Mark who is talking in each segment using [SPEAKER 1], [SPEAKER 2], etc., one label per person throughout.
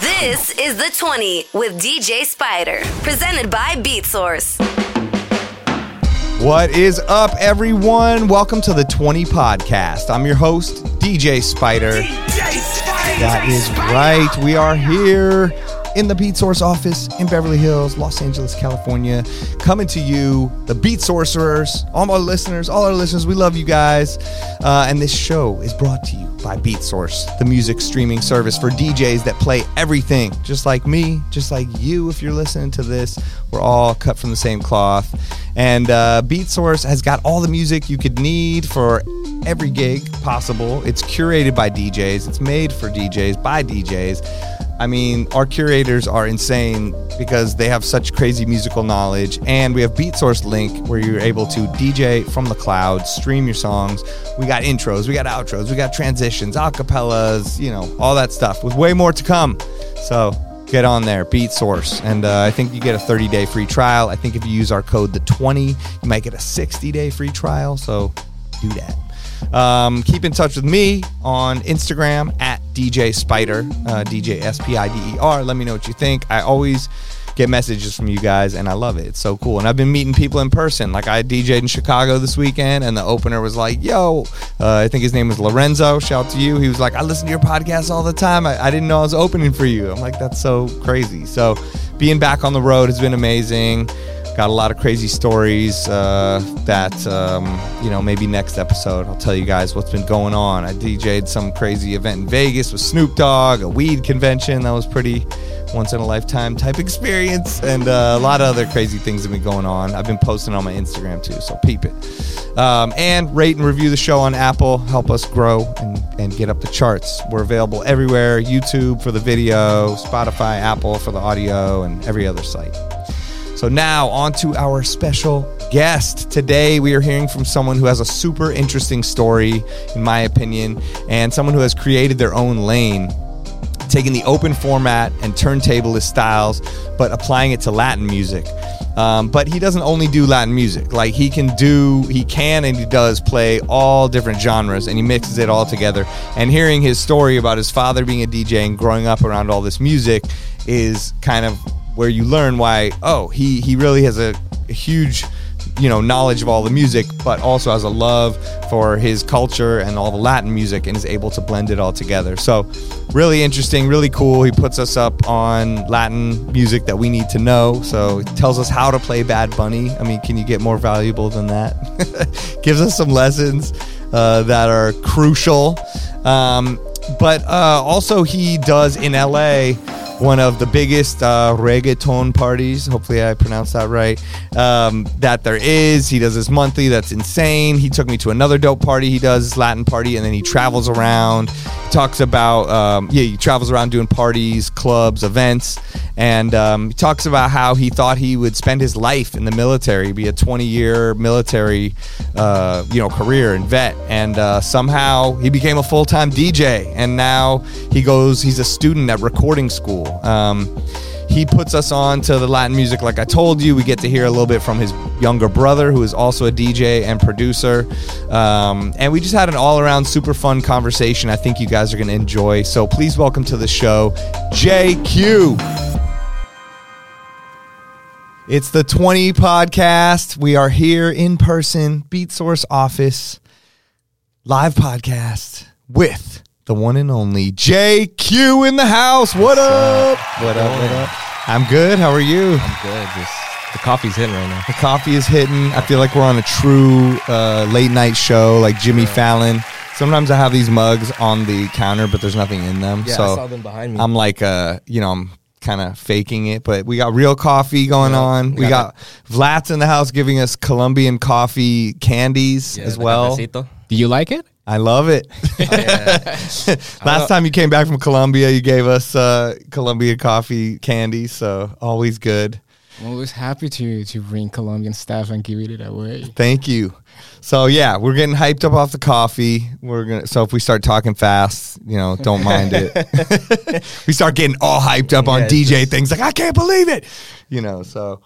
[SPEAKER 1] This is the 20 with DJ Spider, presented by BeatSource.
[SPEAKER 2] What is up, everyone? Welcome to the 20 podcast. I'm your host, DJ Spider. That is right. We are here in the Beat Source office in Beverly Hills, Los Angeles, California, coming to you, the Beat Sorcerers, all my listeners, all our listeners. We love you guys. Uh, and this show is brought to you by Beat Source, the music streaming service for DJs that play everything, just like me, just like you. If you're listening to this, we're all cut from the same cloth. And uh, Beat Source has got all the music you could need for every gig possible. It's curated by DJs, it's made for DJs, by DJs. I mean, our curators are insane because they have such crazy musical knowledge. And we have BeatSource Link where you're able to DJ from the cloud, stream your songs. We got intros, we got outros, we got transitions, acapellas, you know, all that stuff with way more to come. So get on there beat source and uh, i think you get a 30-day free trial i think if you use our code the 20 you might get a 60-day free trial so do that um, keep in touch with me on instagram at dj spider uh, dj s-p-i-d-e-r E let me know what you think i always get messages from you guys and i love it it's so cool and i've been meeting people in person like i dj'd in chicago this weekend and the opener was like yo uh, i think his name was lorenzo shout to you he was like i listen to your podcast all the time I, I didn't know i was opening for you i'm like that's so crazy so being back on the road has been amazing got a lot of crazy stories uh, that um, you know maybe next episode i'll tell you guys what's been going on i dj'd some crazy event in vegas with snoop dogg a weed convention that was pretty once in a lifetime type experience and uh, a lot of other crazy things have been going on i've been posting on my instagram too so peep it um, and rate and review the show on apple help us grow and, and get up the charts we're available everywhere youtube for the video spotify apple for the audio and every other site so now on to our special guest. Today we are hearing from someone who has a super interesting story, in my opinion, and someone who has created their own lane taking the open format and turntablist styles, but applying it to Latin music. Um, but he doesn't only do Latin music. Like he can do, he can and he does play all different genres and he mixes it all together. And hearing his story about his father being a DJ and growing up around all this music is kind of where you learn why, oh, he, he really has a, a huge you know knowledge of all the music but also has a love for his culture and all the latin music and is able to blend it all together so really interesting really cool he puts us up on latin music that we need to know so he tells us how to play bad bunny i mean can you get more valuable than that gives us some lessons uh, that are crucial um, but uh, also he does in la one of the biggest uh, reggaeton parties. Hopefully, I pronounced that right. Um, that there is. He does this monthly. That's insane. He took me to another dope party. He does this Latin party, and then he travels around. Talks about um, yeah, he travels around doing parties, clubs, events, and um, he talks about how he thought he would spend his life in the military, be a 20-year military, uh, you know, career and vet, and uh, somehow he became a full-time DJ, and now he goes. He's a student at recording school. Um, he puts us on to the Latin music, like I told you. We get to hear a little bit from his younger brother, who is also a DJ and producer. Um, and we just had an all around super fun conversation. I think you guys are going to enjoy. So please welcome to the show, JQ. It's the 20 podcast. We are here in person, Beat Source office, live podcast with the one and only JQ in the house. What up? What up? What up? I'm good. How are you?
[SPEAKER 3] Good. Just the coffee's hitting right now.
[SPEAKER 2] The coffee is hitting. I feel like we're on a true uh, late night show, like Jimmy Fallon. Sometimes I have these mugs on the counter, but there's nothing in them.
[SPEAKER 3] Yeah,
[SPEAKER 2] so
[SPEAKER 3] I saw them behind me.
[SPEAKER 2] I'm like, uh, you know, I'm kind of faking it, but we got real coffee going
[SPEAKER 3] Yeah,
[SPEAKER 2] on.
[SPEAKER 3] we
[SPEAKER 2] We got,
[SPEAKER 3] got
[SPEAKER 2] Vlat's in the house giving us Colombian coffee candies as
[SPEAKER 3] the
[SPEAKER 2] well.
[SPEAKER 3] cafecito.
[SPEAKER 4] Do you like it?
[SPEAKER 2] I love it. Last time you came back from Colombia, you gave us uh, Colombia coffee candy, so always good.
[SPEAKER 4] I'm always happy to to bring Colombian stuff and give it away.
[SPEAKER 2] Thank you. So yeah, we're getting hyped up off the coffee. We're gonna so if we start talking fast, you know, don't mind it. we start getting all hyped up on
[SPEAKER 3] Yeah, it's
[SPEAKER 2] DJ things like I can't believe it. You know, so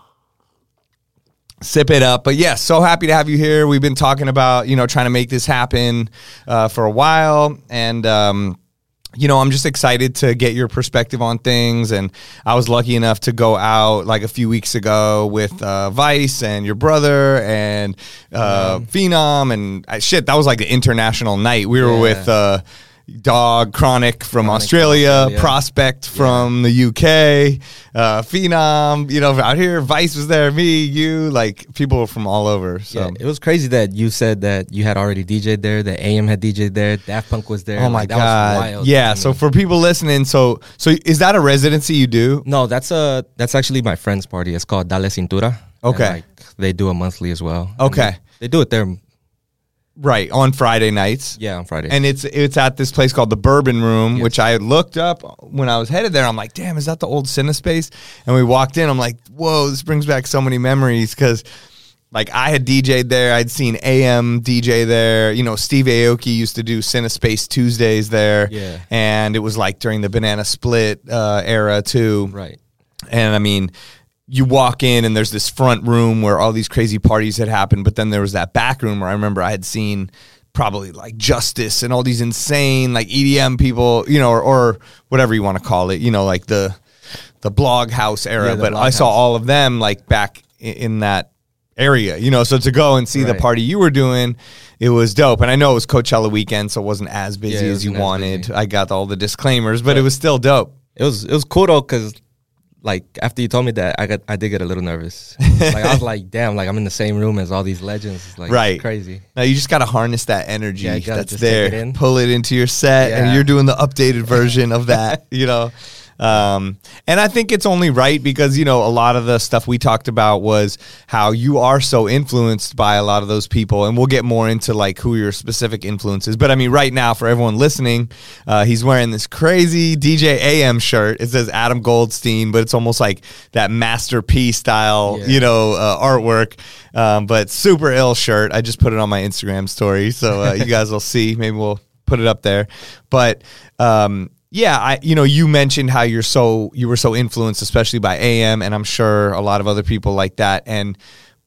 [SPEAKER 2] sip it up. But yeah, so happy to have you here. We've been talking about, you know, trying to make this happen uh, for a while and um you know, I'm just excited to get your perspective on things. And I was lucky enough to go out like a few weeks ago with uh, Vice and your brother and uh, Phenom and I, shit. That was like an international night. We were
[SPEAKER 3] Yeah.
[SPEAKER 2] with uh, Dog Chronic from Australia,
[SPEAKER 3] Australia.
[SPEAKER 2] Prospect from the UK, uh, Phenom. You know, out here, Vice was there, me, you, like people were from all over. So.
[SPEAKER 3] Yeah, it was crazy that you said that you had already DJ'd there, that AM had DJ'd there, Daft Punk was there.
[SPEAKER 2] Oh my
[SPEAKER 3] Like, that was
[SPEAKER 2] god!
[SPEAKER 3] wild.
[SPEAKER 2] Yeah.
[SPEAKER 3] You
[SPEAKER 2] So
[SPEAKER 3] know?
[SPEAKER 2] for people listening, so so is that a residency you do?
[SPEAKER 3] no, that's a that's actually my friend's party. It's called Dale Cintura. And,
[SPEAKER 2] Okay.
[SPEAKER 3] like, they do it monthly as well. And
[SPEAKER 2] Okay.
[SPEAKER 3] They, they do it there.
[SPEAKER 2] Right on Friday nights.
[SPEAKER 3] Yeah, on Friday.
[SPEAKER 2] And it's it's at this place called the Bourbon Room,
[SPEAKER 3] Yes.
[SPEAKER 2] which I looked up when I was headed there. I'm like, damn, is that the old CineSpace? And we walked in. I'm like, whoa, this brings back so many memories because. Like I had DJ'd there, I'd seen AM DJ there. You know, Steve Aoki used to do CineSpace Tuesdays there,
[SPEAKER 3] Yeah.
[SPEAKER 2] and it was like during the Banana Split uh, era too.
[SPEAKER 3] right.
[SPEAKER 2] And I mean, you walk in and there's this front room where all these crazy parties had happened, but then there was that back room where I remember I had seen probably like Justice and all these insane like EDM people, you know, or, or whatever you want to call it, you know, like the the blog house era.
[SPEAKER 3] Yeah, the
[SPEAKER 2] but
[SPEAKER 3] blog
[SPEAKER 2] I saw
[SPEAKER 3] house.
[SPEAKER 2] all of them like back i- in that area, you know. So to go and see the
[SPEAKER 3] Right.
[SPEAKER 2] party you were doing, it was dope. And I know it was Coachella weekend, so it wasn't as busy
[SPEAKER 3] it
[SPEAKER 2] as you
[SPEAKER 3] wasn't as
[SPEAKER 2] wanted.
[SPEAKER 3] busy.
[SPEAKER 2] I got all the disclaimers, but it was still dope.
[SPEAKER 3] It was it was cool though, cause like after you told me that, I got I did get a little nervous. like I was like, damn, like I'm in the same room as all these legends. It's like
[SPEAKER 2] right
[SPEAKER 3] crazy.
[SPEAKER 2] now you just got to harness that energy
[SPEAKER 3] Yeah, you gotta
[SPEAKER 2] that's
[SPEAKER 3] just take
[SPEAKER 2] there
[SPEAKER 3] it in.
[SPEAKER 2] pull it into your set and
[SPEAKER 3] Yeah.
[SPEAKER 2] you're doing the updated version of that you know um, and i think it's only right because you know a lot of the stuff we talked about was how you are so influenced by a lot of those people and we'll get more into like who your specific influences but i mean right now for everyone listening uh, he's wearing this crazy dj am shirt it says adam goldstein but it's almost like that masterpiece style
[SPEAKER 3] Yeah.
[SPEAKER 2] you know know uh, artwork, um, but super ill shirt. I just put it on my Instagram story, so uh, you guys will see. Maybe we'll put it up there. But um, yeah, I you know you mentioned how you're so you were so influenced, especially by AM, and I'm sure a lot of other people like that. And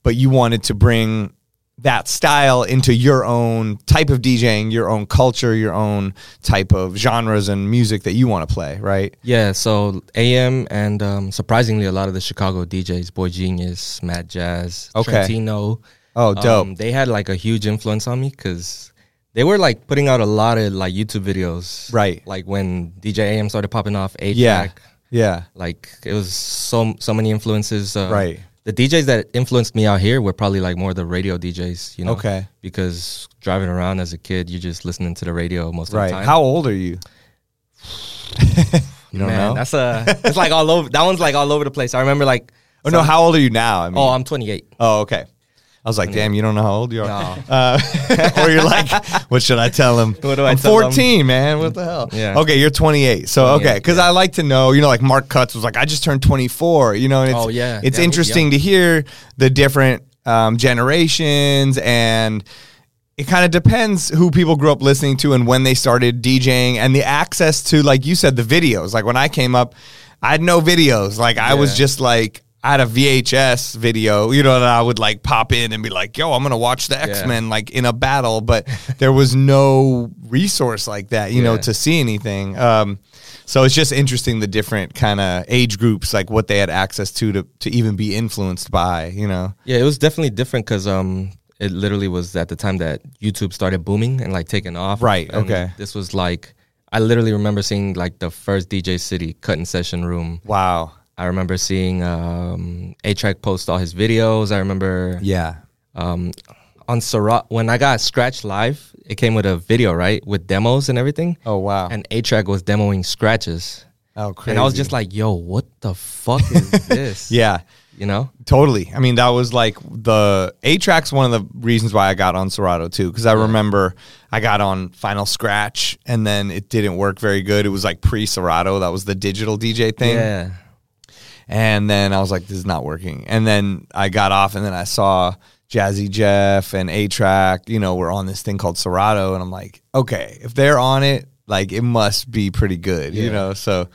[SPEAKER 2] but you wanted to bring that style into your own type of DJing, your own culture, your own type of genres and music that you want to play, right?
[SPEAKER 3] Yeah, so AM and um, surprisingly a lot of the Chicago DJs, Boy Genius, Mad Jazz,
[SPEAKER 2] Okay.
[SPEAKER 3] Trentino. um,
[SPEAKER 2] Oh, dope.
[SPEAKER 3] they had like a huge influence on me because they were like putting out a lot of like YouTube videos.
[SPEAKER 2] Right.
[SPEAKER 3] Like when DJ AM started popping off, A
[SPEAKER 2] yeah.
[SPEAKER 3] track.
[SPEAKER 2] Yeah.
[SPEAKER 3] Like it was so so many influences. Uh,
[SPEAKER 2] Right.
[SPEAKER 3] The DJs that influenced me out here were probably like more the radio DJs, you know.
[SPEAKER 2] Okay.
[SPEAKER 3] Because driving around as a kid, you're just listening to the radio most of
[SPEAKER 2] Right.
[SPEAKER 3] the time.
[SPEAKER 2] How old are you? you don't
[SPEAKER 3] Man,
[SPEAKER 2] know?
[SPEAKER 3] that's a it's like all over. That one's like all over the place. I remember like
[SPEAKER 2] Oh no, how old are you now? I mean,
[SPEAKER 3] oh I'm 28.
[SPEAKER 2] oh okay. I was like, damn, you don't know how old you are,
[SPEAKER 3] No.
[SPEAKER 2] uh, or you're like, what should I tell him?
[SPEAKER 3] What do I
[SPEAKER 2] I'm
[SPEAKER 3] tell 'em?
[SPEAKER 2] 14, man. What the hell?
[SPEAKER 3] Yeah.
[SPEAKER 2] Okay, you're 28. So okay,
[SPEAKER 3] 28,
[SPEAKER 2] because I like to know, you know, like Mark Cutts was like, I just turned 24. You know, and it's,
[SPEAKER 3] Oh, yeah.
[SPEAKER 2] it's
[SPEAKER 3] Yeah, he's
[SPEAKER 2] interesting
[SPEAKER 3] young.
[SPEAKER 2] to hear the different um, generations and. It kind of depends who people grew up listening to and when they started DJing and the access to, like you said, the videos. Like when I came up, I had no videos. Like I was
[SPEAKER 3] Yeah.
[SPEAKER 2] just just like I had a VHS video, you know, that I would like pop in and be like, "Yo, I'm gonna watch the X Men like in a battle," but there was no resource like that, you know,
[SPEAKER 3] Yeah.
[SPEAKER 2] to see anything. Um, so it's just interesting the different kind of age groups, like what they had access to to to even be influenced by, you know.
[SPEAKER 3] Yeah, it was definitely different because um it literally was at the time that YouTube started booming and like taking off.
[SPEAKER 2] Right,
[SPEAKER 3] And
[SPEAKER 2] okay.
[SPEAKER 3] This was like I literally remember seeing like the first DJ City cut in session room.
[SPEAKER 2] Wow.
[SPEAKER 3] I remember seeing um A Track post all his videos. I remember
[SPEAKER 2] Yeah.
[SPEAKER 3] um on Syrah when I got scratched live, it came with a video, right? With demos and everything.
[SPEAKER 2] Oh wow.
[SPEAKER 3] And A Track was demoing scratches.
[SPEAKER 2] oh, crazy.
[SPEAKER 3] And I was just like, yo, what the fuck is this?
[SPEAKER 2] yeah.
[SPEAKER 3] You know?
[SPEAKER 2] Totally. I mean, that was like the A track's one of the reasons why I got on Serato too, because I remember I got on Final Scratch and then it didn't work very good. It was like pre Serato, that was the digital DJ thing.
[SPEAKER 3] Yeah.
[SPEAKER 2] And then I was like, this is not working. And then I got off and then I saw Jazzy Jeff and A Track, you know, were on this thing called Serato. And I'm like, okay, if they're on it, like it must be pretty good, you
[SPEAKER 3] Yeah.
[SPEAKER 2] know? So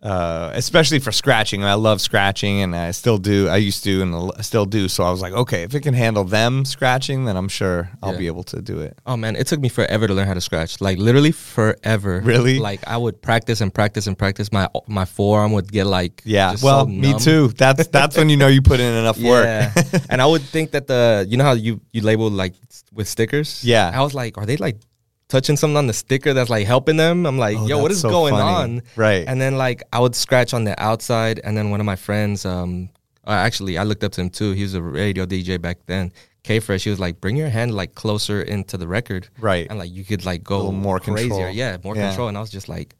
[SPEAKER 2] uh, especially for scratching. I love scratching, and I still do. I used to, and I still do. So I was like, okay, if it can handle them scratching, then I'm sure I'll
[SPEAKER 3] Yeah.
[SPEAKER 2] be able to do it.
[SPEAKER 3] Oh man, it took me forever to learn how to scratch. Like literally forever.
[SPEAKER 2] Really?
[SPEAKER 3] Like I would practice and practice and practice. My my forearm would get like
[SPEAKER 2] Yeah.
[SPEAKER 3] just so
[SPEAKER 2] Well, me
[SPEAKER 3] numb.
[SPEAKER 2] too. That's that's when you know you put in enough
[SPEAKER 3] Yeah.
[SPEAKER 2] work.
[SPEAKER 3] and I would think that the you know how you you label like s- with stickers.
[SPEAKER 2] Yeah.
[SPEAKER 3] I was like, are they like touching something on the sticker that's like helping them? I'm like,
[SPEAKER 2] Oh,
[SPEAKER 3] yo, what
[SPEAKER 2] that's
[SPEAKER 3] is
[SPEAKER 2] so
[SPEAKER 3] going
[SPEAKER 2] funny.
[SPEAKER 3] on?
[SPEAKER 2] Right.
[SPEAKER 3] And then like I would scratch on the outside, and then one of my friends, um, uh, actually I looked up to him too. He was a radio DJ back then. K Fresh, he was like, bring your hand like closer into the record.
[SPEAKER 2] Right.
[SPEAKER 3] And like you could like go
[SPEAKER 2] little more
[SPEAKER 3] crazier.
[SPEAKER 2] control.
[SPEAKER 3] Yeah, more
[SPEAKER 2] Yeah.
[SPEAKER 3] control. And I was just like,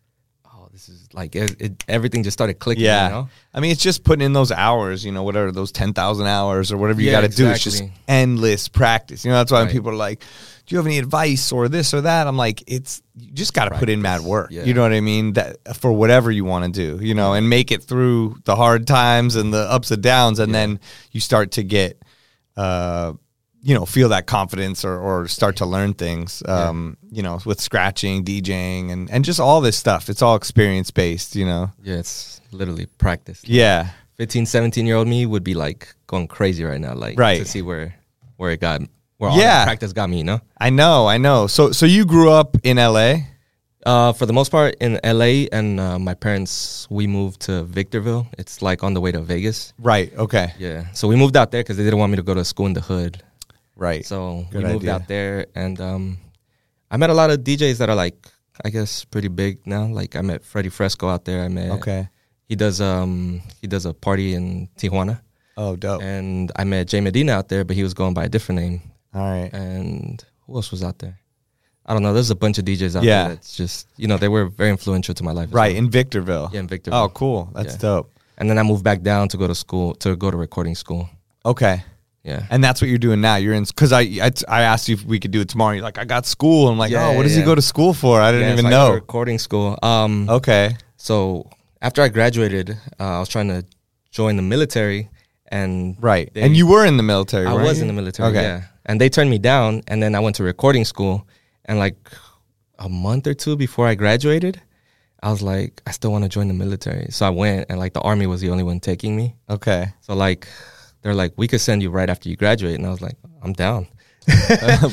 [SPEAKER 3] oh, this is like it, it, everything just started clicking.
[SPEAKER 2] Yeah.
[SPEAKER 3] You know?
[SPEAKER 2] I mean, it's just putting in those hours, you know, whatever those 10,000 hours or whatever you
[SPEAKER 3] Yeah,
[SPEAKER 2] got to do. It's just
[SPEAKER 3] exactly.
[SPEAKER 2] endless practice. You know, that's why when
[SPEAKER 3] Right.
[SPEAKER 2] people are like, do you have any advice or this or that? I'm like, it's, you just got to put in mad
[SPEAKER 3] Practice.
[SPEAKER 2] work.
[SPEAKER 3] Yeah.
[SPEAKER 2] You know what I mean? That for whatever you want to do, you know, and make it through the hard times and the ups and downs. And then you start to get, uh, you know, feel that confidence or, or start to learn things, um, you know, with scratching, DJing, and, and just all this stuff. It's all experience based, you know?
[SPEAKER 3] Yeah, it's literally practice.
[SPEAKER 2] Yeah.
[SPEAKER 3] 15 17 year old me would be like going crazy right now like
[SPEAKER 2] Right.
[SPEAKER 3] to see where where it got where all
[SPEAKER 2] Yeah.
[SPEAKER 3] that practice got me you know
[SPEAKER 2] I know, I know. So, so you grew up in L.A.
[SPEAKER 3] uh, for the most part in la and uh, my parents we moved to victorville it's like on the way to vegas
[SPEAKER 2] Right. Okay.
[SPEAKER 3] yeah so we moved out there because they didn't want me to go to school in the hood
[SPEAKER 2] Right.
[SPEAKER 3] so
[SPEAKER 2] Good
[SPEAKER 3] we moved
[SPEAKER 2] idea.
[SPEAKER 3] out there and um, i met a lot of djs that are like i guess pretty big now like i met freddie fresco out there i met
[SPEAKER 2] okay.
[SPEAKER 3] he does um he does a party in tijuana
[SPEAKER 2] Oh, dope.
[SPEAKER 3] and I met Jay Medina out there, but he was going by a different name.
[SPEAKER 2] All right.
[SPEAKER 3] And who else was out there? I don't know. There's a bunch of DJs out
[SPEAKER 2] Yeah.
[SPEAKER 3] there that's just you know they were very influential to my life. as
[SPEAKER 2] Right
[SPEAKER 3] well.
[SPEAKER 2] in Victorville.
[SPEAKER 3] Yeah, in Victorville.
[SPEAKER 2] Oh, cool. That's
[SPEAKER 3] Yeah.
[SPEAKER 2] dope.
[SPEAKER 3] And then I moved back down to go to school to go to recording school.
[SPEAKER 2] Okay.
[SPEAKER 3] Yeah.
[SPEAKER 2] And that's what you're doing now. You're in because I, I I asked you if we could do it tomorrow. You're like, I got school. I'm like,
[SPEAKER 3] Yeah,
[SPEAKER 2] oh, what does
[SPEAKER 3] yeah.
[SPEAKER 2] he go to school for? I didn't
[SPEAKER 3] Yeah,
[SPEAKER 2] even
[SPEAKER 3] so I go to
[SPEAKER 2] know. Oh.
[SPEAKER 3] recording school. Um.
[SPEAKER 2] Okay.
[SPEAKER 3] So after I graduated, uh, I was trying to join the military, and
[SPEAKER 2] Right.
[SPEAKER 3] they-
[SPEAKER 2] and you were in the military.
[SPEAKER 3] I
[SPEAKER 2] right?
[SPEAKER 3] was in the military.
[SPEAKER 2] Okay.
[SPEAKER 3] Yeah. And they turned me down, and then I went to recording school, and like a month or two before I graduated, I was like, I still want to join the military. So I went, and like the army was the only one taking me.
[SPEAKER 2] Okay.
[SPEAKER 3] So like, they're like, we could send you right after you graduate, and I was like, I'm down.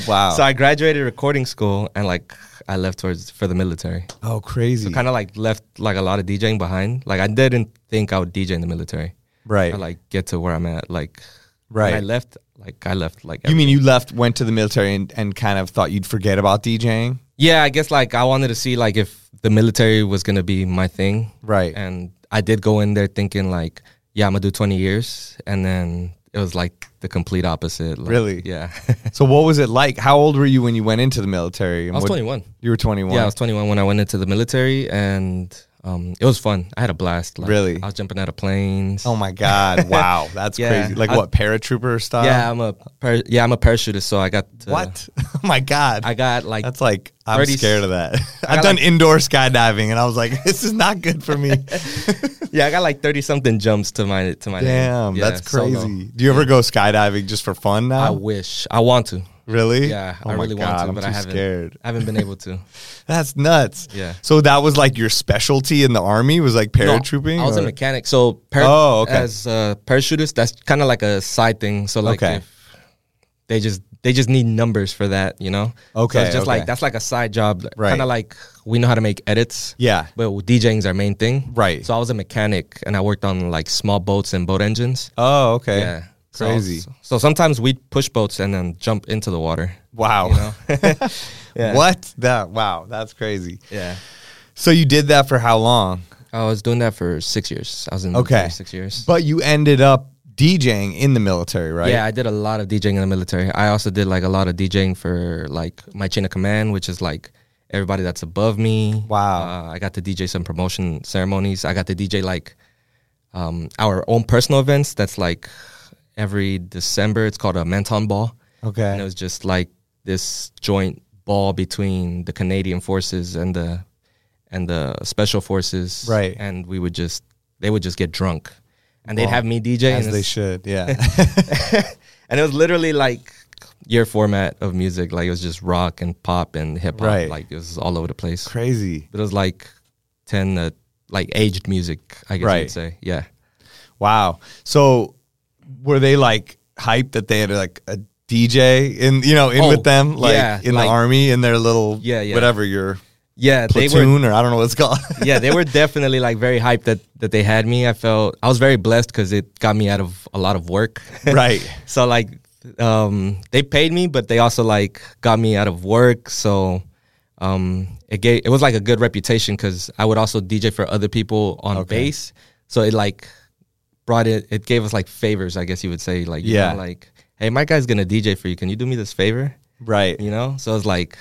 [SPEAKER 2] wow.
[SPEAKER 3] So I graduated recording school, and like I left towards for the military.
[SPEAKER 2] oh, crazy.
[SPEAKER 3] Kind of like left like a lot of DJing behind. Like I didn't think I would DJ in the military.
[SPEAKER 2] right.
[SPEAKER 3] I like get to where I'm at. Like
[SPEAKER 2] Right.
[SPEAKER 3] when I left. Like I left. Like
[SPEAKER 2] you mean you left, went to the military, and, and kind of thought you'd forget about DJing?
[SPEAKER 3] Yeah, I guess like I wanted to see like if the military was gonna be my thing.
[SPEAKER 2] Right.
[SPEAKER 3] And I did go in there thinking like, yeah, I'm gonna do twenty years and then it was like the complete opposite. Like,
[SPEAKER 2] Really?
[SPEAKER 3] Yeah.
[SPEAKER 2] So what was it like? How old were you when you went into the military?
[SPEAKER 3] I was twenty one.
[SPEAKER 2] You were 21.
[SPEAKER 3] Yeah, I was twenty one when I went into the military and um it was fun. I had a blast. Like,
[SPEAKER 2] Really?
[SPEAKER 3] I was jumping out of planes.
[SPEAKER 2] Oh my God! Wow, that's
[SPEAKER 3] Yeah.
[SPEAKER 2] crazy. Like
[SPEAKER 3] I-
[SPEAKER 2] what paratrooper style?
[SPEAKER 3] yeah, I'm a par- yeah, I'm a parachutist, so I got to,
[SPEAKER 2] What? Oh my God!
[SPEAKER 3] I got like
[SPEAKER 2] that's like I'm
[SPEAKER 3] 30
[SPEAKER 2] scared of that. I've
[SPEAKER 3] got
[SPEAKER 2] done
[SPEAKER 3] like-
[SPEAKER 2] indoor skydiving, and I was like, this is not good for me.
[SPEAKER 3] yeah, I got like thirty something jumps to my to my name.
[SPEAKER 2] Damn,
[SPEAKER 3] Yeah,
[SPEAKER 2] that's
[SPEAKER 3] solo.
[SPEAKER 2] crazy. Do you ever go skydiving just for fun now?
[SPEAKER 3] I wish. I want to.
[SPEAKER 2] really?
[SPEAKER 3] Yeah,
[SPEAKER 2] Oh
[SPEAKER 3] I
[SPEAKER 2] my
[SPEAKER 3] really
[SPEAKER 2] God,
[SPEAKER 3] want to,
[SPEAKER 2] I'm
[SPEAKER 3] but
[SPEAKER 2] too
[SPEAKER 3] I haven't.
[SPEAKER 2] scared.
[SPEAKER 3] I haven't been able to.
[SPEAKER 2] That's nuts.
[SPEAKER 3] Yeah.
[SPEAKER 2] So that was like your specialty in the army was like
[SPEAKER 3] No,
[SPEAKER 2] paratrooping.
[SPEAKER 3] I was a
[SPEAKER 2] or-
[SPEAKER 3] mechanic, so par-
[SPEAKER 2] Oh, okay.
[SPEAKER 3] as a parachutist, that's kind of like a side thing. So like,
[SPEAKER 2] Okay.
[SPEAKER 3] if they just they just need numbers for that, you know.
[SPEAKER 2] Okay,
[SPEAKER 3] so it's just
[SPEAKER 2] okay.
[SPEAKER 3] like that's like a side job,
[SPEAKER 2] Right.
[SPEAKER 3] kind of like we know how to make edits.
[SPEAKER 2] Yeah.
[SPEAKER 3] but DJing's our main thing,
[SPEAKER 2] Right.
[SPEAKER 3] So I was a mechanic, and I worked on like small boats and boat engines.
[SPEAKER 2] Oh, okay.
[SPEAKER 3] Yeah, So-
[SPEAKER 2] Crazy.
[SPEAKER 3] So, sometimes we'd push boats and then jump into the water.
[SPEAKER 2] Wow.
[SPEAKER 3] Yeah.
[SPEAKER 2] What? That wow, that's crazy.
[SPEAKER 3] Yeah.
[SPEAKER 2] So you did that for how long?
[SPEAKER 3] I was doing that for six years. I was in the
[SPEAKER 2] Okay.
[SPEAKER 3] military six Mm, years.
[SPEAKER 2] But you ended up DJing in the military, right?
[SPEAKER 3] Yeah, I did a lot of DJing in the military. I also did like a lot of DJing for like my chain of command, which is like everybody that's above me.
[SPEAKER 2] Wow.
[SPEAKER 3] Uh, I got to DJ some promotion ceremonies. I got to DJ like um, our own personal events. That's like every December. It's called a Menton Ball.
[SPEAKER 2] Okay.
[SPEAKER 3] And it was just like this joint ball between the Canadian forces and the and the special forces.
[SPEAKER 2] Right.
[SPEAKER 3] And we would just they would just get drunk. And they'd have me DJ
[SPEAKER 2] As
[SPEAKER 3] and
[SPEAKER 2] they
[SPEAKER 3] it's-
[SPEAKER 2] should, yeah.
[SPEAKER 3] and it was literally like your format of music. Like it was just rock and pop and hip hop.
[SPEAKER 2] Right.
[SPEAKER 3] Like it was all over the place.
[SPEAKER 2] Crazy.
[SPEAKER 3] But it was like ten to like aged music, I guess
[SPEAKER 2] Right.
[SPEAKER 3] you'd say. Yeah.
[SPEAKER 2] Wow. So were they like hyped that they had like a DJ in you know in
[SPEAKER 3] Oh,
[SPEAKER 2] with them like
[SPEAKER 3] yeah,
[SPEAKER 2] in
[SPEAKER 3] like-
[SPEAKER 2] the army in their little
[SPEAKER 3] Yeah, yeah.
[SPEAKER 2] whatever your
[SPEAKER 3] Yeah, they were
[SPEAKER 2] platoon or I don't know what it's called.
[SPEAKER 3] Yeah, they were definitely like very hyped that that they had me. I felt I was very blessed cuz it got me out of a lot of work.
[SPEAKER 2] right.
[SPEAKER 3] so like um they paid me but they also like got me out of work so um it gave it was like a good reputation because i would also dj for other people on bass so it like brought it it gave us like favors i guess you would say like you
[SPEAKER 2] Yeah.
[SPEAKER 3] know, like hey my guy's gonna dj for you can you do me this favor
[SPEAKER 2] Right.
[SPEAKER 3] you know so it's like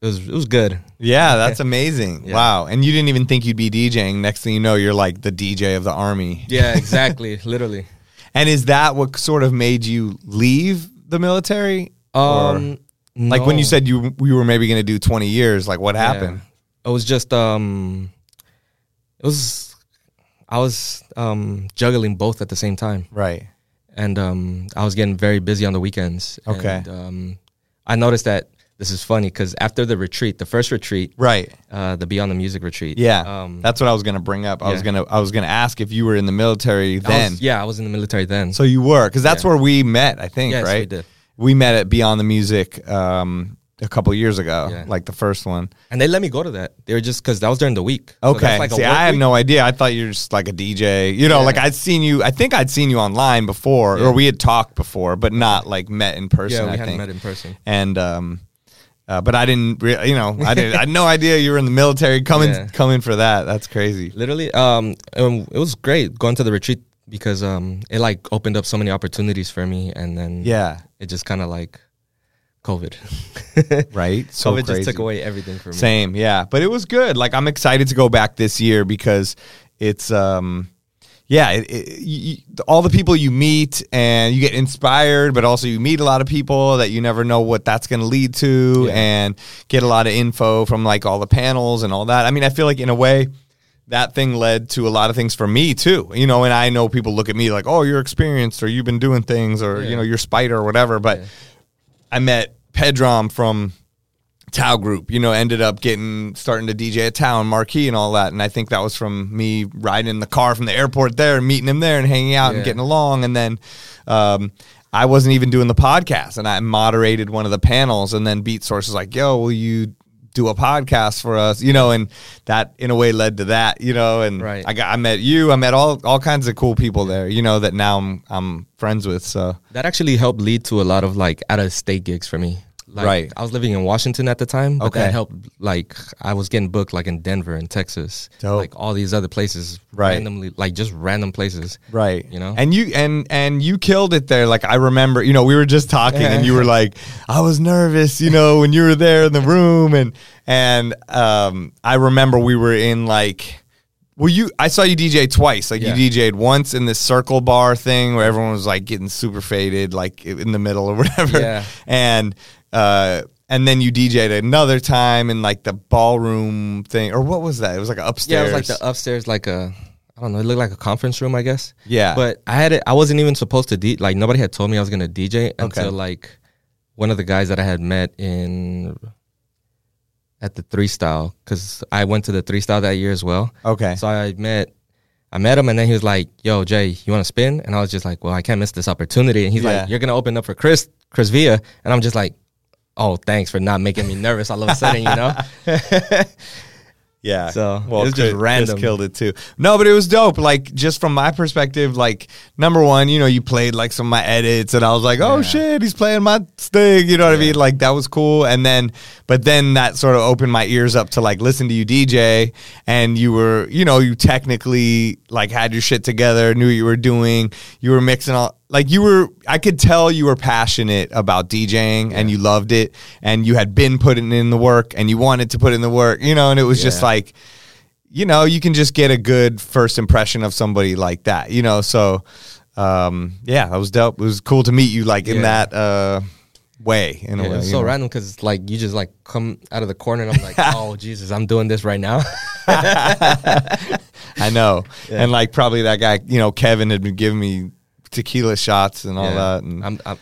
[SPEAKER 3] it was it was good
[SPEAKER 2] Yeah, that's amazing. Wow. And you didn't even think you'd be DJing. Next thing you know, you're like the DJ of the army.
[SPEAKER 3] yeah exactly literally
[SPEAKER 2] And is that what sort of made you leave the military? Or-
[SPEAKER 3] um
[SPEAKER 2] like when you
[SPEAKER 3] no.
[SPEAKER 2] said you we were maybe going to do 20 years, like what happened?
[SPEAKER 3] Yeah. It was just um it was I was um juggling both at the same time.
[SPEAKER 2] Right.
[SPEAKER 3] And um I was getting very busy on the weekends.
[SPEAKER 2] Okay.
[SPEAKER 3] And, um I noticed that this is funny cuz after the retreat, the first retreat,
[SPEAKER 2] Right.
[SPEAKER 3] uh the Beyond the Music retreat.
[SPEAKER 2] Yeah.
[SPEAKER 3] Um
[SPEAKER 2] that's what I was going to bring up. I was
[SPEAKER 3] yeah.
[SPEAKER 2] going to I was going to ask if you were in the military
[SPEAKER 3] I
[SPEAKER 2] then.
[SPEAKER 3] was, yeah, I was in the military then.
[SPEAKER 2] So you were cuz that's where we met, I think,
[SPEAKER 3] Yes, we
[SPEAKER 2] right?
[SPEAKER 3] did.
[SPEAKER 2] We met at Beyond the Music um a couple years ago,
[SPEAKER 3] Yeah.
[SPEAKER 2] like the first one.
[SPEAKER 3] and they let me go to that. They were just cuz that was during the week. So
[SPEAKER 2] Okay.
[SPEAKER 3] that's like a
[SPEAKER 2] See,
[SPEAKER 3] work
[SPEAKER 2] I had
[SPEAKER 3] week.
[SPEAKER 2] no idea. I thought you were just like a DJ. You know, like I'd seen you. I think I'd seen you online before,
[SPEAKER 3] Yeah.
[SPEAKER 2] or we had talked before, but not like met in person.
[SPEAKER 3] Yeah, we
[SPEAKER 2] I
[SPEAKER 3] hadn't
[SPEAKER 2] think.
[SPEAKER 3] met in person.
[SPEAKER 2] And um, uh, but I didn't. Re- you know, I didn't. I had no idea you were in the military. Coming,
[SPEAKER 3] Yeah.
[SPEAKER 2] coming for that. That's crazy.
[SPEAKER 3] literally um um, it was great going to the retreat because um it like opened up so many opportunities for me and then
[SPEAKER 2] Yeah.
[SPEAKER 3] it just kind of like covid
[SPEAKER 2] Right. So
[SPEAKER 3] covid
[SPEAKER 2] crazy.
[SPEAKER 3] just took away everything for me
[SPEAKER 2] Same, yeah. But it was good. Like I'm excited to go back this year because it's um yeah, it, it, you, you- all the people you meet and you get inspired, but also you meet a lot of people that you never know what that's going to lead to
[SPEAKER 3] Yeah.
[SPEAKER 2] and get a lot of info from like all the panels and all that. I mean, I feel like in a way that thing led to a lot of things for me too. You know, and I know people look at me like, "Oh, you're experienced or you've been doing things or you know, you're spider or whatever." But I met Pedram from Tao Group, you know, ended up getting starting to DJ at Tao and Marquee and all that. And I think that was from me riding in the car from the airport there and meeting him there and hanging out and
[SPEAKER 3] Yeah.
[SPEAKER 2] getting along. And then um, I wasn't even doing the podcast and I moderated one of the panels. And then Beat Source was like, yo, will you do a podcast for us? You know, and that in a way led to that, you know. And
[SPEAKER 3] Right.
[SPEAKER 2] I, got, I met you, I met all, all kinds of cool people there, you know, that now I'm, I'm friends with. So,
[SPEAKER 3] that actually helped lead to a lot of like out of state gigs for me like,
[SPEAKER 2] Right.
[SPEAKER 3] i was living in washington at the time but
[SPEAKER 2] Okay.
[SPEAKER 3] that helped like i was getting booked like in denver and texas
[SPEAKER 2] Dope.
[SPEAKER 3] like all these other places
[SPEAKER 2] Right.
[SPEAKER 3] randomly like just random places
[SPEAKER 2] right
[SPEAKER 3] you know
[SPEAKER 2] and you and and you killed it there like i remember you know we were just talking and you were like i was nervous you know when you were there in the room and and um i remember we were in like well you i saw you dj twice like
[SPEAKER 3] Yeah.
[SPEAKER 2] you dj'd once in this circle bar thing where everyone was like getting super faded like in the middle or whatever
[SPEAKER 3] Yeah.
[SPEAKER 2] and uh and then you DJ'd another time in like the ballroom thing, or what was that? It was like upstairs.
[SPEAKER 3] Yeah, it was like the upstairs, like a I don't know, it looked like a conference room, I guess.
[SPEAKER 2] Yeah.
[SPEAKER 3] But I had it. I wasn't even supposed to de- like nobody had told me I was gonna DJ until like one of the guys that I had met in at the Three Style because I went to the Three Style that year as well.
[SPEAKER 2] Okay.
[SPEAKER 3] So I met. I met him and then he was like, "Yo, Jay, you want to spin?" And I was just like, "Well, I can't miss this opportunity." And he's
[SPEAKER 2] Yeah.
[SPEAKER 3] like, "You're gonna open up for Chris, Chris Villa," and I'm just like, "Oh, thanks for not making me nervous all of a sudden," you know?
[SPEAKER 2] Yeah.
[SPEAKER 3] So, it was just
[SPEAKER 2] Chris- Chris
[SPEAKER 3] random.
[SPEAKER 2] killed it too. No, but it was dope. Like just from my perspective, like number one, you know, you played like some of my edits, and I was like, oh shit, he's playing my thing. You know what I mean? Like that was cool. And then, but then that sort of opened my ears up to like listen to you DJ, and you were, you know, you technically like had your shit together, knew what you were doing, you were mixing all. Like you were, I could tell you were passionate about DJing and you loved it, and you had been putting in the work and you wanted to put in the work, you know. And it was just
[SPEAKER 3] Yeah.
[SPEAKER 2] like, you know, you can just get a good first impression of somebody like that, you know. So, um, yeah, that was dope. It was cool to meet you like in
[SPEAKER 3] Yeah.
[SPEAKER 2] that uh, way, in a
[SPEAKER 3] Yeah,
[SPEAKER 2] way.
[SPEAKER 3] it was
[SPEAKER 2] you
[SPEAKER 3] so
[SPEAKER 2] know.
[SPEAKER 3] random because like you just like come out of the corner and I'm like, oh Jesus, I'm doing this right now.
[SPEAKER 2] I know, and like probably that guy, you know, Kevin had been giving me tequila shots and all
[SPEAKER 3] Yeah.
[SPEAKER 2] that, and
[SPEAKER 3] I'm, I'm,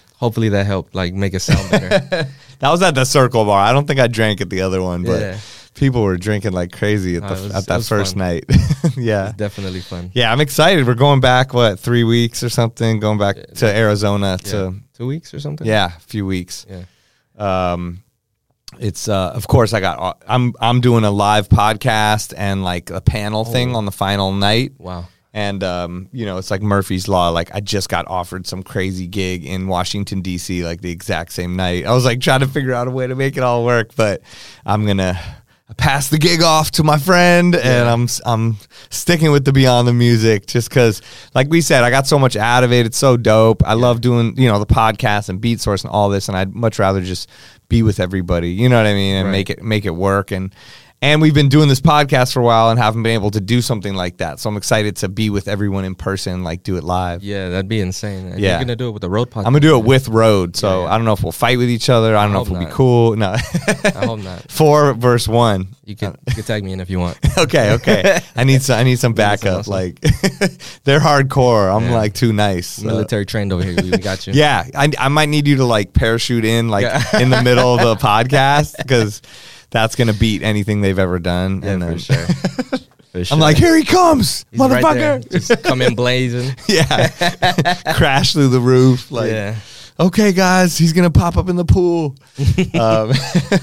[SPEAKER 3] hopefully that helped like make it sound better.
[SPEAKER 2] that was at the Circle Bar. I don't think I drank at the other one, but
[SPEAKER 3] Yeah.
[SPEAKER 2] people were drinking like crazy at, the,
[SPEAKER 3] Uh, it was-
[SPEAKER 2] at
[SPEAKER 3] it
[SPEAKER 2] that
[SPEAKER 3] was
[SPEAKER 2] first
[SPEAKER 3] fun.
[SPEAKER 2] night. yeah.
[SPEAKER 3] Definitely fun.
[SPEAKER 2] Yeah, I'm excited. We're going back, what, three weeks or something? Going back to Arizona to,
[SPEAKER 3] two weeks or something.
[SPEAKER 2] yeah, a few weeks.
[SPEAKER 3] yeah.
[SPEAKER 2] um it's uh of course i got all- i'm i'm doing a live podcast and like a panel thing on the final night
[SPEAKER 3] Wow.
[SPEAKER 2] and um you know it's like murphy's law like i just got offered some crazy gig in washington dc like the exact same night i was like trying to figure out a way to make it all work but i'm gonna pass the gig off to my friend and i'm i'm sticking with the beyond the music just because like we said i got so much out of it it's so dope i love doing you know the podcast and beat source and all this and i'd much rather just be with everybody you know what i mean and
[SPEAKER 3] Right.
[SPEAKER 2] make it make it work and and we've been doing this podcast for a while and haven't been able to do something like that so i'm excited to be with everyone in person like do it live
[SPEAKER 3] Yeah, that'd be insane. And
[SPEAKER 2] Yeah.
[SPEAKER 3] You're gonna do it with the road podcast.
[SPEAKER 2] i'm gonna do it with road so
[SPEAKER 3] Yeah, yeah.
[SPEAKER 2] i don't know if we'll fight with each other i don't know if
[SPEAKER 3] hope
[SPEAKER 2] we'll be
[SPEAKER 3] not.
[SPEAKER 2] cool no
[SPEAKER 3] I hope not.
[SPEAKER 2] four verse one
[SPEAKER 3] You can you can tag me in if you want.
[SPEAKER 2] okay, okay. I need some. I need some
[SPEAKER 3] need some
[SPEAKER 2] backup.
[SPEAKER 3] muscle.
[SPEAKER 2] Like they're hardcore. I'm
[SPEAKER 3] Yeah.
[SPEAKER 2] like too nice. so-
[SPEAKER 3] Military trained over here. We we got you.
[SPEAKER 2] Yeah, I, I might need you to like parachute in like in the middle of the podcast because that's gonna beat anything they've ever done.
[SPEAKER 3] Yeah,
[SPEAKER 2] and
[SPEAKER 3] for
[SPEAKER 2] then-
[SPEAKER 3] sure. For sure.
[SPEAKER 2] I'm like, here he comes,
[SPEAKER 3] He's right there.
[SPEAKER 2] motherfucker!
[SPEAKER 3] Just come in blazing.
[SPEAKER 2] yeah, crash through the roof. Like,
[SPEAKER 3] yeah.
[SPEAKER 2] okay, guys, he's gonna pop up in the pool. um,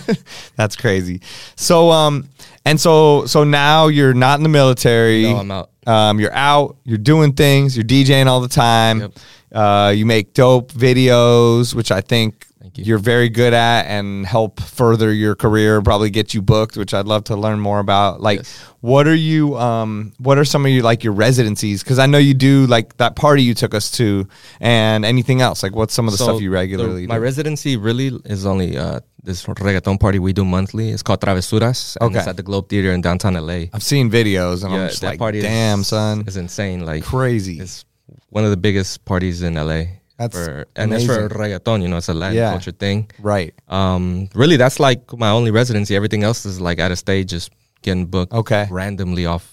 [SPEAKER 2] that's crazy. So, um, and so, so now you're not in the military.
[SPEAKER 3] No, I'm out.
[SPEAKER 2] Um, you're out. You're doing things. You're DJing all the time.
[SPEAKER 3] Yep.
[SPEAKER 2] Uh, you make dope videos, which I think
[SPEAKER 3] Thank you.
[SPEAKER 2] you. are very good at, and help further your career. Probably get you booked, which I'd love to learn more about. Like,
[SPEAKER 3] Yes.
[SPEAKER 2] what are you? Um, what are some of your like your residencies? Because I know you do like that party you took us to, and anything else. Like, what's some of the
[SPEAKER 3] So
[SPEAKER 2] stuff you
[SPEAKER 3] the-
[SPEAKER 2] regularly?
[SPEAKER 3] my
[SPEAKER 2] do?
[SPEAKER 3] residency really is only uh, this reggaeton party we do monthly. It's called Travesuras. And It's
[SPEAKER 2] Okay.
[SPEAKER 3] at the Globe Theater in downtown LA.
[SPEAKER 2] I've seen videos, and I'm just like, damn,
[SPEAKER 3] is,
[SPEAKER 2] son,
[SPEAKER 3] is insane. Like
[SPEAKER 2] crazy.
[SPEAKER 3] It's one of the biggest parties in LA.
[SPEAKER 2] That's
[SPEAKER 3] for, and it's for
[SPEAKER 2] amazing.
[SPEAKER 3] reggaeton. You know, it's a Latin
[SPEAKER 2] Yeah.
[SPEAKER 3] culture thing.
[SPEAKER 2] right.
[SPEAKER 3] Um, really, that's like my only residency. Everything else is like at a stage, just getting booked.
[SPEAKER 2] Okay.
[SPEAKER 3] randomly off,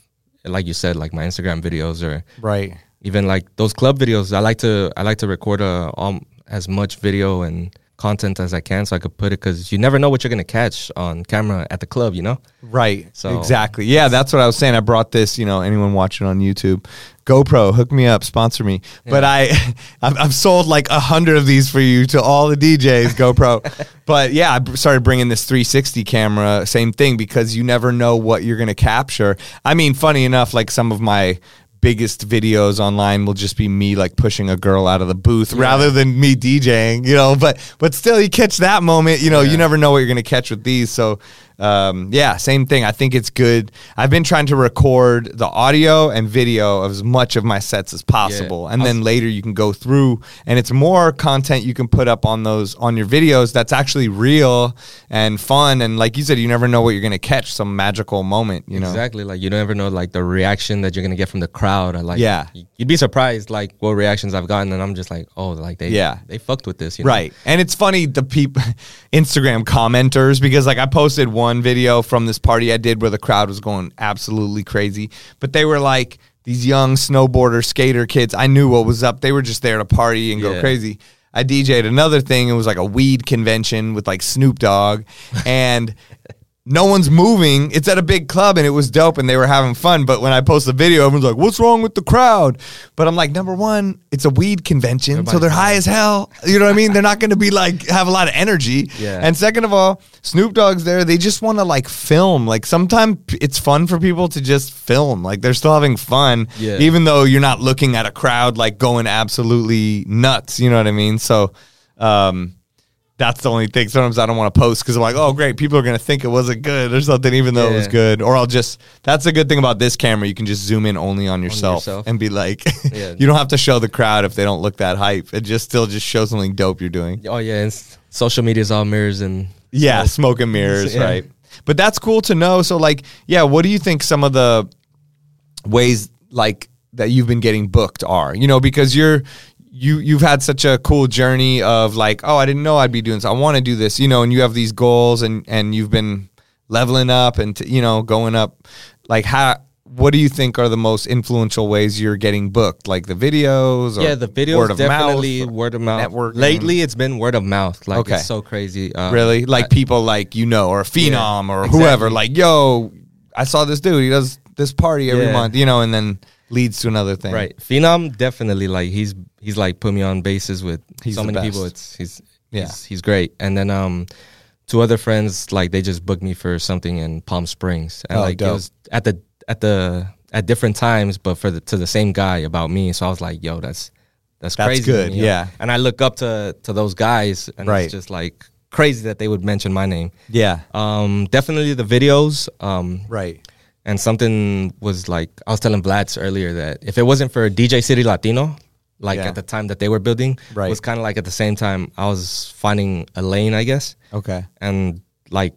[SPEAKER 3] like you said, like my Instagram videos or
[SPEAKER 2] Right.
[SPEAKER 3] even like those club videos i like to i like to record uh, um, as much video and content as i can so i could put it because you never know what you're going to catch on camera at the club you know
[SPEAKER 2] Right.
[SPEAKER 3] So-
[SPEAKER 2] exactly. Yeah, that's what I was saying. I brought this. You know, anyone watching on YouTube, GoPro, hook me up, sponsor me. But I, I've, I've sold like a hundred of these for you to all the DJs, GoPro. but yeah, I b- started bringing this 360 camera. Same thing because you never know what you're gonna capture. I mean, funny enough, like some of my biggest videos online will just be me like pushing a girl out of the booth rather than me DJing, you know, but but still you catch that moment, you know, you never know what you're going to catch with these. So um, yeah, same thing. I think it's good. I've been trying to record the audio and video of as much of my sets as possible. And then later you can go through and it's more content you can put up on those on your videos that's actually real and fun and like you said you never know what you're going to catch some magical moment, you know.
[SPEAKER 3] exactly like you never know like the reaction that you're going to get from the crowd or like
[SPEAKER 2] Yeah.
[SPEAKER 3] y- you'd be surprised like what reactions i've gotten and i'm just like oh like they
[SPEAKER 2] Yeah.
[SPEAKER 3] they fucked with this you know?
[SPEAKER 2] Right. And it's funny the people Instagram commenters because like I posted one video from this party I did where the crowd was going absolutely crazy, but they were like these young snowboarder skater kids. I knew what was up. They were just there to party and go
[SPEAKER 3] Yeah.
[SPEAKER 2] crazy. I DJ'd another thing. It was like a weed convention with like Snoop Dogg and No one's moving. It's at a big club and it was dope and they were having fun. But when I post the video, everyone's like, What's wrong with the crowd? But I'm like, Number one, it's a weed convention. so they're
[SPEAKER 3] Everybody's
[SPEAKER 2] high as hell. You know what I mean? They're not going to be like have a lot of energy.
[SPEAKER 3] Yeah.
[SPEAKER 2] And second of all, Snoop Dogg's there. They just want to like film. Like sometimes p- it's fun for people to just film. Like they're still having fun,
[SPEAKER 3] Yeah.
[SPEAKER 2] even though you're not looking at a crowd like going absolutely nuts. You know what I mean? So. um that's the only thing. Sometimes I don't want to post because I'm like, oh, great, people are gonna think it wasn't good or something, even though it was
[SPEAKER 3] Yeah.
[SPEAKER 2] good. Or I'll just. That's the good thing about this camera. You can just zoom in only on yourself,
[SPEAKER 3] yourself.
[SPEAKER 2] and be like,
[SPEAKER 3] Yeah.
[SPEAKER 2] you don't have to show the crowd if they don't look that hype. It just still just shows something dope you're doing.
[SPEAKER 3] oh yeah and s- social media is all mirrors and
[SPEAKER 2] Yeah, smoke and mirrors,
[SPEAKER 3] Yeah.
[SPEAKER 2] right? But that's cool to know. So, like, yeah, what do you think some of the ways like that you've been getting booked are? You know, because you're you you've had such a cool journey of like, oh, I didn't know I'd be doing this. I want to do this, you know, and you have these goals and and you've been leveling up and t- you know going up. Like, how what do you think are the most influential ways you're getting booked? Like the videos? Or
[SPEAKER 3] yeah, the videos
[SPEAKER 2] word of
[SPEAKER 3] definitely
[SPEAKER 2] mouth, or
[SPEAKER 3] word of mouth.
[SPEAKER 2] networking?
[SPEAKER 3] Lately, it's been word of mouth. Like
[SPEAKER 2] Okay.
[SPEAKER 3] it's so crazy. Uh,
[SPEAKER 2] really like people like you know or Phenom or whoever.
[SPEAKER 3] exactly.
[SPEAKER 2] Like yo, I saw this dude. He does this party every
[SPEAKER 3] Yeah.
[SPEAKER 2] month, you know, and then leads to another thing.
[SPEAKER 3] Right, Phenom definitely like he's he's like put me on bases with
[SPEAKER 2] He's
[SPEAKER 3] so
[SPEAKER 2] the
[SPEAKER 3] many
[SPEAKER 2] best.
[SPEAKER 3] people. It's he's
[SPEAKER 2] Yeah.
[SPEAKER 3] he's, he's great. And then um, two other friends like they just booked me for something in Palm Springs, and
[SPEAKER 2] Oh,
[SPEAKER 3] like
[SPEAKER 2] dope.
[SPEAKER 3] it was at the at the at different times, but for the to the same guy about me. So I was like, yo, that's that's,
[SPEAKER 2] That's
[SPEAKER 3] crazy.
[SPEAKER 2] good,
[SPEAKER 3] you know?
[SPEAKER 2] yeah.
[SPEAKER 3] And I look up to to those guys, and
[SPEAKER 2] Right.
[SPEAKER 3] it's just like crazy that they would mention my name.
[SPEAKER 2] Yeah.
[SPEAKER 3] Um, definitely the videos. Um,
[SPEAKER 2] Right.
[SPEAKER 3] and something was like I was telling Vlad's earlier that if it wasn't for DJ City Latino, like
[SPEAKER 2] Yeah.
[SPEAKER 3] at the time that they were building,
[SPEAKER 2] Right.
[SPEAKER 3] was kind of like at the same time I was finding a lane, I guess,
[SPEAKER 2] Okay.
[SPEAKER 3] and like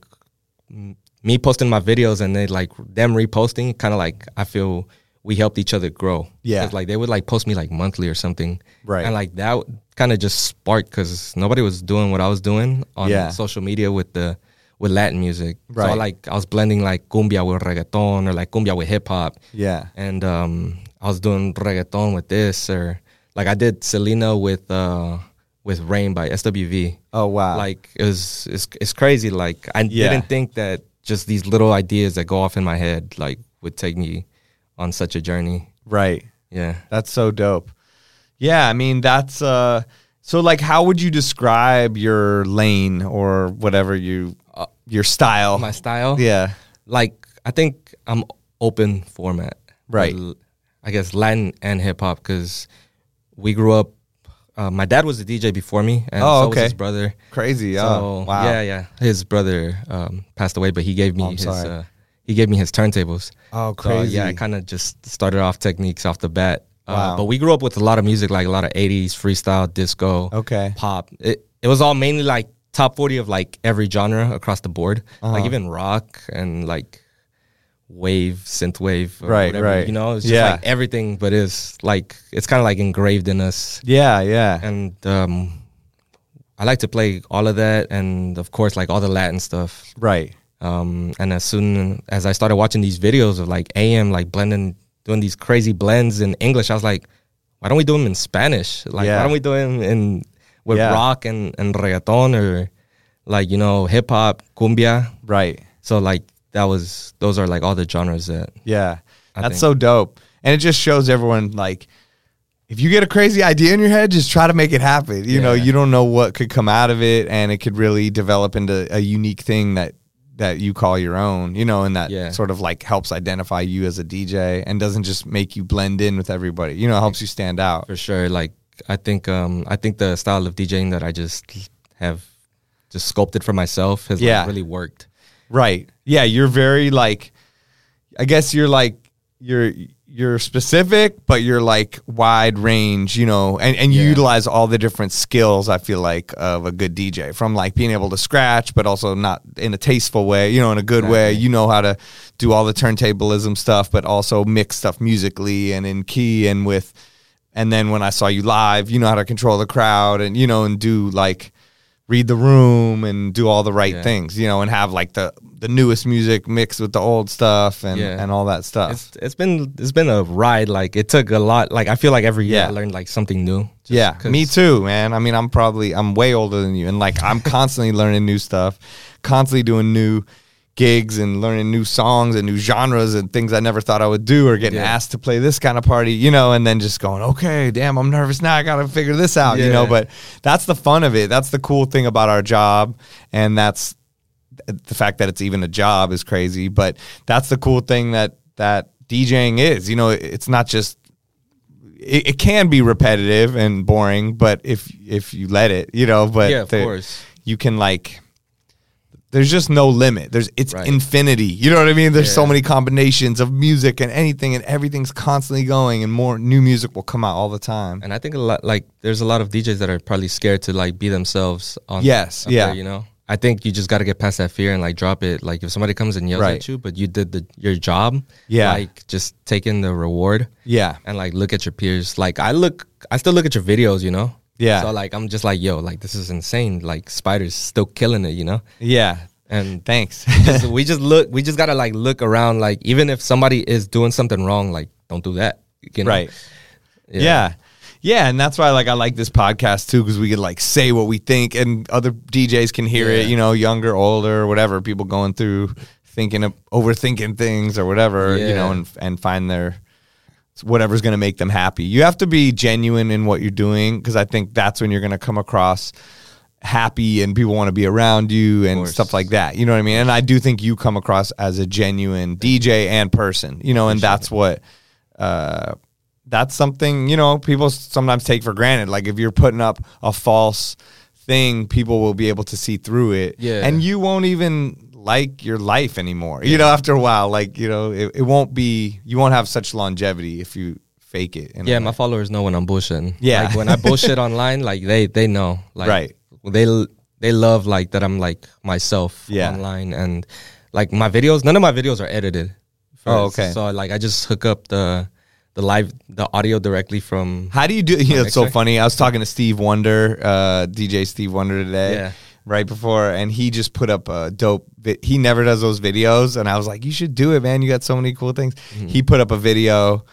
[SPEAKER 3] m- me posting my videos and they like them reposting, kind of like I feel we helped each other grow.
[SPEAKER 2] Yeah.
[SPEAKER 3] 'Cause, like they would like post me like monthly or something,
[SPEAKER 2] Right.
[SPEAKER 3] And like that kind of just sparked because nobody was doing what I was doing on
[SPEAKER 2] Yeah.
[SPEAKER 3] social media with the with Latin music. So
[SPEAKER 2] Right.
[SPEAKER 3] like I was blending like cumbia with reggaeton or like cumbia with hip hop.
[SPEAKER 2] Yeah.
[SPEAKER 3] And um I was doing reggaeton with this or like I did Selena with uh with Rain by SWV.
[SPEAKER 2] Oh wow.
[SPEAKER 3] Like it was it's it's crazy. Like I
[SPEAKER 2] Yeah.
[SPEAKER 3] didn't think that just these little ideas that go off in my head like would take me on such a journey.
[SPEAKER 2] right.
[SPEAKER 3] Yeah.
[SPEAKER 2] That's so dope. Yeah, I mean that's uh so like how would you describe your lane or whatever you uh, your style?
[SPEAKER 3] My style.
[SPEAKER 2] yeah.
[SPEAKER 3] like I think I'm open format,
[SPEAKER 2] Right.
[SPEAKER 3] L- I guess Latin and hip hop because we grew up. Uh, my dad was a DJ before me, and
[SPEAKER 2] Oh,
[SPEAKER 3] so was
[SPEAKER 2] okay.
[SPEAKER 3] his brother.
[SPEAKER 2] Crazy.
[SPEAKER 3] So,
[SPEAKER 2] oh, wow. Oh,
[SPEAKER 3] yeah, yeah. His brother um, passed away, but he gave me
[SPEAKER 2] I'm
[SPEAKER 3] his
[SPEAKER 2] sorry.
[SPEAKER 3] uh, he gave me his turntables.
[SPEAKER 2] Oh,
[SPEAKER 3] So, yeah, I
[SPEAKER 2] crazy.
[SPEAKER 3] kind of just started off techniques off the bat. Uh,
[SPEAKER 2] Wow.
[SPEAKER 3] But we grew up with a lot of music, like a lot of '80s freestyle, disco,
[SPEAKER 2] Okay.
[SPEAKER 3] pop. It it was all mainly like top 40 of like every genre across the board,
[SPEAKER 2] Uh-huh.
[SPEAKER 3] like even rock and like wave, synth wave, or
[SPEAKER 2] Right,
[SPEAKER 3] whatever,
[SPEAKER 2] right.
[SPEAKER 3] You know, it's just
[SPEAKER 2] Yeah.
[SPEAKER 3] like everything, but it's like it's kind of like engraved in us.
[SPEAKER 2] Yeah, yeah.
[SPEAKER 3] And um, I like to play all of that, and of course, like all the Latin stuff.
[SPEAKER 2] Right.
[SPEAKER 3] Um, and as soon as I started watching these videos of like AM, like blending, doing these crazy blends in English, I was like, why don't we do them in Spanish? Like,
[SPEAKER 2] Yeah.
[SPEAKER 3] why don't we do them in with
[SPEAKER 2] Yeah.
[SPEAKER 3] rock and, and reggaeton or like, you know, hip hop, cumbia?
[SPEAKER 2] Right.
[SPEAKER 3] So, like, that was, those are like all the genres that,
[SPEAKER 2] Yeah. That's
[SPEAKER 3] think.
[SPEAKER 2] so dope. And it just shows everyone like if you get a crazy idea in your head, just try to make it happen. You know,
[SPEAKER 3] Yeah.
[SPEAKER 2] you don't know what could come out of it and it could really develop into a unique thing that that you call your own, you know, and that
[SPEAKER 3] Yeah.
[SPEAKER 2] sort of like helps identify you as a DJ and doesn't just make you blend in with everybody. You know, it helps you stand out.
[SPEAKER 3] for sure. Like, I think, um, I think the style of DJing that I just have just sculpted for myself has
[SPEAKER 2] Yeah.
[SPEAKER 3] like really worked.
[SPEAKER 2] Right. Yeah, you're very like I guess you're like you're you're specific, but you're like wide range, you know, and, and you
[SPEAKER 3] Yeah.
[SPEAKER 2] utilize all the different skills I feel like of a good DJ. From like being able to scratch, but also not in a tasteful way, you know, in a good way. You know how to do all the turntablism stuff, but also mix stuff musically and in key and with and then when I saw you live, you know how to control the crowd and you know, and do like read the room and do all the right
[SPEAKER 3] Yeah.
[SPEAKER 2] things, you know, and have like the the newest music mixed with the old stuff and
[SPEAKER 3] Yeah.
[SPEAKER 2] and all that stuff.
[SPEAKER 3] it's it's been it's been a ride. Like it took a lot. Like I feel like every year
[SPEAKER 2] Yeah.
[SPEAKER 3] I learned like something new. Just
[SPEAKER 2] yeah,
[SPEAKER 3] 'cause-
[SPEAKER 2] me too, man. I mean, I'm probably I'm way older than you, and like I'm constantly learning new stuff, constantly doing new gigs and learning new songs and new genres and things I never thought I would do, or getting
[SPEAKER 3] Yeah.
[SPEAKER 2] asked to play this kind of party, you know, and then just going, okay, damn, I'm nervous now. I gotta figure this out, you know.
[SPEAKER 3] Yeah.
[SPEAKER 2] But that's the fun of it. That's the cool thing about our job, and that's the fact that it's even a job is crazy. But that's the cool thing that that DJing is. You know, it's not just it, it can be repetitive and boring, but if if you let it, you know, but
[SPEAKER 3] Yeah, of
[SPEAKER 2] the-
[SPEAKER 3] course.
[SPEAKER 2] you can like there's just no limit. There's it's
[SPEAKER 3] Right.
[SPEAKER 2] infinity. You know what I mean? There's so
[SPEAKER 3] Yeah.
[SPEAKER 2] many combinations of music and anything and everything's constantly going and more new music will come out all the time.
[SPEAKER 3] And I think a lot like there's a lot of DJs that are probably scared to like be themselves. On
[SPEAKER 2] Yes,
[SPEAKER 3] up
[SPEAKER 2] yeah.
[SPEAKER 3] you know, I think you just got to get past that fear and like drop it. Like if somebody comes and yells
[SPEAKER 2] Right.
[SPEAKER 3] at you, but you did the your job.
[SPEAKER 2] Yeah.
[SPEAKER 3] like just taking the reward.
[SPEAKER 2] Yeah.
[SPEAKER 3] and like look at your peers. Like I look, I still look at your videos. You know.
[SPEAKER 2] Yeah.
[SPEAKER 3] So like I'm just like yo, like this is insane. Like Spider's still killing it. You know.
[SPEAKER 2] Yeah.
[SPEAKER 3] and
[SPEAKER 2] Thanks.
[SPEAKER 3] just- we just look we just gotta like look around like even if somebody is doing something wrong like don't do that you know?
[SPEAKER 2] right. Yeah. yeah. and that's why like I like this podcast too because we could like say what we think and other DJs can hear it,
[SPEAKER 3] Yeah.
[SPEAKER 2] you know, younger, older, whatever, people going through thinking of overthinking things or whatever, you know,
[SPEAKER 3] Yeah.
[SPEAKER 2] and and find their whatever's going to make them happy. You have to be genuine in what you're doing because I think that's when you're going to come across happy and people want to be around you and
[SPEAKER 3] course.
[SPEAKER 2] stuff like that. You know what I mean? And I do think you come across as a genuine DJ and person, you know, and that's what uh that's something, you know, people sometimes take for granted. Like if you're putting up a false thing, people will be able to see through it.
[SPEAKER 3] Yeah.
[SPEAKER 2] And you won't even like your life anymore. You know, after a while, like, you know, it, it won't be, you won't have such longevity if you fake it. in a
[SPEAKER 3] yeah
[SPEAKER 2] way.
[SPEAKER 3] my followers know when i'm bullshitting
[SPEAKER 2] Yeah.
[SPEAKER 3] like when i bullshit online like they they know like
[SPEAKER 2] Right.
[SPEAKER 3] they l- they love like that i'm like myself
[SPEAKER 2] Yeah.
[SPEAKER 3] online and like my videos none of my videos are edited
[SPEAKER 2] Oh, okay.
[SPEAKER 3] so like i just hook up the the live the audio directly from
[SPEAKER 2] How do you do? You know, it's so
[SPEAKER 3] Mixer?
[SPEAKER 2] funny. I was talking to Steve Wonder, uh, DJ Steve Wonder today,
[SPEAKER 3] Yeah.
[SPEAKER 2] right before, and he just put up a dope. Vi- he never does those videos, and I was like, "You should do it, man. You got so many cool things."
[SPEAKER 3] Mm-hmm.
[SPEAKER 2] He put up a video,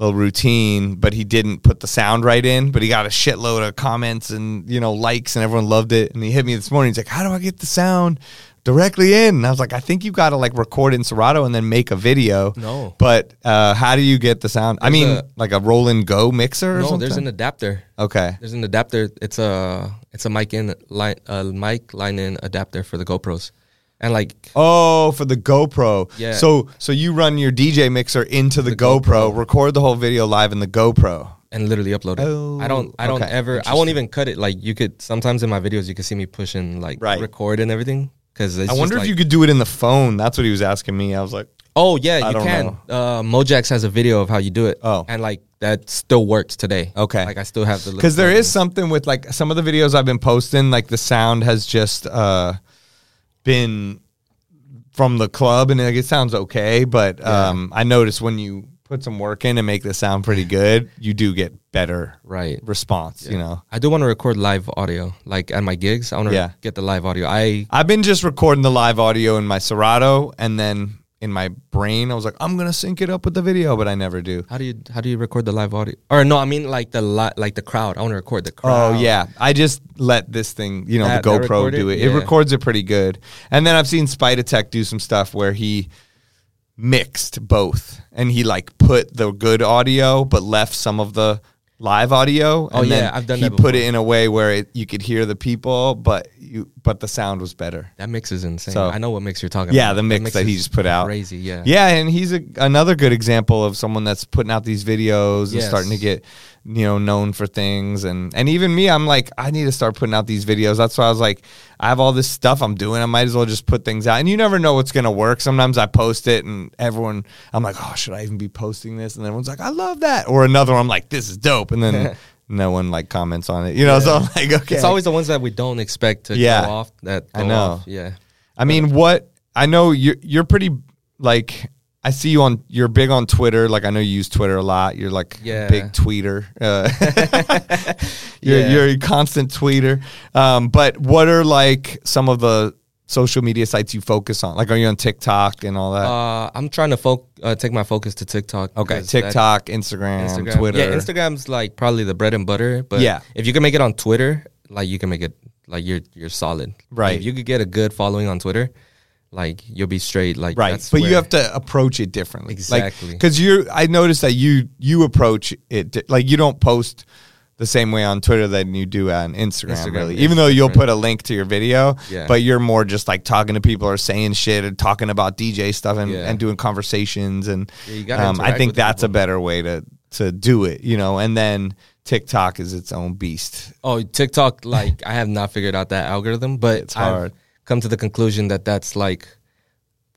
[SPEAKER 2] little routine, but he didn't put the sound right in. But he got a shitload of comments and you know likes, and everyone loved it. And he hit me this morning. He's like, "How do I get the sound?" Directly in, and I was like, I think you got to like record in Serato and then make a video.
[SPEAKER 3] No.
[SPEAKER 2] but uh, how do you get the sound? I mean,
[SPEAKER 3] a-
[SPEAKER 2] like a roll and go mixer or
[SPEAKER 3] no
[SPEAKER 2] something?
[SPEAKER 3] there's an adapter
[SPEAKER 2] Okay.
[SPEAKER 3] there's an adapter. It's a it's a mic in line a mic line in adapter for the GoPros, and like
[SPEAKER 2] Oh, for the GoPro.
[SPEAKER 3] Yeah.
[SPEAKER 2] So so you run your DJ mixer into the, GoPro, record the whole video live in the GoPro.
[SPEAKER 3] and literally upload it. I don't I don't
[SPEAKER 2] Oh, okay.
[SPEAKER 3] ever I won't even cut it. Like you could sometimes in my videos you can see me pushing like
[SPEAKER 2] Right.
[SPEAKER 3] record and everything because
[SPEAKER 2] I wonder if you could do it in the phone. That's what he was asking me. I was like,
[SPEAKER 3] Oh yeah, you
[SPEAKER 2] don't
[SPEAKER 3] can. Uh, Mojax has a video of how you do it.
[SPEAKER 2] Oh.
[SPEAKER 3] and like that still works today.
[SPEAKER 2] Okay.
[SPEAKER 3] like I still have the
[SPEAKER 2] because there is something with like some of the videos I've been posting, like the sound has just uh, been from the club, and like it sounds okay. But um, I noticed when you put some work in and make the sound pretty good, you do get better
[SPEAKER 3] right.
[SPEAKER 2] response. You know,
[SPEAKER 3] I do want to record live audio, like at my gigs. I want to
[SPEAKER 2] Yeah.
[SPEAKER 3] get the live audio. I
[SPEAKER 2] I've been just recording the live audio in my Serato, and then in my brain, I was like, I'm gonna sync it up with the video, but I never do.
[SPEAKER 3] How do you how do you record the live audio? Or no, I mean like the li- like the crowd. I want to record the crowd.
[SPEAKER 2] Oh yeah, I just let this thing, you know,
[SPEAKER 3] That-
[SPEAKER 2] the
[SPEAKER 3] that
[SPEAKER 2] GoPro
[SPEAKER 3] record it?
[SPEAKER 2] do it. It
[SPEAKER 3] Yeah.
[SPEAKER 2] records it pretty good. And then I've seen Spida Tech do some stuff where he mixed both, and he like put the good audio but left some of the live audio.
[SPEAKER 3] Oh,
[SPEAKER 2] and
[SPEAKER 3] yeah,
[SPEAKER 2] then
[SPEAKER 3] I've done
[SPEAKER 2] He
[SPEAKER 3] that
[SPEAKER 2] put
[SPEAKER 3] before.
[SPEAKER 2] it in a way where it, you could hear the people, but you but the sound was better.
[SPEAKER 3] That mix is insane.
[SPEAKER 2] So-
[SPEAKER 3] I know what mix you're talking
[SPEAKER 2] Yeah,
[SPEAKER 3] about.
[SPEAKER 2] the mix that he
[SPEAKER 3] is
[SPEAKER 2] just put out.
[SPEAKER 3] Crazy, yeah.
[SPEAKER 2] Yeah, and he's a, another good example of someone that's putting out these videos and
[SPEAKER 3] Yes.
[SPEAKER 2] starting to get, you know, known for things. And and even me, I'm like, I need to start putting out these videos. That's why I was like, I have all this stuff I'm doing. I might as well just put things out. And you never know what's gonna work. Sometimes I post it, and everyone, I'm like, oh, should I even be posting this? And everyone's like, I love that. Or another one, I'm like, this is dope. And then no one like comments on it. You know, so I'm like, okay,
[SPEAKER 3] It's always the ones that we don't expect to
[SPEAKER 2] Yeah.
[SPEAKER 3] go off that
[SPEAKER 2] I
[SPEAKER 3] go
[SPEAKER 2] know.
[SPEAKER 3] off. Yeah.
[SPEAKER 2] I mean, what I know you're you're pretty like I see you on you're big on Twitter. Like I know you use Twitter a lot. You're like a
[SPEAKER 3] Yeah.
[SPEAKER 2] big tweeter. Uh, you're
[SPEAKER 3] Yeah.
[SPEAKER 2] you're a constant tweeter. Um, but what are like some of the social media sites you focus on? Like are you on TikTok and all that?
[SPEAKER 3] Uh, I'm trying to fo- uh, take my focus to TikTok.
[SPEAKER 2] okay,
[SPEAKER 3] because that-
[SPEAKER 2] TikTok, Instagram,
[SPEAKER 3] Instagram.
[SPEAKER 2] Twitter.
[SPEAKER 3] Yeah, Instagram's like probably the bread and butter. But
[SPEAKER 2] Yeah.
[SPEAKER 3] if you can make it on Twitter, like you can make it like you're you're solid.
[SPEAKER 2] Right.
[SPEAKER 3] If you could get a good following on Twitter, like you'll be straight. Like
[SPEAKER 2] Right,
[SPEAKER 3] that's
[SPEAKER 2] but you
[SPEAKER 3] where-
[SPEAKER 2] have to approach it differently.
[SPEAKER 3] Exactly.
[SPEAKER 2] because you I noticed that you you approach it di- like you don't post the same way on Twitter than you do on Instagram.
[SPEAKER 3] Instagram
[SPEAKER 2] really,
[SPEAKER 3] is
[SPEAKER 2] even though you'll put a link to your video,
[SPEAKER 3] Yeah.
[SPEAKER 2] but you're more just like talking to people or saying shit and talking about DJ stuff and,
[SPEAKER 3] Yeah.
[SPEAKER 2] and doing conversations and um,
[SPEAKER 3] Yeah, you gotta
[SPEAKER 2] I
[SPEAKER 3] interact
[SPEAKER 2] think
[SPEAKER 3] with
[SPEAKER 2] that's a
[SPEAKER 3] people.
[SPEAKER 2] better way to to do it. You know, and then TikTok is its own beast.
[SPEAKER 3] Oh, TikTok, like I have not figured out that algorithm, but
[SPEAKER 2] It's
[SPEAKER 3] I've
[SPEAKER 2] hard.
[SPEAKER 3] come to the conclusion that that's like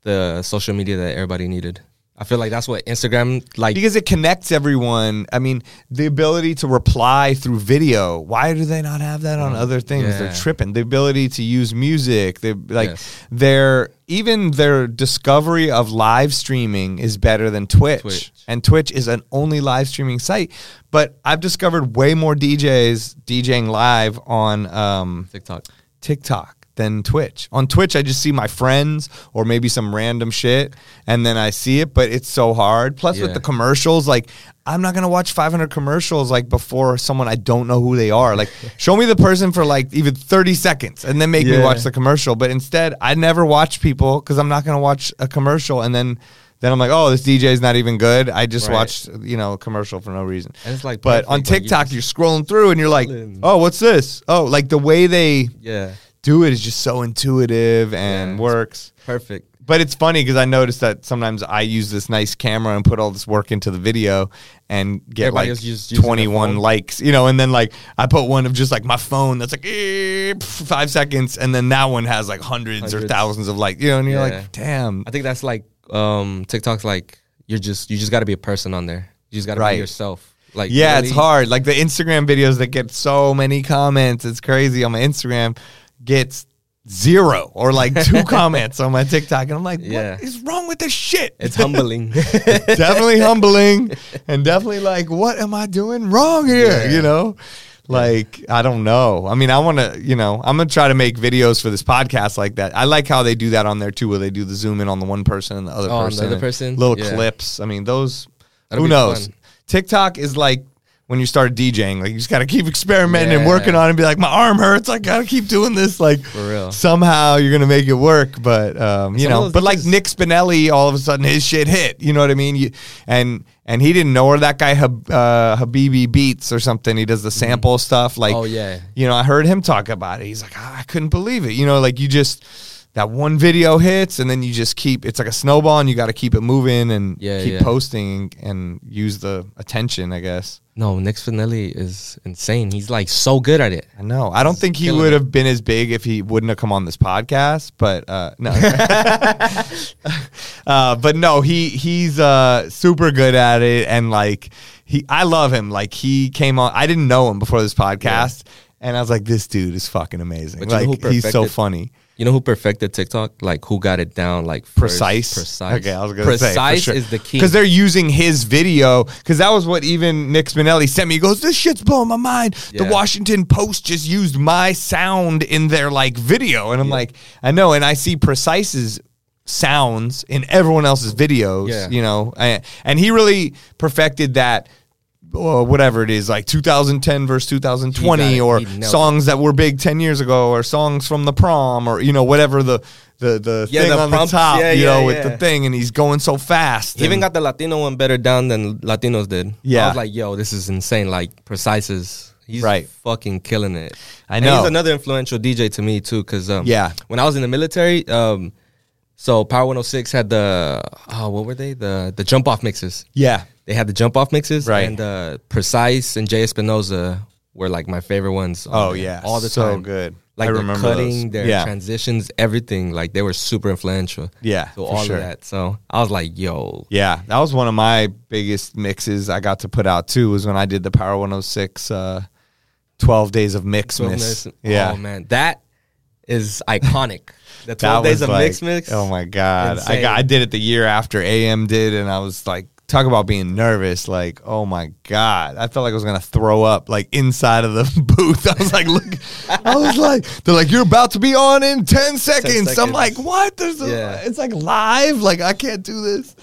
[SPEAKER 3] the social media that everybody needed. I feel like that's what Instagram like.
[SPEAKER 2] because it connects everyone. I mean, the ability to reply through video. Why do they not have that on other things? They're
[SPEAKER 3] Mm-hmm. yeah.
[SPEAKER 2] tripping. The ability to use music. They like
[SPEAKER 3] Yes.
[SPEAKER 2] their even their discovery of live streaming is better than Twitch.
[SPEAKER 3] Twitch.
[SPEAKER 2] And Twitch is an only live streaming site. But I've discovered way more DJs DJing live on um,
[SPEAKER 3] TikTok.
[SPEAKER 2] TikTok than Twitch. On Twitch, I just see my friends or maybe some random shit, and then I see it. But it's so hard. Plus, with
[SPEAKER 3] Yeah.
[SPEAKER 2] the commercials, like I'm not gonna watch 500 commercials like before someone I don't know who they are. Like, show me the person for like even 30 seconds, and then make me
[SPEAKER 3] Yeah.
[SPEAKER 2] watch the commercial. But instead, I never watch people because I'm not gonna watch a commercial, and then. Then I'm like, oh, this DJ is not even good. I just
[SPEAKER 3] Right.
[SPEAKER 2] watched, you know, a commercial for no reason.
[SPEAKER 3] And it's like
[SPEAKER 2] but on
[SPEAKER 3] perfect, like, you
[SPEAKER 2] TikTok, you're scrolling through and you're like,
[SPEAKER 3] Scrolling.
[SPEAKER 2] oh, what's this? Oh, like the way they
[SPEAKER 3] Yeah.
[SPEAKER 2] do it is just so intuitive and
[SPEAKER 3] Yeah.
[SPEAKER 2] works.
[SPEAKER 3] Perfect.
[SPEAKER 2] But it's funny because I noticed that sometimes I use this nice camera and put all this work into the video and get
[SPEAKER 3] Everybody
[SPEAKER 2] like
[SPEAKER 3] else just using their
[SPEAKER 2] 21
[SPEAKER 3] phone.
[SPEAKER 2] likes, you know, and then like I put one of just like my phone that's like eh, pff, five seconds, and then that one has like hundreds, or
[SPEAKER 3] Hundreds.
[SPEAKER 2] thousands of likes, you know, and you're
[SPEAKER 3] Yeah.
[SPEAKER 2] like, damn.
[SPEAKER 3] I think that's like um TikTok's like you're just you just got to be a person on there. You just got to
[SPEAKER 2] Right.
[SPEAKER 3] be yourself. Like
[SPEAKER 2] Yeah, it's
[SPEAKER 3] really-
[SPEAKER 2] hard. Like the Instagram videos that get so many comments, it's crazy. On my Instagram, gets zero or like two comments on my TikTok, and I'm like, what is
[SPEAKER 3] Yeah.
[SPEAKER 2] wrong with this shit?
[SPEAKER 3] It's humbling.
[SPEAKER 2] definitely humbling, and definitely like, what am I doing wrong here?
[SPEAKER 3] Yeah.
[SPEAKER 2] You know. Like I don't know. I mean, I want to, you know, I'm gonna try to make videos for this podcast like that. I like how they do that on there too, where they do the zoom in on the one person and the other
[SPEAKER 3] Oh, on the
[SPEAKER 2] person,
[SPEAKER 3] other
[SPEAKER 2] and
[SPEAKER 3] person?
[SPEAKER 2] little
[SPEAKER 3] Yeah.
[SPEAKER 2] clips. I mean, those
[SPEAKER 3] That'll
[SPEAKER 2] who
[SPEAKER 3] be
[SPEAKER 2] knows?
[SPEAKER 3] fun.
[SPEAKER 2] TikTok is like when you start DJing, like you just gotta keep experimenting and
[SPEAKER 3] Yeah.
[SPEAKER 2] working on it. And be like, my arm hurts. I gotta keep doing this. Like
[SPEAKER 3] For real.
[SPEAKER 2] somehow you're gonna make it work. But um, you
[SPEAKER 3] Some of
[SPEAKER 2] know,
[SPEAKER 3] those
[SPEAKER 2] but like
[SPEAKER 3] niggas-
[SPEAKER 2] Nick Spinelli, all of a sudden his shit hit. You know what I mean? You, and and he didn't know her. That guy Hab, uh, Habibi Beats or something. He does the sample stuff. Like
[SPEAKER 3] Mm-hmm. Oh, yeah.
[SPEAKER 2] you know, I heard him talk about it. He's like, "Ah, I couldn't believe it. You know, like you just. That one video hits, and then you just keep. It's like a snowball, and you got to keep it moving and
[SPEAKER 3] Yeah,
[SPEAKER 2] keep
[SPEAKER 3] yeah.
[SPEAKER 2] posting and use the attention. I guess.
[SPEAKER 3] no, Nick Spinelli is insane. He's like so good at it.
[SPEAKER 2] I know. I don't think he
[SPEAKER 3] killing
[SPEAKER 2] would
[SPEAKER 3] it.
[SPEAKER 2] have been as big if he wouldn't have come on this podcast, but uh, no. uh, but no, he he's uh, super good at it, and like he, I love him. Like he came on. I didn't know him before this podcast, and I was like, this dude is fucking amazing.
[SPEAKER 3] But you know
[SPEAKER 2] like
[SPEAKER 3] who
[SPEAKER 2] he's so
[SPEAKER 3] perfected-
[SPEAKER 2] funny.
[SPEAKER 3] You know who perfected TikTok? Like who got it down? Like first?
[SPEAKER 2] precise.
[SPEAKER 3] Precise.
[SPEAKER 2] Okay, I was gonna say
[SPEAKER 3] precise is the key.
[SPEAKER 2] because they're using his video. Because that was what even Nick Spinelli sent me. He goes, "This shit's blowing my mind." The
[SPEAKER 3] Yeah.
[SPEAKER 2] Washington Post just used my sound in their like video, and I'm like, I know, and I see precise's sounds in everyone else's videos.
[SPEAKER 3] Yeah.
[SPEAKER 2] You know, I- and he really perfected that. Or whatever it is, like 2010 versus 2020,
[SPEAKER 3] it.
[SPEAKER 2] or
[SPEAKER 3] He nailed it.
[SPEAKER 2] songs that were big 10 years ago, or songs from the prom, or you know whatever the the the
[SPEAKER 3] Yeah,
[SPEAKER 2] thing
[SPEAKER 3] the
[SPEAKER 2] on
[SPEAKER 3] prompts.
[SPEAKER 2] the top,
[SPEAKER 3] Yeah,
[SPEAKER 2] you
[SPEAKER 3] yeah,
[SPEAKER 2] know, with
[SPEAKER 3] yeah.
[SPEAKER 2] the thing, and he's going so fast.
[SPEAKER 3] He even
[SPEAKER 2] and-
[SPEAKER 3] got the Latino one better down than Latinos did.
[SPEAKER 2] Yeah.
[SPEAKER 3] I was like, yo, this is insane. Like, Precise is, he's
[SPEAKER 2] Right.
[SPEAKER 3] fucking killing it.
[SPEAKER 2] I
[SPEAKER 3] And
[SPEAKER 2] know.
[SPEAKER 3] he's another influential DJ to me, too, because um,
[SPEAKER 2] Yeah.
[SPEAKER 3] when I was in the military, um, so Power 106 had the, oh, what were they? The the jump off mixes.
[SPEAKER 2] yeah,
[SPEAKER 3] They had the jump off mixes.
[SPEAKER 2] Right.
[SPEAKER 3] And uh, Precise and Jay Espinoza were like my favorite ones. on
[SPEAKER 2] Oh,
[SPEAKER 3] there
[SPEAKER 2] yeah.
[SPEAKER 3] All the
[SPEAKER 2] So
[SPEAKER 3] time.
[SPEAKER 2] good.
[SPEAKER 3] Like
[SPEAKER 2] I
[SPEAKER 3] their
[SPEAKER 2] remember
[SPEAKER 3] cutting,
[SPEAKER 2] those.
[SPEAKER 3] their
[SPEAKER 2] Yeah.
[SPEAKER 3] transitions, everything. Like, they were super influential.
[SPEAKER 2] Yeah,
[SPEAKER 3] So
[SPEAKER 2] for
[SPEAKER 3] all
[SPEAKER 2] sure.
[SPEAKER 3] of that. So I was like, yo.
[SPEAKER 2] yeah, that was one of my biggest mixes I got to put out too. Was when I did the Power 106 uh, 12 Days of Mix Miss.
[SPEAKER 3] Twelve Days-
[SPEAKER 2] Yeah,
[SPEAKER 3] Oh man, that is iconic. The
[SPEAKER 2] that
[SPEAKER 3] twelve days
[SPEAKER 2] was
[SPEAKER 3] of
[SPEAKER 2] like,
[SPEAKER 3] mix mix.
[SPEAKER 2] Oh my god, I
[SPEAKER 3] Insane.
[SPEAKER 2] got, I did it the year after AM did, and I was like. Talk about being nervous. Like, oh my God. I felt like I was going to throw up, like inside of the booth. I was like, look, I was like, they're like, you're about to be on in 10 seconds. I'm
[SPEAKER 3] seconds.
[SPEAKER 2] like, what? There's a,
[SPEAKER 3] Yeah.
[SPEAKER 2] It's like live. Like, I can't do this.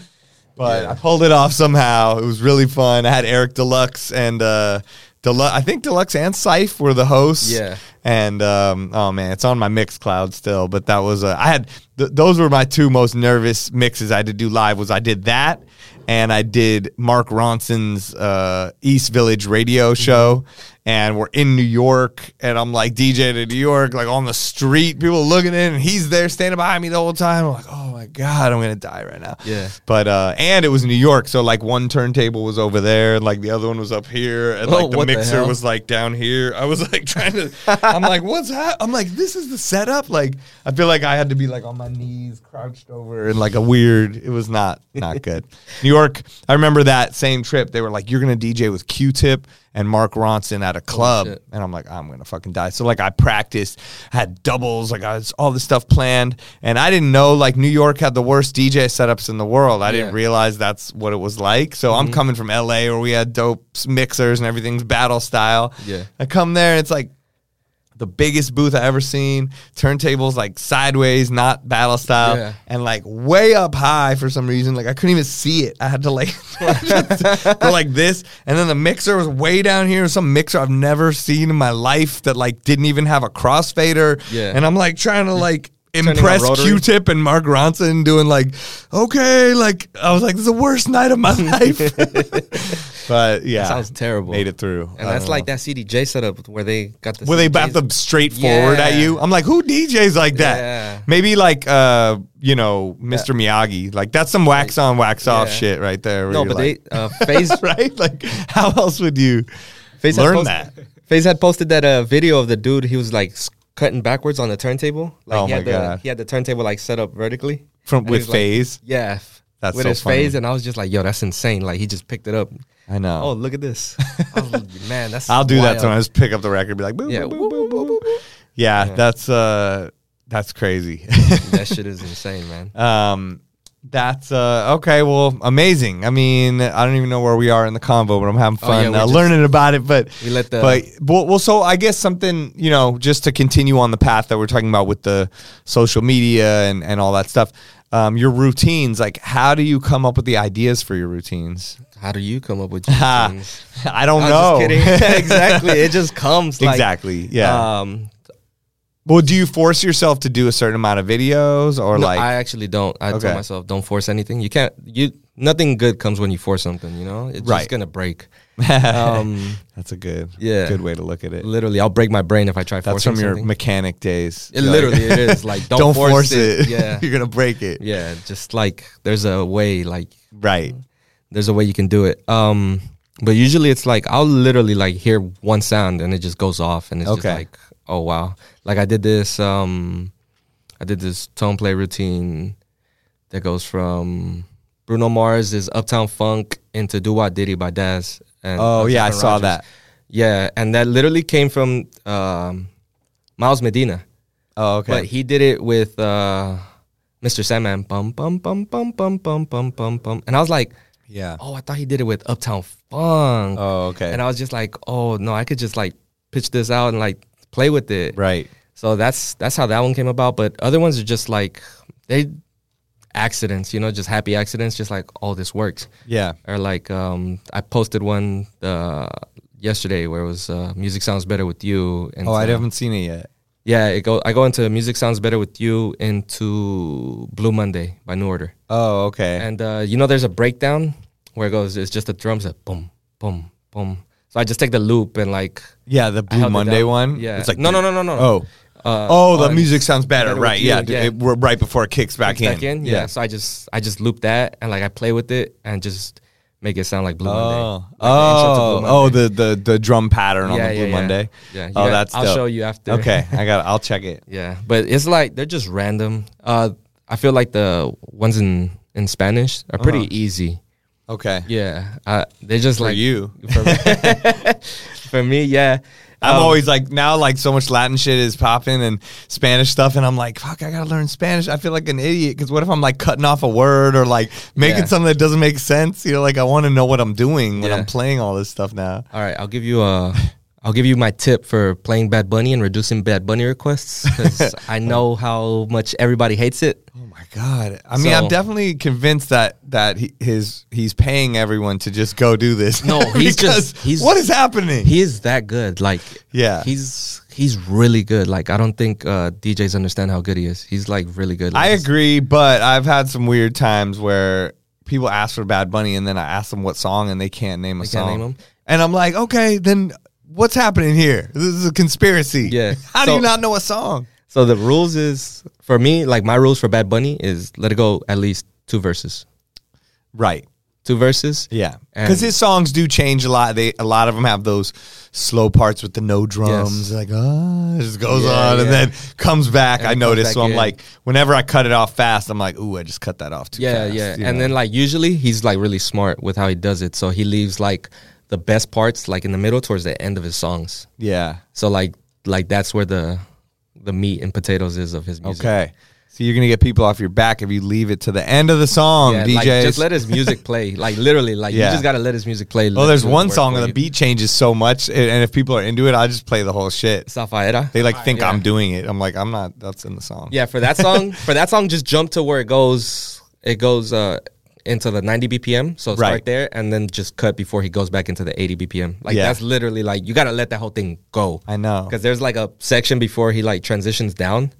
[SPEAKER 2] But I pulled it off somehow. It was really fun. I had Eric Deluxe and uh, Deluxe. I think Deluxe and Syph were the hosts.
[SPEAKER 3] Yeah.
[SPEAKER 2] And um, oh man, it's on my mix cloud still. But that was uh, I had th- those were my two most nervous mixes I had to do live. Was I did that, and I did Mark Ronson's uh, East Village
[SPEAKER 3] Mm-hmm.
[SPEAKER 2] radio show, and we're in New York, and I'm like DJ to New York, like on the street, people looking in, and he's there standing behind me the whole time. I'm like, oh my god, I'm gonna die right now.
[SPEAKER 3] Yeah.
[SPEAKER 2] But uh, and it was New York, so like one turntable was over there, and like the other one was up here, and like
[SPEAKER 3] Oh,
[SPEAKER 2] the
[SPEAKER 3] what the
[SPEAKER 2] mixer
[SPEAKER 3] hell?
[SPEAKER 2] was like down here. I was like trying to. I'm like, what's hap I'm like, this is the setup. Like, I feel like I had to be like on my knees, crouched over, and like a weird. It was not not good. New York. I remember that same trip. They were like, you're gonna DJ with Q-Tip and Mark Ronson at a club,
[SPEAKER 3] Oh, shit.
[SPEAKER 2] and I'm like, I'm gonna fucking die. So like, I practiced, had doubles, like I was all this stuff planned, and I didn't know like New York had the worst DJ setups in the world. I didn't
[SPEAKER 3] Yeah.
[SPEAKER 2] realize realize that's what it was like. So
[SPEAKER 3] Mm-hmm.
[SPEAKER 2] I'm coming from LA where we had dope mixers and everything's battle style.
[SPEAKER 3] Yeah.
[SPEAKER 2] I come there and it's like the biggest booth I ever seen. Turntables like sideways, not battle style,
[SPEAKER 3] Yeah.
[SPEAKER 2] and like way up high for some reason. Like I couldn't even see it. I had to like go like this, and then the mixer was way down here. Some mixer I've never seen in my life that like didn't even have a crossfader.
[SPEAKER 3] Yeah.
[SPEAKER 2] and I'm like trying to like.
[SPEAKER 3] on
[SPEAKER 2] Impress
[SPEAKER 3] rotary.
[SPEAKER 2] Q-Tip and Mark Ronson doing like, okay, like I was like, this is the worst night of my life. but yeah,
[SPEAKER 3] sounds terrible.
[SPEAKER 2] Made it through,
[SPEAKER 3] And
[SPEAKER 2] I
[SPEAKER 3] that's
[SPEAKER 2] don't
[SPEAKER 3] like
[SPEAKER 2] know.
[SPEAKER 3] that CDJ setup where they got the
[SPEAKER 2] Where they bat
[SPEAKER 3] CDJs.
[SPEAKER 2] them straight forward at
[SPEAKER 3] Yeah.
[SPEAKER 2] you. I'm like, who DJs like that?
[SPEAKER 3] Yeah.
[SPEAKER 2] Maybe like, uh, you know, Mr. Miyagi. Like that's some wax on, wax off
[SPEAKER 3] Yeah.
[SPEAKER 2] shit right there. where
[SPEAKER 3] No,
[SPEAKER 2] you're
[SPEAKER 3] but
[SPEAKER 2] like,
[SPEAKER 3] they uh, Phase
[SPEAKER 2] right? Like, how else would you
[SPEAKER 3] Phase had
[SPEAKER 2] learn
[SPEAKER 3] post-
[SPEAKER 2] that?
[SPEAKER 3] Phase had posted that uh, video of the dude. He was like s- cutting backwards on the turntable. Like,
[SPEAKER 2] Oh
[SPEAKER 3] he
[SPEAKER 2] my
[SPEAKER 3] had the,
[SPEAKER 2] God.
[SPEAKER 3] He had the turntable like set up vertically
[SPEAKER 2] From
[SPEAKER 3] And
[SPEAKER 2] with
[SPEAKER 3] he's like-
[SPEAKER 2] phase.
[SPEAKER 3] yeah, f-
[SPEAKER 2] That's
[SPEAKER 3] with
[SPEAKER 2] so
[SPEAKER 3] his phase,
[SPEAKER 2] funny.
[SPEAKER 3] and I was just like, "Yo, that's insane!" Like he just picked it up.
[SPEAKER 2] I know.
[SPEAKER 3] Oh, look at this! I was- man, that's
[SPEAKER 2] I'll do
[SPEAKER 3] wild.
[SPEAKER 2] that sometimes. Pick up the record, be like, boop,
[SPEAKER 3] Yeah.
[SPEAKER 2] boop, boop, boop, boop, boop. yeah, that's uh, that's crazy.
[SPEAKER 3] that shit is insane, man.
[SPEAKER 2] Um, that's uh, okay. Well, amazing. I mean, I don't even know where we are in the convo, but I'm having
[SPEAKER 3] Oh, yeah,
[SPEAKER 2] fun
[SPEAKER 3] we're
[SPEAKER 2] uh,
[SPEAKER 3] just-
[SPEAKER 2] learning about it. But
[SPEAKER 3] We let the-
[SPEAKER 2] but well, well, so I guess something you know, just to continue on the path that we're talking about with the social media and and all that stuff. Um, your routines, like how do you come up with the ideas for your routines?
[SPEAKER 3] How do you come up with your
[SPEAKER 2] Ha,
[SPEAKER 3] things?
[SPEAKER 2] I don't
[SPEAKER 3] I
[SPEAKER 2] know.
[SPEAKER 3] was just kidding. exactly, it just comes. Like,
[SPEAKER 2] exactly. Yeah.
[SPEAKER 3] Um,
[SPEAKER 2] well, do you force yourself to do a certain amount of videos or
[SPEAKER 3] no,
[SPEAKER 2] like?
[SPEAKER 3] I actually don't. I
[SPEAKER 2] Okay.
[SPEAKER 3] tell myself, don't force anything. You can't. You nothing good comes when you force something. You know, it's
[SPEAKER 2] Right.
[SPEAKER 3] just gonna break. Um,
[SPEAKER 2] that's a good
[SPEAKER 3] Yeah.
[SPEAKER 2] good way to look at it.
[SPEAKER 3] literally, I'll break my brain if I try
[SPEAKER 2] That's
[SPEAKER 3] forcing
[SPEAKER 2] from your
[SPEAKER 3] something.
[SPEAKER 2] mechanic days.
[SPEAKER 3] it
[SPEAKER 2] Like-
[SPEAKER 3] literally it is like don't,
[SPEAKER 2] don't, force, it.
[SPEAKER 3] Yeah,
[SPEAKER 2] You're gonna break it.
[SPEAKER 3] yeah. Just like there's a way. Like
[SPEAKER 2] Right.
[SPEAKER 3] there's a way you can do it. Um, but usually it's like I'll literally like hear one sound and it just goes off and it's
[SPEAKER 2] Okay.
[SPEAKER 3] just like, oh wow. Like I did this um I did this tone play routine that goes from Bruno Mars is Uptown Funk into Do What Diddy by Daz. And
[SPEAKER 2] Oh
[SPEAKER 3] uh,
[SPEAKER 2] yeah, I
[SPEAKER 3] Justin
[SPEAKER 2] saw
[SPEAKER 3] Rogers.
[SPEAKER 2] that.
[SPEAKER 3] Yeah, and that literally came from um, Miles Medina.
[SPEAKER 2] Oh okay.
[SPEAKER 3] But he did it with uh, Mr. Sandman. Bum bum bum bum bum bum bum bum bum. And I was like,
[SPEAKER 2] yeah.
[SPEAKER 3] oh, I thought he did it with Uptown Funk.
[SPEAKER 2] Oh okay.
[SPEAKER 3] And I was just like, oh no, I could just like pitch this out and like play with it.
[SPEAKER 2] right.
[SPEAKER 3] So that's that's how that one came about. But other ones are just like they accidents, you know, just happy accidents, just like, oh, this works.
[SPEAKER 2] Yeah.
[SPEAKER 3] Or like um I posted one uh yesterday where it was uh, music sounds better with you and
[SPEAKER 2] Oh, I
[SPEAKER 3] uh,
[SPEAKER 2] haven't seen it yet.
[SPEAKER 3] yeah, it go I go into music sounds better with you into Blue Monday by New Order.
[SPEAKER 2] Oh okay.
[SPEAKER 3] And uh, you know, there's a breakdown where it goes. It's just the drums that boom, boom, boom. So I just take the loop and like
[SPEAKER 2] yeah, the
[SPEAKER 3] I
[SPEAKER 2] Blue
[SPEAKER 3] held it
[SPEAKER 2] Monday
[SPEAKER 3] down.
[SPEAKER 2] one.
[SPEAKER 3] Yeah.
[SPEAKER 2] It's like
[SPEAKER 3] no, no, no, no, no.
[SPEAKER 2] Oh.
[SPEAKER 3] Uh,
[SPEAKER 2] Oh, the
[SPEAKER 3] on-
[SPEAKER 2] music sounds better,
[SPEAKER 3] better with
[SPEAKER 2] right?
[SPEAKER 3] you,
[SPEAKER 2] yeah, d-
[SPEAKER 3] yeah.
[SPEAKER 2] It, we're right before it kicks back,
[SPEAKER 3] back
[SPEAKER 2] in.
[SPEAKER 3] in. Yeah. So I just I just loop that and like I play with it and just make it sound like Blue
[SPEAKER 2] Oh,
[SPEAKER 3] Monday. Like the intro to
[SPEAKER 2] oh,
[SPEAKER 3] Blue
[SPEAKER 2] oh,
[SPEAKER 3] Monday.
[SPEAKER 2] the, the the drum pattern on
[SPEAKER 3] Yeah,
[SPEAKER 2] the
[SPEAKER 3] yeah,
[SPEAKER 2] Blue
[SPEAKER 3] yeah.
[SPEAKER 2] Monday.
[SPEAKER 3] Yeah, you
[SPEAKER 2] oh,
[SPEAKER 3] got-
[SPEAKER 2] that's.
[SPEAKER 3] I'll
[SPEAKER 2] dope.
[SPEAKER 3] show you after.
[SPEAKER 2] Okay, I got. I'll check it.
[SPEAKER 3] yeah. But it's like they're just random. Uh, I feel like the ones in in Spanish are pretty easy.
[SPEAKER 2] Okay,
[SPEAKER 3] Yeah, uh, they just
[SPEAKER 2] Uh-huh. for
[SPEAKER 3] like
[SPEAKER 2] you.
[SPEAKER 3] For me, for me yeah.
[SPEAKER 2] I'm
[SPEAKER 3] Um,
[SPEAKER 2] always like now, like so much Latin shit is popping and Spanish stuff, and I'm like, fuck, I gotta learn Spanish. I feel like an idiot because what if I'm like cutting off a word or like making
[SPEAKER 3] Yeah.
[SPEAKER 2] something that doesn't make sense? You know, like I want to know what I'm doing when
[SPEAKER 3] Yeah.
[SPEAKER 2] I'm playing all this stuff now.
[SPEAKER 3] All right, I'll give you a. I'll give you my tip for playing Bad Bunny and reducing Bad Bunny requests because I know how much everybody hates it.
[SPEAKER 2] Oh my god! I mean, I'm
[SPEAKER 3] So-
[SPEAKER 2] definitely convinced that that he, his he's paying everyone to just go do this.
[SPEAKER 3] No, he's
[SPEAKER 2] Because
[SPEAKER 3] just- he's-
[SPEAKER 2] what is happening?
[SPEAKER 3] He is that good, like
[SPEAKER 2] Yeah.
[SPEAKER 3] he's he's really good. Like I don't think uh, DJs understand how good he is. He's like really
[SPEAKER 2] I
[SPEAKER 3] good. Like, he's-
[SPEAKER 2] agree, but I've had some weird times where people ask for Bad Bunny and then I ask them what song and they can't name a
[SPEAKER 3] They
[SPEAKER 2] song.
[SPEAKER 3] can't name 'em?
[SPEAKER 2] And I'm like, okay, then what's happening here? This is a conspiracy.
[SPEAKER 3] Yeah.
[SPEAKER 2] How do you
[SPEAKER 3] So-
[SPEAKER 2] not know a song?
[SPEAKER 3] So the rules is for me, like my rules for Bad Bunny is let it go at least two verses,
[SPEAKER 2] Right.
[SPEAKER 3] two verses.
[SPEAKER 2] Yeah.
[SPEAKER 3] And-
[SPEAKER 2] Because his songs do change a lot. They a lot of them have those slow parts with the no drums, like ah, it just goes
[SPEAKER 3] Yeah,
[SPEAKER 2] on and
[SPEAKER 3] yeah.
[SPEAKER 2] then comes back.
[SPEAKER 3] And
[SPEAKER 2] I
[SPEAKER 3] it comes
[SPEAKER 2] notice.
[SPEAKER 3] back
[SPEAKER 2] So I'm
[SPEAKER 3] in.
[SPEAKER 2] like, whenever I cut it off fast, I'm like, ooh, I just cut that off too
[SPEAKER 3] yeah
[SPEAKER 2] fast.
[SPEAKER 3] yeah
[SPEAKER 2] you
[SPEAKER 3] and
[SPEAKER 2] know?
[SPEAKER 3] then like usually he's like really smart with how he does it so he leaves like the best parts like in the middle towards the end of his songs
[SPEAKER 2] yeah.
[SPEAKER 3] so like like that's where the the meat and potatoes is of his music
[SPEAKER 2] Okay. So you're gonna get people off your back if you leave it to the end of the song,
[SPEAKER 3] Yeah,
[SPEAKER 2] DJs.
[SPEAKER 3] like, just let his music play. Like literally, like
[SPEAKER 2] Yeah.
[SPEAKER 3] you just gotta let his music play.
[SPEAKER 2] well,
[SPEAKER 3] Let
[SPEAKER 2] there's
[SPEAKER 3] him
[SPEAKER 2] one
[SPEAKER 3] work
[SPEAKER 2] song
[SPEAKER 3] for
[SPEAKER 2] and the
[SPEAKER 3] you.
[SPEAKER 2] beat changes so much, and, and if people are into it, I just play the whole shit.
[SPEAKER 3] Safaera.
[SPEAKER 2] They like think
[SPEAKER 3] yeah.
[SPEAKER 2] I'm doing it. I'm like, I'm not. That's in the song.
[SPEAKER 3] Yeah, for that song, for that song, just jump to where it goes. It goes uh, into the 90 BPM, so start
[SPEAKER 2] Right.
[SPEAKER 3] there, and then just cut before he goes back into the 80 BPM. Like
[SPEAKER 2] Yeah.
[SPEAKER 3] that's literally like you gotta let that whole thing go.
[SPEAKER 2] I know.
[SPEAKER 3] because there's like a section before he like transitions down,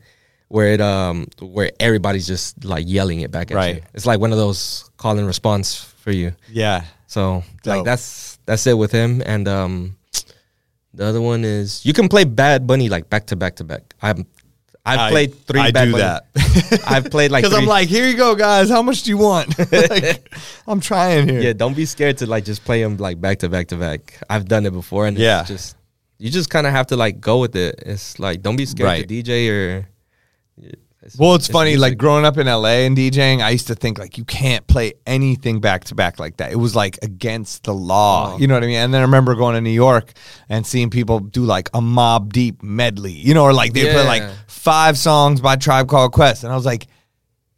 [SPEAKER 3] where it um where everybody's just like yelling it back at
[SPEAKER 2] Right.
[SPEAKER 3] you. It's like one of those call and response for you.
[SPEAKER 2] Yeah.
[SPEAKER 3] So
[SPEAKER 2] Dope.
[SPEAKER 3] like that's that's it with him. And um the other one is you can play Bad Bunny like back to back to back. I'm I've
[SPEAKER 2] I-
[SPEAKER 3] played three
[SPEAKER 2] I
[SPEAKER 3] Bad
[SPEAKER 2] do
[SPEAKER 3] Bunny.
[SPEAKER 2] that.
[SPEAKER 3] I've played like
[SPEAKER 2] Because I'm
[SPEAKER 3] three-
[SPEAKER 2] like, here you go, guys. How much do you want? like, I'm trying here.
[SPEAKER 3] Yeah, don't be scared to like just play them like back to back to back. I've done it before and
[SPEAKER 2] Yeah.
[SPEAKER 3] it's just you just kinda have to like go with it. It's like don't be scared
[SPEAKER 2] Right.
[SPEAKER 3] to DJ or
[SPEAKER 2] Well, it's, funny. Like
[SPEAKER 3] music.
[SPEAKER 2] growing up in LA and DJing, I used to think like you can't play anything back to back like that. It was like against the law.
[SPEAKER 3] Oh,
[SPEAKER 2] You know what I mean? And then I remember going to New York and seeing people do like a mob deep medley, you know, or like they play like
[SPEAKER 3] Yeah.
[SPEAKER 2] five songs by Tribe Called Quest, and I was like.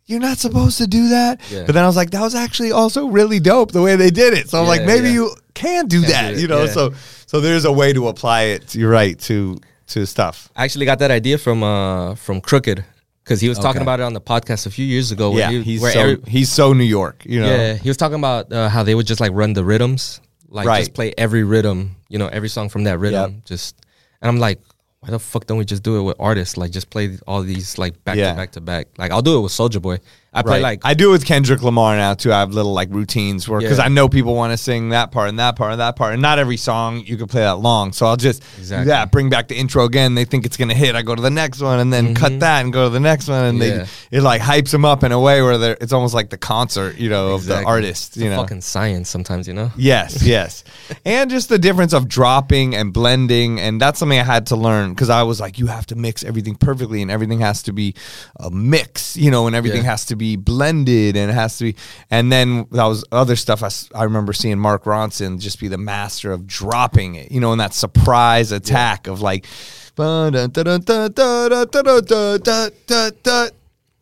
[SPEAKER 2] You're not supposed to do that.
[SPEAKER 3] Yeah.
[SPEAKER 2] But then I was like, that was actually also really dope the way they did it. So I'm
[SPEAKER 3] Yeah,
[SPEAKER 2] like, maybe
[SPEAKER 3] yeah.
[SPEAKER 2] you can do that,
[SPEAKER 3] do it,
[SPEAKER 2] you know?
[SPEAKER 3] yeah.
[SPEAKER 2] So so there's a way to apply it, you're right, to to stuff.
[SPEAKER 3] I actually got that idea from uh from Crooked. Cause he was talking about it on the podcast a few years ago. where
[SPEAKER 2] Yeah,
[SPEAKER 3] he-
[SPEAKER 2] he's so
[SPEAKER 3] where every-
[SPEAKER 2] he's so New York, you know.
[SPEAKER 3] Yeah, he was talking about uh, how they would just like run the rhythms, like
[SPEAKER 2] Right.
[SPEAKER 3] just play every rhythm, you know, every song from that rhythm.
[SPEAKER 2] Yep.
[SPEAKER 3] Just, and I'm like, why the fuck don't we just do it with artists? Like, just play all these like back
[SPEAKER 2] Yeah.
[SPEAKER 3] to back to back. Like, I'll do it with Soldier Boy. I play
[SPEAKER 2] Right.
[SPEAKER 3] like,
[SPEAKER 2] I do it with Kendrick Lamar now too. I have little like routines where because
[SPEAKER 3] Yeah.
[SPEAKER 2] I know people want to sing that part and that part and that part, and not every song you can play that long. So I'll just do
[SPEAKER 3] Exactly.
[SPEAKER 2] that, bring back the intro again. They think it's gonna hit. I go to the next one and then cut that and go to the next one, and
[SPEAKER 3] Mm-hmm. Yeah.
[SPEAKER 2] they it like hypes them up in a way where they're, it's almost like the concert, you know, of
[SPEAKER 3] Exactly.
[SPEAKER 2] the artist.
[SPEAKER 3] it's
[SPEAKER 2] You
[SPEAKER 3] a
[SPEAKER 2] know,
[SPEAKER 3] fucking science sometimes, you know.
[SPEAKER 2] Yes, yes. and just the difference of dropping and blending. And that's something I had to learn because I was like, you have to mix everything perfectly and everything has to be a mix, you know, and everything
[SPEAKER 3] Yeah.
[SPEAKER 2] has to be blended and it has to be. And then that was other stuff. I, s- I remember seeing Mark Ronson just be the master of dropping it, you know, and that surprise attack of like, "Bun, dun, dun, dun, dun, dun, dun, dun, dun, dun, dun, dun,"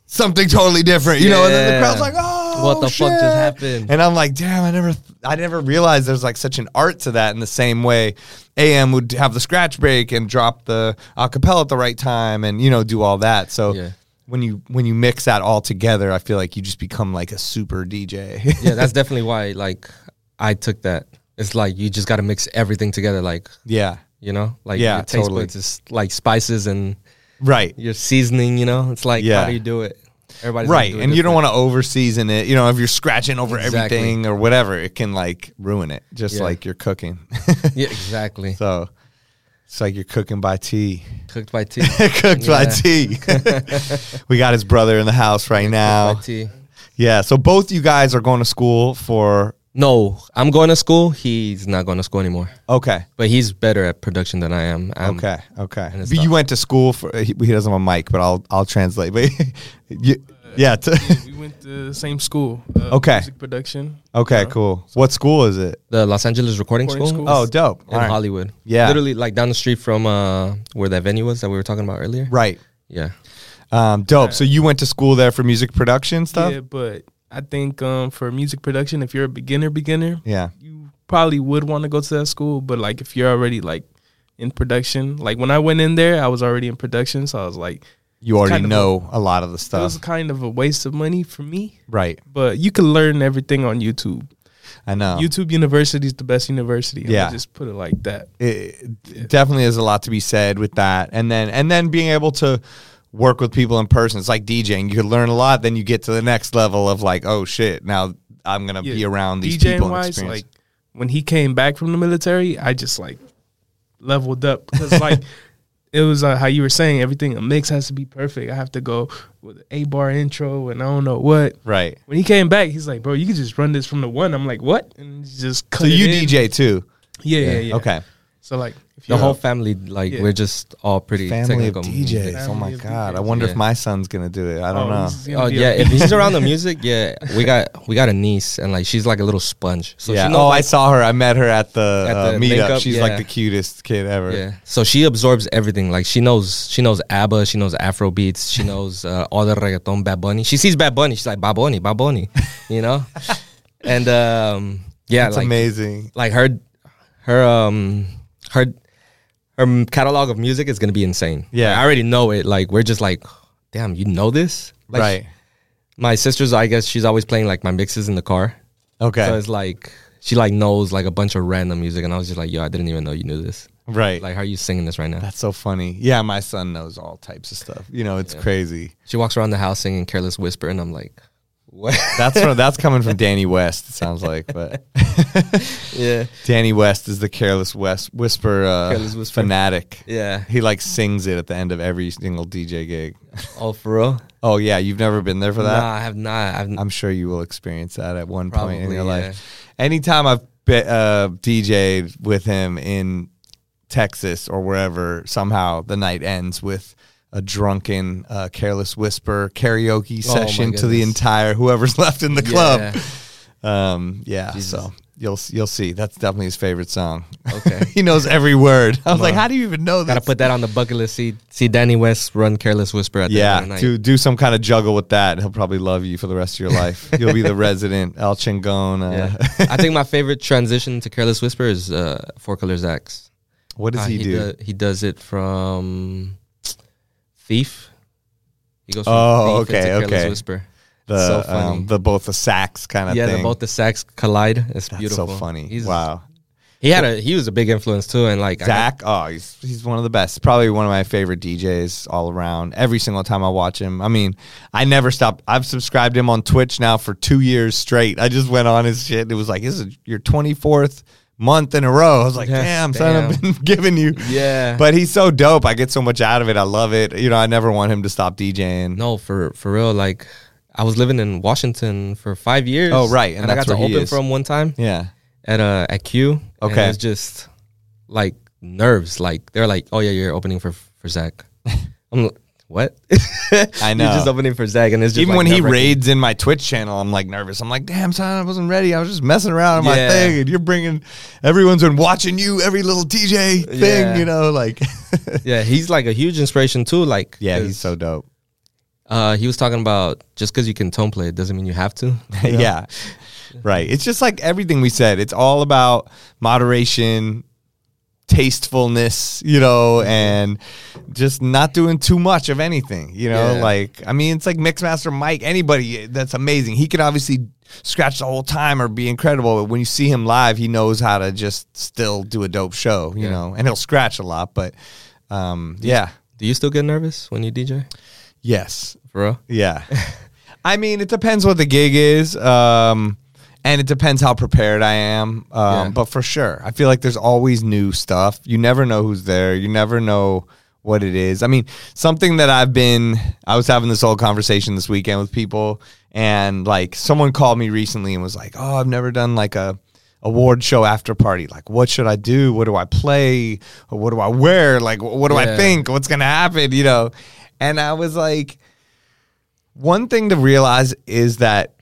[SPEAKER 2] something totally different, you know, and then the
[SPEAKER 3] Yeah.
[SPEAKER 2] crowd's like, oh,
[SPEAKER 3] What the fuck just
[SPEAKER 2] shit."
[SPEAKER 3] happened?
[SPEAKER 2] And I'm like, damn, I never, I never realized there's like such an art to that. In the same way, AM would have the scratch break and drop the acapella at the right time, and you know, do all that. So
[SPEAKER 3] Yeah.
[SPEAKER 2] when you when you mix that all together, I feel like you just become like a super DJ.
[SPEAKER 3] yeah, that's definitely why. Like, I took that. It's like you just got to mix everything together, like
[SPEAKER 2] yeah,
[SPEAKER 3] you know, like
[SPEAKER 2] Yeah,
[SPEAKER 3] your taste
[SPEAKER 2] totally.
[SPEAKER 3] buds is like spices and
[SPEAKER 2] right.
[SPEAKER 3] your seasoning. You know, it's like
[SPEAKER 2] Yeah.
[SPEAKER 3] how do you do it? Everybody's gonna
[SPEAKER 2] Right,
[SPEAKER 3] do it
[SPEAKER 2] and you don't want
[SPEAKER 3] different.
[SPEAKER 2] to over season it. You know, if you're scratching over
[SPEAKER 3] Exactly.
[SPEAKER 2] everything or whatever, it can like ruin it, just
[SPEAKER 3] Yeah.
[SPEAKER 2] like you're cooking.
[SPEAKER 3] Yeah, exactly.
[SPEAKER 2] so it's like you're cooking by tea.
[SPEAKER 3] Cooked by tea.
[SPEAKER 2] cooked by
[SPEAKER 3] Yeah.
[SPEAKER 2] tea. we got his brother in the house right now.
[SPEAKER 3] Cooked by tea.
[SPEAKER 2] Yeah, so both you guys are going to school for
[SPEAKER 3] No, I'm going to school. He's not going to school anymore.
[SPEAKER 2] okay,
[SPEAKER 3] But he's better at production than I am. I'm-
[SPEAKER 2] okay, okay.
[SPEAKER 3] Mm. it's
[SPEAKER 2] But you
[SPEAKER 3] not-
[SPEAKER 2] went to school for he, he doesn't have a mic, but I'll I'll translate. But you, yeah, t-
[SPEAKER 5] we went to the same school. Uh,
[SPEAKER 2] Okay.
[SPEAKER 5] Music production.
[SPEAKER 2] okay, cool. What school is it?
[SPEAKER 3] The Los Angeles Recording,
[SPEAKER 5] Recording
[SPEAKER 3] School,
[SPEAKER 5] school.
[SPEAKER 2] Oh, dope.
[SPEAKER 3] in
[SPEAKER 2] All right.
[SPEAKER 3] Hollywood.
[SPEAKER 2] Yeah.
[SPEAKER 3] Literally like down the street from uh, where that venue was that we were talking about earlier.
[SPEAKER 2] Right,
[SPEAKER 3] Yeah.
[SPEAKER 2] um, dope. So you went to school there for music production stuff.
[SPEAKER 5] Yeah, but I think um, for music production, if you're a beginner, beginner,
[SPEAKER 2] Yeah,
[SPEAKER 5] you probably would want to go to that school. But like, if you're already like in production, like when I went in there, I was already in production, so I was like,
[SPEAKER 2] you already
[SPEAKER 5] kind of
[SPEAKER 2] know a lot of the
[SPEAKER 5] it was
[SPEAKER 2] stuff.
[SPEAKER 5] kind of a waste of money for me.
[SPEAKER 2] Right,
[SPEAKER 5] But you can learn everything on YouTube.
[SPEAKER 2] I know.
[SPEAKER 5] YouTube University is the best university. I'ma
[SPEAKER 2] Uh-huh. Yeah.
[SPEAKER 5] just put it like that.
[SPEAKER 2] it it definitely is a lot to be said with that and then and then being able to work with people in person it's like djing you could learn a lot then you get to the next level of like oh shit now i'm gonna be
[SPEAKER 5] Yeah,
[SPEAKER 2] around these
[SPEAKER 5] DJing
[SPEAKER 2] people and
[SPEAKER 5] wise,
[SPEAKER 2] experience
[SPEAKER 5] like when he came back from the military, I just like leveled up because like it was uh, how you were saying everything a mix has to be perfect. I have to go with a bar intro and I don't know what.
[SPEAKER 2] right
[SPEAKER 5] When he came back, he's like, "Bro, you can just run this from the one." I'm like, "What?" And he just cut
[SPEAKER 2] so
[SPEAKER 5] it
[SPEAKER 2] you
[SPEAKER 5] in.
[SPEAKER 2] dj too
[SPEAKER 5] Yeah, yeah, yeah.
[SPEAKER 2] okay
[SPEAKER 5] So like if
[SPEAKER 3] The
[SPEAKER 5] you're
[SPEAKER 3] whole
[SPEAKER 5] a-
[SPEAKER 3] family, like
[SPEAKER 5] Yeah.
[SPEAKER 3] we're just all pretty
[SPEAKER 2] Family of
[SPEAKER 3] technical.
[SPEAKER 2] DJs. oh
[SPEAKER 5] Family
[SPEAKER 2] my
[SPEAKER 5] of
[SPEAKER 2] god!
[SPEAKER 5] DJs.
[SPEAKER 2] I wonder if
[SPEAKER 3] Yeah.
[SPEAKER 2] my son's gonna do it. I don't
[SPEAKER 5] oh,
[SPEAKER 2] know.
[SPEAKER 5] this is gonna
[SPEAKER 3] Oh
[SPEAKER 5] be a
[SPEAKER 3] yeah, if
[SPEAKER 5] beat.
[SPEAKER 3] he's around the music, yeah, we got we got a niece and like she's like a little sponge. So
[SPEAKER 2] yeah.
[SPEAKER 3] she
[SPEAKER 2] oh,
[SPEAKER 3] knows,
[SPEAKER 2] I saw her. I met her at the,
[SPEAKER 3] At
[SPEAKER 2] uh,
[SPEAKER 3] the
[SPEAKER 2] meetup.
[SPEAKER 3] link-up,
[SPEAKER 2] She's like
[SPEAKER 3] yeah.
[SPEAKER 2] the cutest kid ever.
[SPEAKER 3] yeah. So she absorbs everything. Like she knows she knows ABBA, she knows Afro beats, she knows uh, all the reggaeton, Bad Bunny. She sees Bad Bunny, she's like Bad Bunny, Bad Bunny, you know. and um, yeah,
[SPEAKER 2] It's
[SPEAKER 3] like
[SPEAKER 2] amazing.
[SPEAKER 3] like her her um her her m- catalog of music is gonna be insane.
[SPEAKER 2] Yeah.
[SPEAKER 3] Like, I already know it. Like we're just like, damn, you know this, like,
[SPEAKER 2] right.
[SPEAKER 3] My sister's, I guess, she's always playing like my mixes in the car.
[SPEAKER 2] Okay.
[SPEAKER 3] So it's like she like knows like a bunch of random music, and I was just like, yo, I didn't even know you knew this.
[SPEAKER 2] right.
[SPEAKER 3] Like, how are you singing this right now?
[SPEAKER 2] That's so funny. Yeah, my son knows all types of stuff. You know, it's crazy.
[SPEAKER 3] she walks around the house singing "Careless Whisper," and I'm like, what?
[SPEAKER 2] That's from, that's coming from Danny West. It sounds like, but
[SPEAKER 3] yeah,
[SPEAKER 2] Danny West is the careless West whisper, uh,
[SPEAKER 3] Careless Whisper.
[SPEAKER 2] fanatic.
[SPEAKER 3] yeah.
[SPEAKER 2] He like sings it at the end of every single DJ gig.
[SPEAKER 3] Oh, for real?
[SPEAKER 2] Oh yeah, you've never been there for that.
[SPEAKER 3] Nah, I have not. I've
[SPEAKER 2] I'm sure you will experience that at one point in
[SPEAKER 3] Probably,
[SPEAKER 2] your
[SPEAKER 3] yeah.
[SPEAKER 2] life. Anytime I've be, uh, DJ'd with him in Texas or wherever, somehow the night ends with a drunken, uh, careless whisper karaoke
[SPEAKER 3] Oh, my
[SPEAKER 2] session to the
[SPEAKER 3] goodness.
[SPEAKER 2] entire whoever's left in the club. Um, yeah,
[SPEAKER 3] Jesus.
[SPEAKER 2] so you'll you'll see. That's definitely his favorite song.
[SPEAKER 3] Okay.
[SPEAKER 2] he knows every word. I was like,
[SPEAKER 3] on.
[SPEAKER 2] how do you even know that?
[SPEAKER 3] Gotta put that on the bucket list. See, see Danny West run "Careless Whisper" at the end of the
[SPEAKER 2] Yeah,
[SPEAKER 3] night.
[SPEAKER 2] do do some kind of juggle with that. He'll probably love you for the rest of your life. You'll be the resident El Chingon. Uh,
[SPEAKER 3] Yeah. I think my favorite transition to "Careless Whisper" is uh, Four Colors X.
[SPEAKER 2] What does
[SPEAKER 3] Uh,
[SPEAKER 2] he, do?
[SPEAKER 3] do- he does it from Thief. He goes from
[SPEAKER 2] Oh,
[SPEAKER 3] Thief into
[SPEAKER 2] okay,
[SPEAKER 3] Careless
[SPEAKER 2] okay.
[SPEAKER 3] Whisper.
[SPEAKER 2] the
[SPEAKER 3] so funny.
[SPEAKER 2] um, the both the sax kind of
[SPEAKER 3] yeah,
[SPEAKER 2] thing.
[SPEAKER 3] the, both the sax collide. It's
[SPEAKER 2] That's
[SPEAKER 3] beautiful.
[SPEAKER 2] so funny.
[SPEAKER 3] He's-
[SPEAKER 2] wow,
[SPEAKER 3] He had a he was a big influence too, and like I-
[SPEAKER 2] Zach. Oh, he's he's one of the best. Probably one of my favorite DJs all around. Every single time I watch him, I mean, I never stop. I've subscribed him on Twitch now for two years straight. I just went on his shit. and It was like this is your twenty fourth month in a row. I was like,
[SPEAKER 3] Yeah,
[SPEAKER 2] damn, son, I've
[SPEAKER 3] damn.
[SPEAKER 2] been giving you.
[SPEAKER 3] Yeah.
[SPEAKER 2] but he's so dope. I get so much out of it. I love it. You know, I never want him to stop DJing.
[SPEAKER 3] no, for for real, like I was living in Washington for five years.
[SPEAKER 2] Oh, right, and
[SPEAKER 3] and, I
[SPEAKER 2] that's
[SPEAKER 3] got to
[SPEAKER 2] where he
[SPEAKER 3] open
[SPEAKER 2] is.
[SPEAKER 3] for him one time
[SPEAKER 2] Yeah.
[SPEAKER 3] at uh at Q. and
[SPEAKER 2] Okay.
[SPEAKER 3] it was just like nerves. Like they're like, oh yeah, you're opening for for Zach. I'm like, what?
[SPEAKER 2] I know.
[SPEAKER 3] You're just opening for Zach, and it's just
[SPEAKER 2] Even
[SPEAKER 3] like,
[SPEAKER 2] when he
[SPEAKER 3] nerve-wracking.
[SPEAKER 2] raids in my Twitch channel, I'm like nervous. I'm like, damn, son, I wasn't ready. I was just messing around in my
[SPEAKER 3] Yeah.
[SPEAKER 2] thing, and you're bringing everyone's been watching you, every little DJ thing,
[SPEAKER 3] Yeah.
[SPEAKER 2] you know, like,
[SPEAKER 3] Yeah, he's like a huge inspiration too. Like
[SPEAKER 2] yeah,
[SPEAKER 3] 'cause,
[SPEAKER 2] he's so dope.
[SPEAKER 3] Uh, he was talking about just because you can tone play it doesn't mean you have to.
[SPEAKER 2] Yeah. right. It's just like everything we said. It's all about moderation, tastefulness, you
[SPEAKER 3] Mm-hmm.
[SPEAKER 2] know, and just not doing too much of anything, you know?
[SPEAKER 3] Yeah.
[SPEAKER 2] Like, I mean, it's like Mixmaster Mike, anybody that's amazing. He can obviously scratch the whole time or be incredible, but when you see him live, he knows how to just still do a dope show, you
[SPEAKER 3] Yeah.
[SPEAKER 2] know? And he'll scratch a lot, but um, yeah.
[SPEAKER 3] Do you still get nervous when you DJ?
[SPEAKER 2] Yes.
[SPEAKER 3] For real?
[SPEAKER 2] Yeah. I mean, it depends what the gig is. Um, and it depends how prepared I am. Um,
[SPEAKER 3] Yeah.
[SPEAKER 2] But for sure, I feel like there's always new stuff. You never know who's there. You never know what it is. I mean, something that I've been, I was having this whole conversation this weekend with people, and like someone called me recently and was like, oh, I've never done like a, award show after party like what should i do what do i play what do i wear like wh- what do i
[SPEAKER 3] Yeah.
[SPEAKER 2] think what's gonna happen you know and i was like one thing to realize is that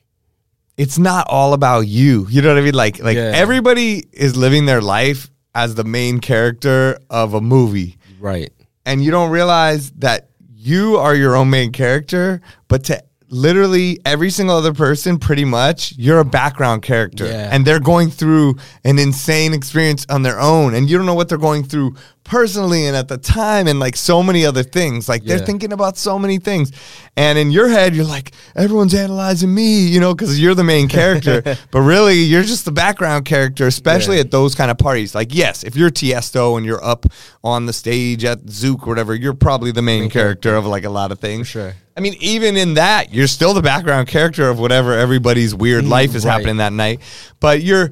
[SPEAKER 2] it's not all about you. You know what I mean? Like like
[SPEAKER 3] Yeah.
[SPEAKER 2] everybody is living their life as the main character of a movie
[SPEAKER 3] Right.
[SPEAKER 2] and you don't realize that you are your own main character, but to literally every single other person, pretty much, you're a background character.
[SPEAKER 3] Yeah.
[SPEAKER 2] And they're going through an insane experience on their own. And you don't know what they're going through personally and at the time and like so many other things. Like they're
[SPEAKER 3] Yeah.
[SPEAKER 2] thinking about so many things. And in your head, you're like, everyone's analyzing me, you know, because you're the main character. but really, you're just the background character, especially
[SPEAKER 3] Yeah.
[SPEAKER 2] at those kind of parties. Like, yes, if you're Tiesto and you're up on the stage at Zook or whatever, you're probably the main character of like a lot of things.
[SPEAKER 3] sure.
[SPEAKER 2] I mean, even in that, you're still the background character of whatever everybody's weird life is
[SPEAKER 3] Mm, right.
[SPEAKER 2] happening that night. But you're,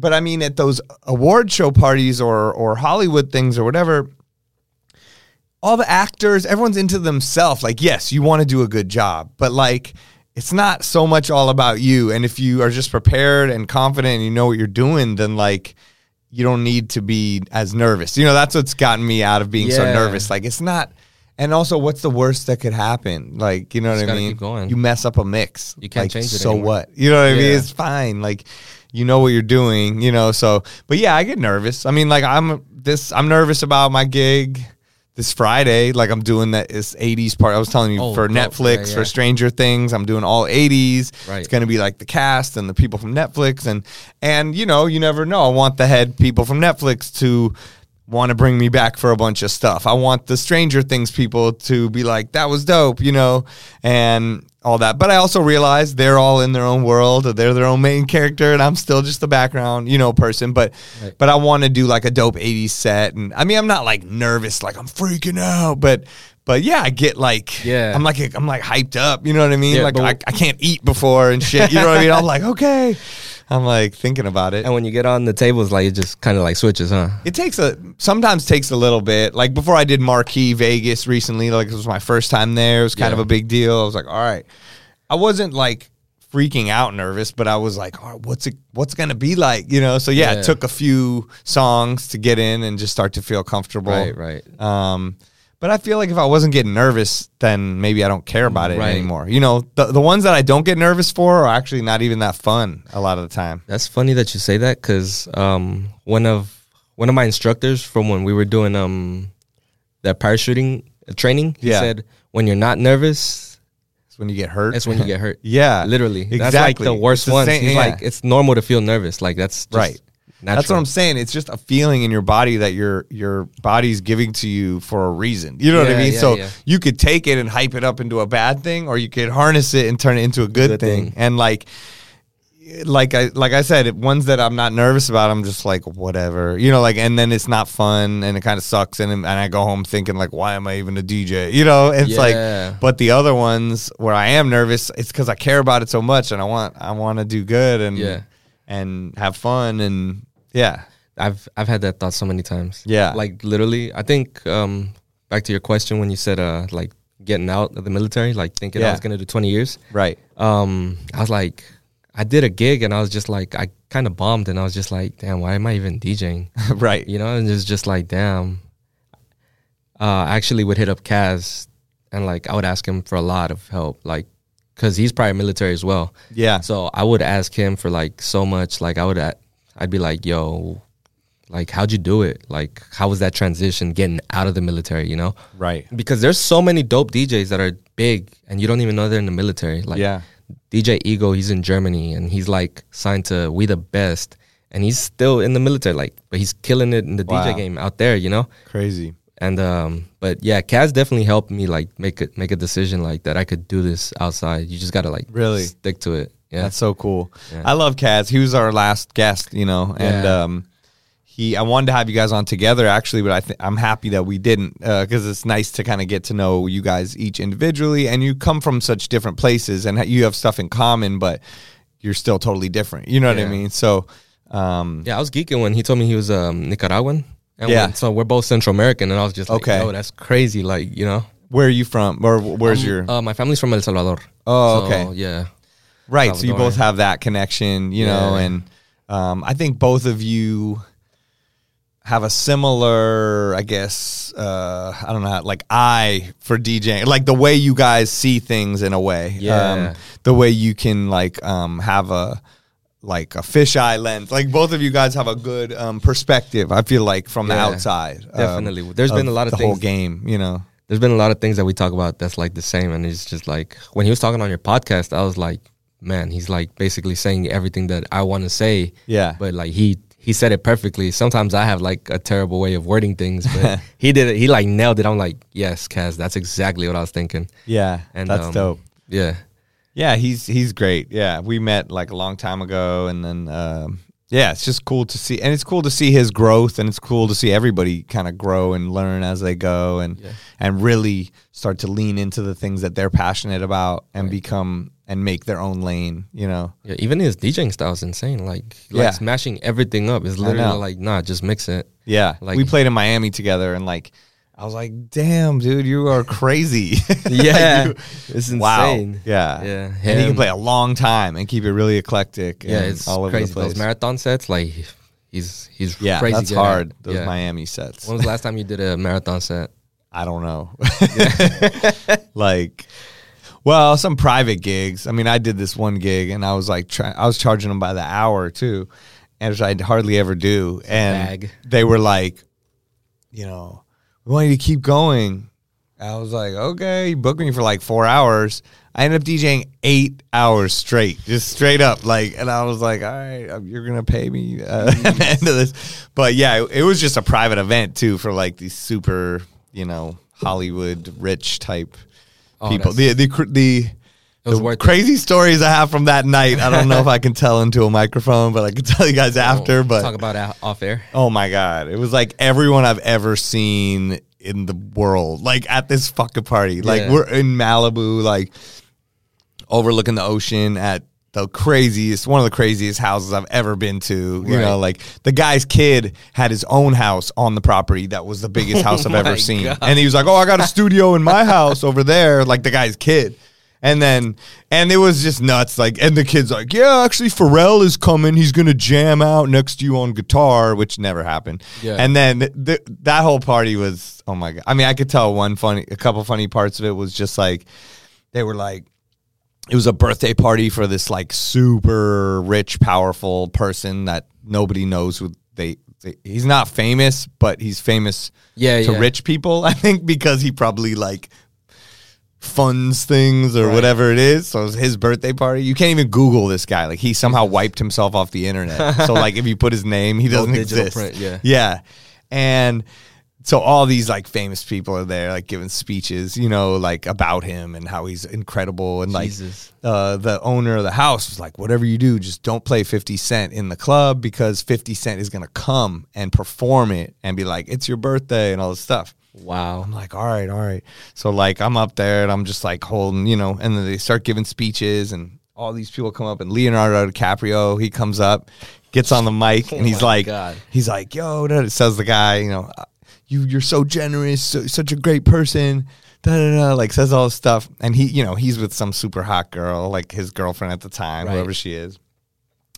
[SPEAKER 2] but I mean, at those award show parties or or Hollywood things or whatever, all the actors, everyone's into themselves. Like, yes, you want to do a good job, but like, it's not so much all about you. And if you are just prepared and confident and you know what you're doing, then like, you don't need to be as nervous. You know, that's what's gotten me out of being so
[SPEAKER 3] Yeah.
[SPEAKER 2] nervous. Like it's not and also what's the worst that could happen? Like, you know
[SPEAKER 3] Just
[SPEAKER 2] what I
[SPEAKER 3] gotta
[SPEAKER 2] mean?
[SPEAKER 3] keep going.
[SPEAKER 2] You mess up a mix.
[SPEAKER 3] You can't
[SPEAKER 2] Like,
[SPEAKER 3] change it
[SPEAKER 2] So
[SPEAKER 3] anymore.
[SPEAKER 2] what? You know what I mean?
[SPEAKER 3] Yeah.
[SPEAKER 2] It's fine. Like you know what you're doing, you know. So but yeah, I get nervous. I mean, like I'm this I'm nervous about my gig this Friday. Like I'm doing that this eighties part. I was telling you
[SPEAKER 3] Oh,
[SPEAKER 2] for
[SPEAKER 3] dope.
[SPEAKER 2] Netflix,
[SPEAKER 3] Yeah,
[SPEAKER 2] for
[SPEAKER 3] yeah.
[SPEAKER 2] Stranger Things. I'm doing all 80s.
[SPEAKER 3] Right.
[SPEAKER 2] It's going to be like the cast and the people from Netflix and and you know, you never know. I want the head people from Netflix to want to bring me back for a bunch of stuff. I want the Stranger Things people to be like that was dope, you know, and all that. But I also realize they're all in their own world, or they're their own main character and I'm still just the background, you know, person, but but I want to do like a dope 80s set and I mean, I'm not like nervous like I'm freaking out, but but yeah, I get like
[SPEAKER 3] Yeah.
[SPEAKER 2] I'm like I'm like hyped up, you know what I mean?
[SPEAKER 3] Yeah,
[SPEAKER 2] like
[SPEAKER 3] but-
[SPEAKER 2] I, I can't eat before and shit. You know what I mean? I'm like, okay. I'm like thinking about it.
[SPEAKER 3] And when you get on the table, it's like it just kind of like switches, huh?
[SPEAKER 2] It takes a sometimes takes a little bit. Like before I did Marquee Vegas recently, like it was my first time there. It was kind of
[SPEAKER 3] Yeah.
[SPEAKER 2] a big deal. I was like, all right. I wasn't like freaking out nervous, but I was like, all right, what's it what's it gonna be like? You know? So yeah,
[SPEAKER 3] Yeah.
[SPEAKER 2] it took a few songs to get in and just start to feel comfortable.
[SPEAKER 3] Right, right.
[SPEAKER 2] Um, but I feel like if I wasn't getting nervous, then maybe I don't care about it
[SPEAKER 3] Right.
[SPEAKER 2] anymore. You know, the the ones that I don't get nervous for are actually not even that fun a lot of the time.
[SPEAKER 3] That's funny that you say that because um, one of one of my instructors from when we were doing um, that parachuting uh, training, he
[SPEAKER 2] Yeah.
[SPEAKER 3] said, "When you're not nervous,
[SPEAKER 2] It's when you get hurt.
[SPEAKER 3] that's when you get hurt."
[SPEAKER 2] yeah,
[SPEAKER 3] literally. That's like
[SPEAKER 2] exactly.
[SPEAKER 3] the
[SPEAKER 2] It's
[SPEAKER 3] worst
[SPEAKER 2] the
[SPEAKER 3] one.
[SPEAKER 2] same-
[SPEAKER 3] He's
[SPEAKER 2] yeah.
[SPEAKER 3] like, it's normal to feel nervous. Like that's just
[SPEAKER 2] Right.
[SPEAKER 3] Natural.
[SPEAKER 2] That's what I'm saying. It's just a feeling in your body that your your body's giving to you for a reason. You know what I
[SPEAKER 3] Yeah,
[SPEAKER 2] mean?
[SPEAKER 3] yeah,
[SPEAKER 2] so
[SPEAKER 3] yeah.
[SPEAKER 2] you could take it and hype it up into a bad thing, or you could harness it and turn it into a good,
[SPEAKER 3] Good
[SPEAKER 2] thing.
[SPEAKER 3] thing.
[SPEAKER 2] And like, like I like I said, it, ones that I'm not nervous about, I'm just like whatever, you know. Like, and then it's not fun, and it kind of sucks, and and I go home thinking like, why am I even a DJ? You know, it's
[SPEAKER 3] Yeah.
[SPEAKER 2] like. But the other ones where I am nervous, it's because I care about it so much, and I want I want to do good and
[SPEAKER 3] Yeah.
[SPEAKER 2] and have fun and yeah.
[SPEAKER 3] I've I've had that thought so many times.
[SPEAKER 2] Yeah.
[SPEAKER 3] Like literally, I think um, back to your question when you said uh, like getting out of the military, like thinking I
[SPEAKER 2] Yeah.
[SPEAKER 3] was gonna do 20 years.
[SPEAKER 2] Right.
[SPEAKER 3] um, I was like, I did a gig and I was just like, I kind of bombed and I was just like, damn, why am I even DJing?
[SPEAKER 2] right.
[SPEAKER 3] You know, and it's just like, damn. Uh, I actually would hit up Kaz and like I would ask him for a lot of help, like, cause he's prior military as well.
[SPEAKER 2] Yeah.
[SPEAKER 3] So I would ask him for like so much. Like I would, a- I'd be like, yo, like how'd you do it? Like how was that transition getting out of the military? You know,
[SPEAKER 2] Right.
[SPEAKER 3] because there's so many dope DJs that are big and you don't even know they're in the military. Like
[SPEAKER 2] Yeah.
[SPEAKER 3] DJ Ego, he's in Germany and he's like signed to We the Best and he's still in the military, like but he's killing it in the
[SPEAKER 2] Wow.
[SPEAKER 3] DJ game out there, you know?
[SPEAKER 2] Crazy.
[SPEAKER 3] And um but yeah, Kaz definitely helped me like make it make a decision like that I could do this outside. You just gotta like
[SPEAKER 2] Really?
[SPEAKER 3] stick to it. Yeah.
[SPEAKER 2] That's so cool. I love Kaz. He was our last guest, you know, and
[SPEAKER 3] Yeah.
[SPEAKER 2] um, he. I wanted to have you guys on together actually, but I think I'm happy that we didn't because it's nice to kind of get to know you guys each individually, and you come from such different places, and you have stuff in common, but you're still totally different. You know what I
[SPEAKER 3] Yeah.
[SPEAKER 2] mean? So, um,
[SPEAKER 3] yeah, I was geeking when he told me he was um Nicaraguan. And
[SPEAKER 2] Yeah.
[SPEAKER 3] when- so we're both Central American and I was just like,
[SPEAKER 2] Okay.
[SPEAKER 3] okay. oh, that's crazy, like, you know.
[SPEAKER 2] where are you from, or wh- where's your?
[SPEAKER 3] Uh, my family's from El Salvador.
[SPEAKER 2] Oh,
[SPEAKER 3] So,
[SPEAKER 2] okay.
[SPEAKER 3] Yeah.
[SPEAKER 2] Right. So you
[SPEAKER 3] Salvador.
[SPEAKER 2] both have that connection, you know,
[SPEAKER 3] Yeah.
[SPEAKER 2] and um, I think both of you have a similar, I guess, uh, I don't know, how, like eye for DJing, like the way you guys see things in a way.
[SPEAKER 3] Yeah.
[SPEAKER 2] Um, the way you can like um, have a like a fisheye lens. Like both of you guys have a good um, perspective. I feel like from the
[SPEAKER 3] Yeah,
[SPEAKER 2] outside. um,
[SPEAKER 3] definitely. There's been a lot of
[SPEAKER 2] the whole
[SPEAKER 3] things-
[SPEAKER 2] game, you know.
[SPEAKER 3] there's been a lot of things that we talk about that's like the same and it's just like when he was talking on your podcast i was like man he's like basically saying everything that i want to say
[SPEAKER 2] Yeah.
[SPEAKER 3] but like he he said it perfectly sometimes i have like a terrible way of wording things but he did it he like nailed it i'm like yes kaz that's exactly what i was thinking
[SPEAKER 2] Yeah.
[SPEAKER 3] and
[SPEAKER 2] that's
[SPEAKER 3] um,
[SPEAKER 2] dope.
[SPEAKER 3] yeah
[SPEAKER 2] Yeah, he's he's great. Yeah, we met like a long time ago, and then um, yeah, it's just cool to see, and it's cool to see his growth, and it's cool to see everybody kind of grow and learn as they go, and and really start to lean into the things that they're passionate about, and become and make their own lane. You know,
[SPEAKER 3] yeah even his djing style is insane like he
[SPEAKER 2] Yeah.
[SPEAKER 3] like smashing everything up is
[SPEAKER 2] know.
[SPEAKER 3] literally like nah just mix it
[SPEAKER 2] yeah,
[SPEAKER 3] Like-
[SPEAKER 2] we played in Miami together, and like I was like, damn, dude, you are crazy.
[SPEAKER 3] yeah
[SPEAKER 2] Like,
[SPEAKER 3] it's
[SPEAKER 2] you-
[SPEAKER 3] insane
[SPEAKER 2] wow, yeah,
[SPEAKER 3] yeah
[SPEAKER 2] and he
[SPEAKER 3] him.
[SPEAKER 2] can play a long time and keep it really eclectic.
[SPEAKER 3] Yeah,
[SPEAKER 2] and
[SPEAKER 3] it's
[SPEAKER 2] all over
[SPEAKER 3] crazy.
[SPEAKER 2] the place.
[SPEAKER 3] Those marathon sets, like He's he's
[SPEAKER 2] Yeah,
[SPEAKER 3] crazy
[SPEAKER 2] that's
[SPEAKER 3] good at it.
[SPEAKER 2] hard. Those
[SPEAKER 3] Yeah.
[SPEAKER 2] Miami sets.
[SPEAKER 3] When was the last time you did a marathon set?
[SPEAKER 2] I don't know. like, well, some private gigs. I mean, I did this one gig, and I was like, try- I was charging them by the hour too, and which I'd hardly ever do. And
[SPEAKER 3] bag.
[SPEAKER 2] they were like, you know, we want you to keep going. I was like, okay, you booked me for like four hours. I ended up DJing eight hours straight, just straight up. Like, and I was like, all right, um, you're gonna pay me uh, at the end of this. But yeah, it, it was just a private event too for like these super, you know, Hollywood rich type
[SPEAKER 3] Oh,
[SPEAKER 2] people. The
[SPEAKER 3] that's-
[SPEAKER 2] the cr- the,
[SPEAKER 3] It was
[SPEAKER 2] the
[SPEAKER 3] worth it.
[SPEAKER 2] crazy stories I have from that night. I don't know if I can tell into a microphone, but I can tell you guys after. But
[SPEAKER 3] talk about it off air.
[SPEAKER 2] Oh my god! It was like everyone I've ever seen in the world, like at this fucking party. Like
[SPEAKER 3] Yeah.
[SPEAKER 2] we're in Malibu, like overlooking the ocean at the craziest, one of the craziest houses I've ever been to. You
[SPEAKER 3] Right.
[SPEAKER 2] know, like the guy's kid had his own house on the property that was the biggest house I've ever
[SPEAKER 3] my
[SPEAKER 2] seen,
[SPEAKER 3] God.
[SPEAKER 2] and he was like, "Oh, I got a studio in my house over there." Like the guy's kid. And then, and it was just nuts. Like, and the kid's like, yeah, actually, Pharrell is coming. He's going to jam out next to you on guitar, which never happened.
[SPEAKER 3] Yeah.
[SPEAKER 2] And then th- th- that whole party was, oh my God. I mean, I could tell one funny, a couple funny parts of it was just like, they were like, it was a birthday party for this like super rich, powerful person that nobody knows who they. they- He's not famous, but he's famous
[SPEAKER 3] Yeah,
[SPEAKER 2] to
[SPEAKER 3] yeah.
[SPEAKER 2] rich people. I think because he probably like funds things or whatever it is. So it was his birthday party. You can't even Google this guy. Like he somehow wiped himself off the internet. so like if you put his name, he doesn't
[SPEAKER 3] digital
[SPEAKER 2] exist.
[SPEAKER 3] print, yeah.
[SPEAKER 2] Yeah. And so all these like famous people are there, like giving speeches, you know, like about him and how he's incredible. And like
[SPEAKER 3] Jesus.
[SPEAKER 2] uh, the owner of the house was like, whatever you do, just don't play 50 Cent in the club because 50 Cent is going to come and perform it and be like, it's your birthday and all this stuff.
[SPEAKER 3] Wow.
[SPEAKER 2] I'm like, all right, all right. So like I'm up there and I'm just like holding, you know, and then they start giving speeches and all these people come up and Leonardo DiCaprio, he comes up, gets on the mic and he's
[SPEAKER 3] Oh my
[SPEAKER 2] like
[SPEAKER 3] God.
[SPEAKER 2] he's like, yo, da- da- says the guy, you know, you you're so generous, so, such a great person. Da, da, da, like says all this stuff and he, you know, he's with some super hot girl, like his girlfriend at the time,
[SPEAKER 3] Right.
[SPEAKER 2] whoever she is.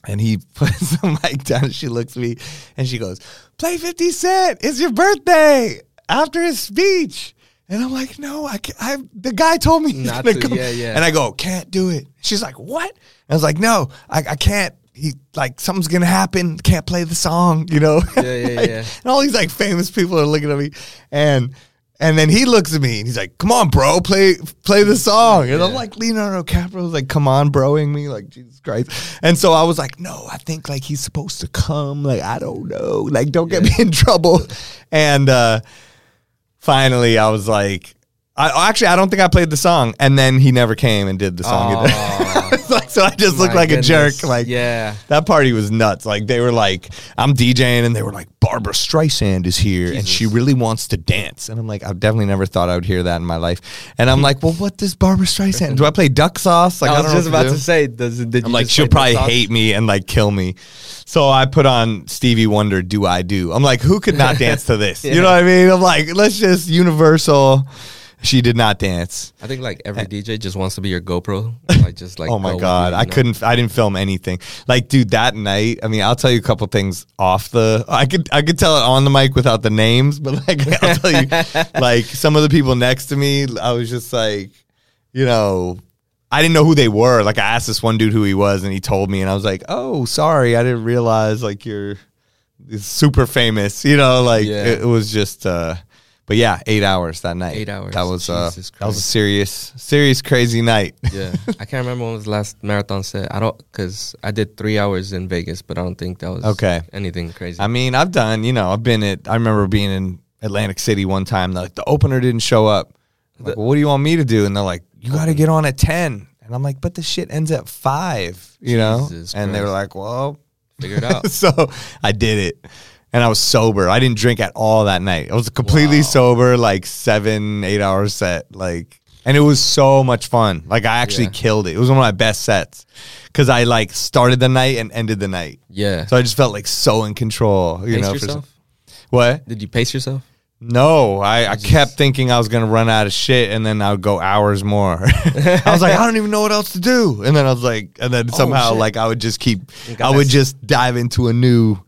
[SPEAKER 2] And he puts the mic down and she looks at me and she goes, Play 50 Cent. It's your birthday after his speech. And I'm like, No, I can't. I, the guy told me he's
[SPEAKER 3] Not
[SPEAKER 2] gonna
[SPEAKER 3] to, yeah, yeah.
[SPEAKER 2] And I go, Can't do it. She's like, What? And I was like, No, I, I can't. He like something's gonna happen. Can't play the song, you know.
[SPEAKER 3] Yeah, yeah,
[SPEAKER 2] Like,
[SPEAKER 3] yeah.
[SPEAKER 2] and all these like famous people are looking at me, and and then he looks at me and he's like, "Come on, bro, play play the song." And I'm
[SPEAKER 3] Yeah.
[SPEAKER 2] like, Leonardo DiCaprio's like, "Come on, broing me," like Jesus Christ. And so I was like, "No, I think like he's supposed to come." Like I don't know, like don't get me in trouble. And uh, finally, I was like. I, actually, I don't think I played the song, and then he never came and did the song. either.
[SPEAKER 3] Oh,
[SPEAKER 2] It's like- so I just looked
[SPEAKER 3] my
[SPEAKER 2] like a jerk.
[SPEAKER 3] goodness.
[SPEAKER 2] Like
[SPEAKER 3] yeah.
[SPEAKER 2] that party was nuts. Like they were like, I'm DJing, and they were like, Barbara Streisand is here, and she really wants to dance. And I'm like, I've definitely never thought I would hear that in my life. And I'm like, well, what does Barbara Streisand? Do I play duck sauce? Like
[SPEAKER 3] I was
[SPEAKER 2] don't know
[SPEAKER 3] just
[SPEAKER 2] what
[SPEAKER 3] about
[SPEAKER 2] do.
[SPEAKER 3] to say, does it, did
[SPEAKER 2] I'm
[SPEAKER 3] you
[SPEAKER 2] like,
[SPEAKER 3] just
[SPEAKER 2] she'll
[SPEAKER 3] play
[SPEAKER 2] probably
[SPEAKER 3] the song?
[SPEAKER 2] hate me and like kill me. So I put on Stevie Wonder, Do I Do? I'm like, who could not dance to this? You know what I mean? I'm like, let's just universal. She did not dance.
[SPEAKER 3] I think like every DJ just wants to be your GoPro. Like just like
[SPEAKER 2] oh my
[SPEAKER 3] go with
[SPEAKER 2] god
[SPEAKER 3] you,
[SPEAKER 2] i
[SPEAKER 3] you know?
[SPEAKER 2] couldn't i didn't film anything like dude that night i mean i'll tell you a couple things off the i could i could tell it on the mic without the names but like i'll tell you like some of the people next to me i was just like you know I didn't know who they were. Like I asked this one dude who he was, and he told me, and I was like, "Oh, sorry, I didn't realize like you're super famous." You know, like
[SPEAKER 3] Yeah.
[SPEAKER 2] it, it was just. uh But yeah, eight hours that night.
[SPEAKER 3] Eight hours.
[SPEAKER 2] That was uh,
[SPEAKER 3] Jesus
[SPEAKER 2] that was a
[SPEAKER 3] Christ.
[SPEAKER 2] serious, serious crazy night.
[SPEAKER 3] Yeah, I can't remember when was the last marathon set. I don't because I did three hours in Vegas, but I don't think that was
[SPEAKER 2] Okay.
[SPEAKER 3] Anything crazy?
[SPEAKER 2] I mean, I've done, you know, I've been at, I remember being in Atlantic City one time, like the opener didn't show up. I'm like, well, what do you want me to do? And they're like, you got to get on at 10. And I'm like, but the shit ends at five, you know?
[SPEAKER 3] Jesus
[SPEAKER 2] and they were
[SPEAKER 3] Christ.
[SPEAKER 2] like, well,
[SPEAKER 3] Figure it out.
[SPEAKER 2] so I did it. And I was sober. I didn't drink at all that night. I was completely sober, like seven, eight hour set. Like, and it was so much fun. Like, I actually
[SPEAKER 3] Yeah.
[SPEAKER 2] killed it. It was one of my best sets because I like started the night and ended the night.
[SPEAKER 3] Yeah.
[SPEAKER 2] So I just felt like so in control. You
[SPEAKER 3] pace
[SPEAKER 2] know, for
[SPEAKER 3] yourself?
[SPEAKER 2] some- what?
[SPEAKER 3] Did you pace yourself?
[SPEAKER 2] No, I, I kept thinking I was gonna run out of shit, and then I would go hours more. I was like, I don't even know what else to do, and then I was like, and then somehow
[SPEAKER 3] Oh, shit.
[SPEAKER 2] like I would just keep,
[SPEAKER 3] You got
[SPEAKER 2] I would
[SPEAKER 3] that-
[SPEAKER 2] just dive into a new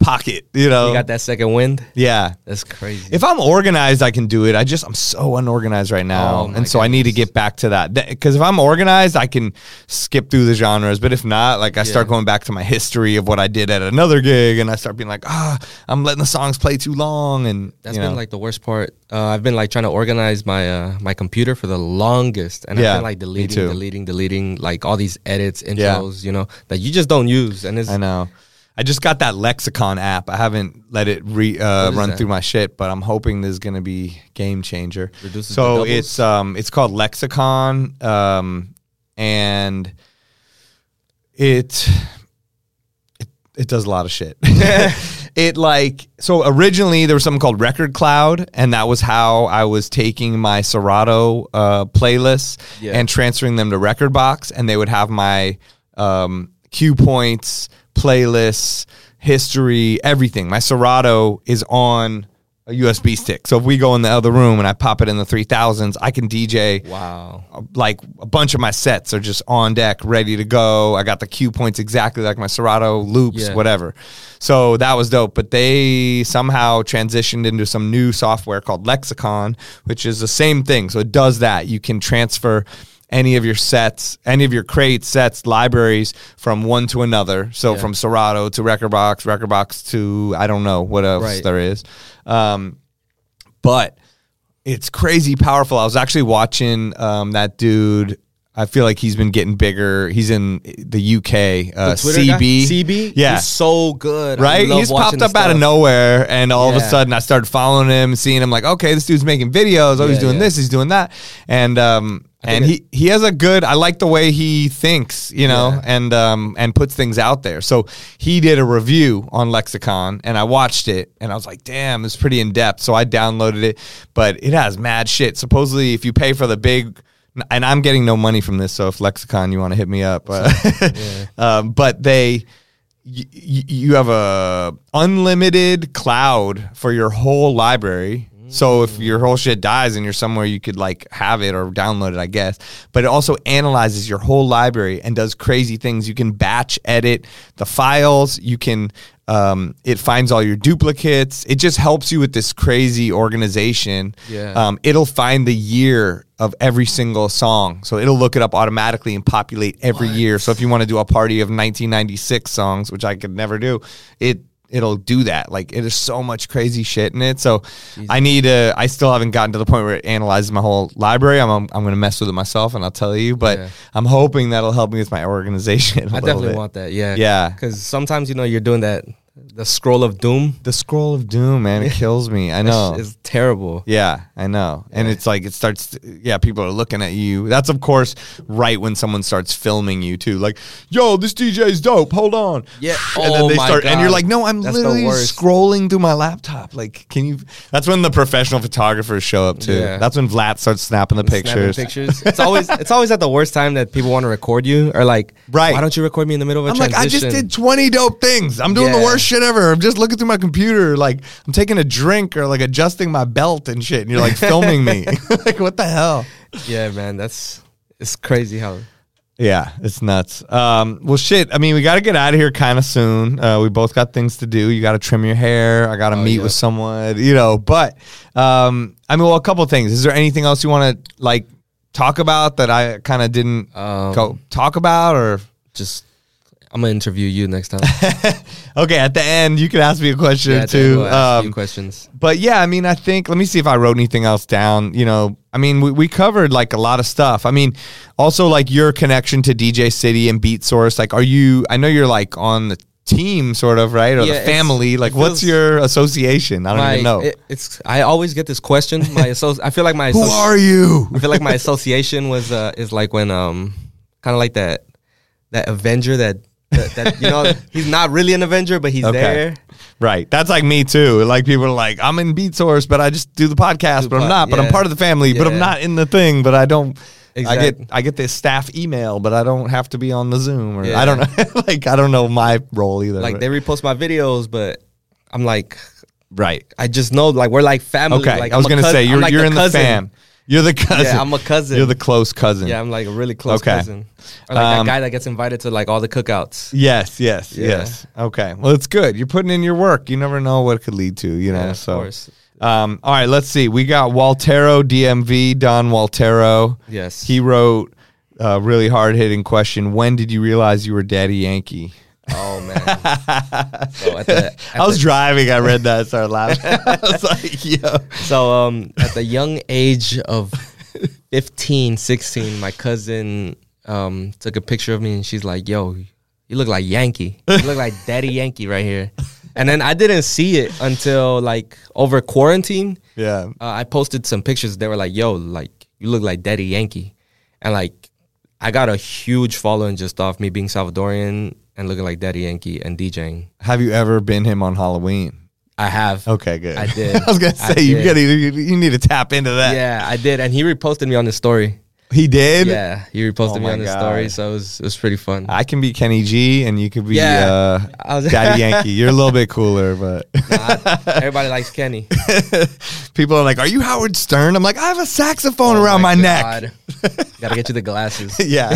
[SPEAKER 2] pocket, you know?
[SPEAKER 3] You got that second wind?
[SPEAKER 2] yeah.
[SPEAKER 3] That's crazy.
[SPEAKER 2] If I'm organized, I can do it. I just I'm so unorganized right now,
[SPEAKER 3] Oh, my
[SPEAKER 2] and so I need to
[SPEAKER 3] goodness.
[SPEAKER 2] get back to that. Because if I'm organized, I can skip through the genres. But if not, like I start going back to my history of what I did at another gig, and I start being like, ah, I'm letting the songs play too long, and
[SPEAKER 3] That's
[SPEAKER 2] you know.
[SPEAKER 3] been like the worst part. Uh, I've been like trying to organize my uh, my computer for the longest, and
[SPEAKER 2] Yeah,
[SPEAKER 3] I've been like
[SPEAKER 2] me
[SPEAKER 3] deleting,
[SPEAKER 2] too.
[SPEAKER 3] deleting, deleting, like all these edits,
[SPEAKER 2] Yeah.
[SPEAKER 3] intros, you know, that you just don't use. And it's
[SPEAKER 2] I know. I just got that lexicon app. I haven't let it re, uh,
[SPEAKER 3] is
[SPEAKER 2] run
[SPEAKER 3] that?
[SPEAKER 2] through my shit, but I'm hoping this is going to be game changer.
[SPEAKER 3] Reduces the
[SPEAKER 2] so
[SPEAKER 3] doubles?
[SPEAKER 2] it's um it's called Lexicon um and it it, it does a lot of shit. it like so originally there was something called Record Cloud and that was how I was taking my Serato uh playlists
[SPEAKER 3] Yeah.
[SPEAKER 2] and transferring them to Record Box, and they would have my um, cue points, playlists, history, everything. My Serato is on a USB stick, so if we go in the other room and I pop it in the three thousands, I can DJ.
[SPEAKER 3] wow,
[SPEAKER 2] uh, Like a bunch of my sets are just on deck, ready to go. I got the cue points exactly like my Serato loops,
[SPEAKER 3] Yeah.
[SPEAKER 2] whatever. So that was dope. But they somehow transitioned into some new software called Lexicon, which is the same thing. So it does that. You can transfer any of your sets, any of your crates, sets, libraries from one to another. So from Serato to Record Box, Record Box to I don't know what else
[SPEAKER 3] Right.
[SPEAKER 2] there is. Um, but it's crazy powerful. I was actually watching um, that dude. I feel like he's been getting bigger. He's in the UK. Uh,
[SPEAKER 3] The Twitter guy?
[SPEAKER 2] CB.
[SPEAKER 3] CB,
[SPEAKER 2] Yeah.
[SPEAKER 3] he's so good, I
[SPEAKER 2] Right?
[SPEAKER 3] love
[SPEAKER 2] He's
[SPEAKER 3] watching
[SPEAKER 2] popped
[SPEAKER 3] his
[SPEAKER 2] up out of
[SPEAKER 3] stuff.
[SPEAKER 2] nowhere, and all of a
[SPEAKER 3] Yeah.
[SPEAKER 2] sudden I started following him, seeing him like, okay, this dude's making videos. Oh, he's
[SPEAKER 3] Yeah,
[SPEAKER 2] doing
[SPEAKER 3] yeah.
[SPEAKER 2] this, he's doing that, and um, and
[SPEAKER 3] think
[SPEAKER 2] he he has a good. I like the way he thinks, you know, and um, and puts things out there. So he did a review on Lexicon, and I watched it, and I was like, damn, it's pretty in depth. So I downloaded it, but it has mad shit. Supposedly, if you pay for the big. And I'm getting no money from this, so if Lexicon, you want to hit me up, uh, um, but they y- y- you have a unlimited cloud for your whole library. So if your whole shit dies and you're somewhere, you could like have it or download it, I guess. But it also analyzes your whole library and does crazy things. You can batch edit the files. You can. Um, it finds all your duplicates. It just helps you with this crazy organization.
[SPEAKER 3] Yeah.
[SPEAKER 2] Um, it'll find the year of every single song. So it'll look it up automatically and populate every year. So if you want to do a party of 1996 songs, which I could never do, it it'll do that. Like it is so much crazy shit in it. So I need to I still haven't gotten to the point where it analyzes my whole library. I'm I'm, I'm going to mess with it myself and I'll tell you, but
[SPEAKER 3] Yeah.
[SPEAKER 2] I'm hoping that'll help me with my organization I
[SPEAKER 3] I definitely want that. Yeah,
[SPEAKER 2] Yeah.
[SPEAKER 3] because sometimes you know you're doing that, the scroll of doom.
[SPEAKER 2] the scroll of doom, man. It kills me. I know.
[SPEAKER 3] is terrible.
[SPEAKER 2] Yeah, I know. And it's like it starts to- yeah, people are looking at you. That's of course right when someone starts filming you too. Like, yo, this DJ's dope. Hold on.
[SPEAKER 3] Yeah.
[SPEAKER 2] And then
[SPEAKER 3] Oh
[SPEAKER 2] they
[SPEAKER 3] my
[SPEAKER 2] start and you're
[SPEAKER 3] God.
[SPEAKER 2] like, "No, I'm
[SPEAKER 3] That's the
[SPEAKER 2] literally
[SPEAKER 3] worst.
[SPEAKER 2] scrolling through my laptop." Like, can you That's when the professional photographers show up too.
[SPEAKER 3] Yeah.
[SPEAKER 2] That's when Vlad starts snapping the
[SPEAKER 3] Snapping
[SPEAKER 2] pictures.
[SPEAKER 3] pictures. It's always it's always at the worst time that people want to record you or like
[SPEAKER 2] Right.
[SPEAKER 3] Why don't you record me in the middle of a
[SPEAKER 2] I'm like,
[SPEAKER 3] transition?
[SPEAKER 2] I just did 20 dope things. I'm doing the
[SPEAKER 3] Yeah.
[SPEAKER 2] worst shit ever. I'm just looking through my computer. Like, I'm taking a drink or like adjusting my belt and shit. And you're like filming me. like, what the hell?
[SPEAKER 3] Yeah, man, that's it's crazy how.
[SPEAKER 2] Yeah, it's nuts. Um, well, shit. I mean, we got to get out of here kind of soon. Uh, we both got things to do. You got to trim your hair. I got to meet
[SPEAKER 3] Oh, yeah.
[SPEAKER 2] with someone, you know. But um, I mean, well, a couple things. Is there anything else you want to like talk about that I kind of didn't
[SPEAKER 3] Um,
[SPEAKER 2] go talk about? Or
[SPEAKER 3] Just I'm gonna interview you next time.
[SPEAKER 2] okay, at the end you can ask me a question
[SPEAKER 3] Yeah,
[SPEAKER 2] or
[SPEAKER 3] I think
[SPEAKER 2] two.
[SPEAKER 3] we'll ask you
[SPEAKER 2] Um,
[SPEAKER 3] questions.
[SPEAKER 2] but yeah, I mean, I think let me see if I wrote anything else down. You know, I mean, we, we covered like a lot of stuff. I mean, also like your connection to DJ City and Beat Source. Like, are you? I know you're like on the team, sort of, right, or
[SPEAKER 3] Yeah,
[SPEAKER 2] the
[SPEAKER 3] it's-
[SPEAKER 2] family.
[SPEAKER 3] it
[SPEAKER 2] Like, what's
[SPEAKER 3] feels-
[SPEAKER 2] your association? I don't
[SPEAKER 3] my,
[SPEAKER 2] even know.
[SPEAKER 3] it- it's I always get this question. My associ- I feel like my
[SPEAKER 2] Who
[SPEAKER 3] associ-
[SPEAKER 2] are you?
[SPEAKER 3] I feel like my association was uh is like when um kind of like that that Avenger that. That, that you know he's not really an Avenger, but he's
[SPEAKER 2] Okay.
[SPEAKER 3] there.
[SPEAKER 2] Right. That's like me too. Like people are like, I'm in Beat Source, but I just do the podcast,
[SPEAKER 3] Do
[SPEAKER 2] but I'm
[SPEAKER 3] pod-
[SPEAKER 2] not, but I'm
[SPEAKER 3] yeah.
[SPEAKER 2] part of the family, but I'm
[SPEAKER 3] Yeah.
[SPEAKER 2] not in the thing, but I don't I
[SPEAKER 3] Exact-
[SPEAKER 2] get I get this staff email, but I don't have to be on the Zoom or I
[SPEAKER 3] Yeah.
[SPEAKER 2] don't know like I don't know my role either.
[SPEAKER 3] Like
[SPEAKER 2] but-
[SPEAKER 3] they repost my videos, but I'm like
[SPEAKER 2] Right.
[SPEAKER 3] I just know like we're like family.
[SPEAKER 2] Okay.
[SPEAKER 3] like,
[SPEAKER 2] I was
[SPEAKER 3] I'm a
[SPEAKER 2] gonna
[SPEAKER 3] cous-
[SPEAKER 2] say
[SPEAKER 3] I'm
[SPEAKER 2] you're
[SPEAKER 3] like
[SPEAKER 2] you're in the
[SPEAKER 3] cousin.
[SPEAKER 2] fam. You're the cousin.
[SPEAKER 3] Yeah, I'm a cousin.
[SPEAKER 2] You're the close cousin.
[SPEAKER 3] Yeah, I'm like a really close
[SPEAKER 2] Okay.
[SPEAKER 3] cousin. Or like
[SPEAKER 2] Um,
[SPEAKER 3] that guy that gets invited to like all the cookouts.
[SPEAKER 2] Yes, yes,
[SPEAKER 3] Yeah.
[SPEAKER 2] yes. Okay. Well, it's good. You're putting in your work. You never know what it could lead to, you know.
[SPEAKER 3] Yeah, of
[SPEAKER 2] so,
[SPEAKER 3] course.
[SPEAKER 2] Um, all right, let's see. We got Waltero DMV, Don Waltero.
[SPEAKER 3] Yes.
[SPEAKER 2] He wrote a really hard hitting question When did you realize you were Daddy Yankee?
[SPEAKER 3] Oh man. so at the, at
[SPEAKER 2] I was
[SPEAKER 3] the-
[SPEAKER 2] driving. I read that. I started laughing. I was like, yo.
[SPEAKER 3] so um at the young age of 15, 16, my cousin um took a picture of me and she's like, "Yo, you look like Yankee. You look like Daddy Yankee right here." And then I didn't see it until like over quarantine.
[SPEAKER 2] Yeah.
[SPEAKER 3] uh, I posted some pictures. They were like, "Yo, like you look like Daddy Yankee," and like I got a huge following just off me being Salvadorian and looking like Daddy Yankee and DJing.
[SPEAKER 2] Have you ever been him on Halloween?
[SPEAKER 3] I have.
[SPEAKER 2] Okay, good.
[SPEAKER 3] I did.
[SPEAKER 2] I was gonna
[SPEAKER 3] I
[SPEAKER 2] say you
[SPEAKER 3] did.
[SPEAKER 2] gotta you, you need to tap into that.
[SPEAKER 3] Yeah, I did, and he reposted me on his story.
[SPEAKER 2] He did.
[SPEAKER 3] Yeah, he reposted
[SPEAKER 2] Oh
[SPEAKER 3] me
[SPEAKER 2] my
[SPEAKER 3] on his
[SPEAKER 2] God.
[SPEAKER 3] story, so it was it was pretty fun.
[SPEAKER 2] I can be Kenny G, and you could be
[SPEAKER 3] Yeah. I
[SPEAKER 2] uh,
[SPEAKER 3] was-
[SPEAKER 2] Daddy Yankee. You're a little bit cooler, but
[SPEAKER 3] Everybody likes Kenny.
[SPEAKER 2] people are like, "Are you Howard Stern?" I'm like, "I have a saxophone
[SPEAKER 3] Oh
[SPEAKER 2] around my, neck."
[SPEAKER 3] neck. Gotta get you the glasses.
[SPEAKER 2] yeah.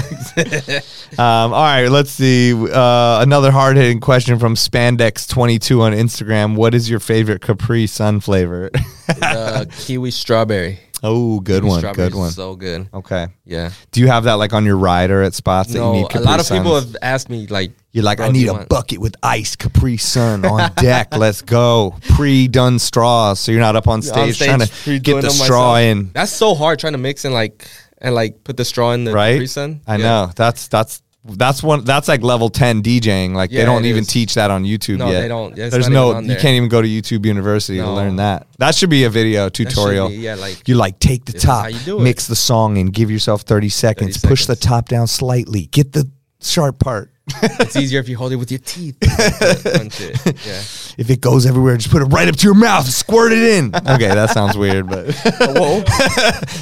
[SPEAKER 2] um, all right, let's see. Uh, another hard hitting question from Spandex22 on Instagram. What is your favorite Capri Sun flavor?
[SPEAKER 3] The kiwi strawberry.
[SPEAKER 2] oh, good one.
[SPEAKER 3] Strawberry
[SPEAKER 2] Good
[SPEAKER 3] is
[SPEAKER 2] one.
[SPEAKER 3] So good.
[SPEAKER 2] okay.
[SPEAKER 3] Yeah.
[SPEAKER 2] Do you have that like on your rider at spots that you
[SPEAKER 3] No,
[SPEAKER 2] need
[SPEAKER 3] a
[SPEAKER 2] Capri
[SPEAKER 3] lot of people
[SPEAKER 2] Suns?
[SPEAKER 3] have asked me like,
[SPEAKER 2] You're like,
[SPEAKER 3] bro,
[SPEAKER 2] I
[SPEAKER 3] do
[SPEAKER 2] need
[SPEAKER 3] you
[SPEAKER 2] a
[SPEAKER 3] want-"
[SPEAKER 2] bucket with ice Capri Sun on deck. Let's go. Pre done straws. So you're not up on stage,
[SPEAKER 3] on stage
[SPEAKER 2] trying to
[SPEAKER 3] pre-
[SPEAKER 2] get
[SPEAKER 3] doing
[SPEAKER 2] the
[SPEAKER 3] them
[SPEAKER 2] straw
[SPEAKER 3] myself.
[SPEAKER 2] in.
[SPEAKER 3] That's so hard trying to mix and like and like put the straw in the
[SPEAKER 2] Right?
[SPEAKER 3] Capri Sun.
[SPEAKER 2] I
[SPEAKER 3] Yeah.
[SPEAKER 2] know. That's that's that's one that's like level ten DJing. Like they
[SPEAKER 3] Yeah,
[SPEAKER 2] don't
[SPEAKER 3] it
[SPEAKER 2] even
[SPEAKER 3] is.
[SPEAKER 2] teach that on YouTube
[SPEAKER 3] No,
[SPEAKER 2] yet.
[SPEAKER 3] they don't. Yeah, it's
[SPEAKER 2] There's
[SPEAKER 3] not
[SPEAKER 2] no
[SPEAKER 3] even on
[SPEAKER 2] you
[SPEAKER 3] there.
[SPEAKER 2] can't even go to YouTube University to
[SPEAKER 3] No.
[SPEAKER 2] learn that. That should be a video tutorial.
[SPEAKER 3] be, yeah, like,
[SPEAKER 2] you like take the
[SPEAKER 3] this is how
[SPEAKER 2] top,
[SPEAKER 3] you do it.
[SPEAKER 2] mix the song and give yourself 30 seconds, push the
[SPEAKER 3] seconds.
[SPEAKER 2] top down slightly, get the sharp part.
[SPEAKER 3] It's easier if you hold it with your teeth. Punch it. Yeah.
[SPEAKER 2] If it goes everywhere, just put it right up to your mouth, squirt it in. Okay, that sounds weird, but
[SPEAKER 3] Whoa.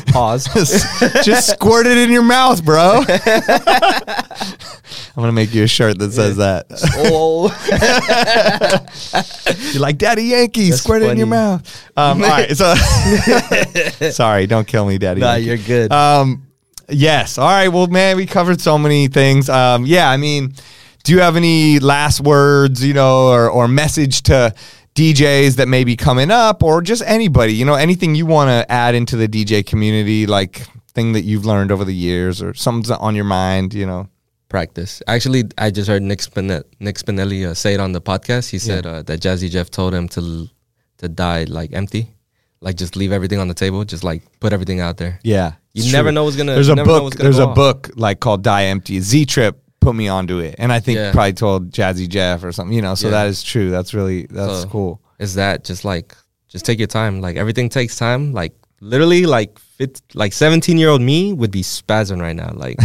[SPEAKER 3] Pause.
[SPEAKER 2] just squirt it in your mouth, bro. I'm gonna make you a shirt that says that.
[SPEAKER 3] Oh.
[SPEAKER 2] You're like Daddy Yankee, squirt it in your
[SPEAKER 3] funny.
[SPEAKER 2] mouth. Um, all right, so sorry, don't kill me, Daddy.
[SPEAKER 3] Nah,
[SPEAKER 2] Yankee.
[SPEAKER 3] you're good.
[SPEAKER 2] Um, yes. All right. Well, man, we covered so many things. Um, yeah. I mean, do you have any last words, you know, or, or message to DJs that may be coming up or just anybody, you know, anything you want to add into the DJ community, like thing that you've learned over the years or something's on your mind, you know?
[SPEAKER 3] Practice. Actually, I just heard Nick Spinelli, Nick Spinelli uh, say it on the podcast. He said uh, that Jazzy Jeff told him to l- to die like empty, like just leave everything on the table, just like put everything out there.
[SPEAKER 2] Yeah.
[SPEAKER 3] You
[SPEAKER 2] it's
[SPEAKER 3] never know what's gonna-
[SPEAKER 2] There's
[SPEAKER 3] you
[SPEAKER 2] a
[SPEAKER 3] never know
[SPEAKER 2] book.
[SPEAKER 3] what's gonna
[SPEAKER 2] There's
[SPEAKER 3] go
[SPEAKER 2] a
[SPEAKER 3] off.
[SPEAKER 2] book like called Die Empty. Z Trip put me onto it, and I think
[SPEAKER 3] Yeah.
[SPEAKER 2] probably told Jazzy Jeff or something. You know, so
[SPEAKER 3] Yeah.
[SPEAKER 2] that is true. That's really that's
[SPEAKER 3] So,
[SPEAKER 2] cool.
[SPEAKER 3] Is that just like just take your time? Like everything takes time. Like literally, like fit, like seventeen year old me would be spazzing right now. Like,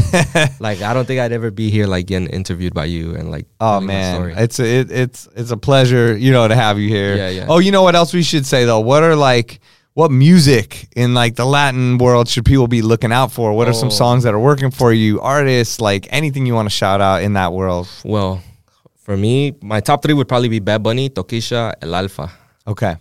[SPEAKER 3] like I don't think I'd ever be here like getting interviewed by you and like.
[SPEAKER 2] Oh
[SPEAKER 3] telling my
[SPEAKER 2] man,
[SPEAKER 3] story.
[SPEAKER 2] it's a, it, it's it's a pleasure, you know, to have you here.
[SPEAKER 3] Yeah, yeah.
[SPEAKER 2] Oh, you know what else we should say though? What are like what music in like the Latin world should people be looking out for? What are some
[SPEAKER 3] Oh.
[SPEAKER 2] songs that are working for you? Artists, like anything you want to shout out in that world?
[SPEAKER 3] well, for me, my top three would probably be Bad Bunny, Tokisha, El Alfa.
[SPEAKER 2] Okay.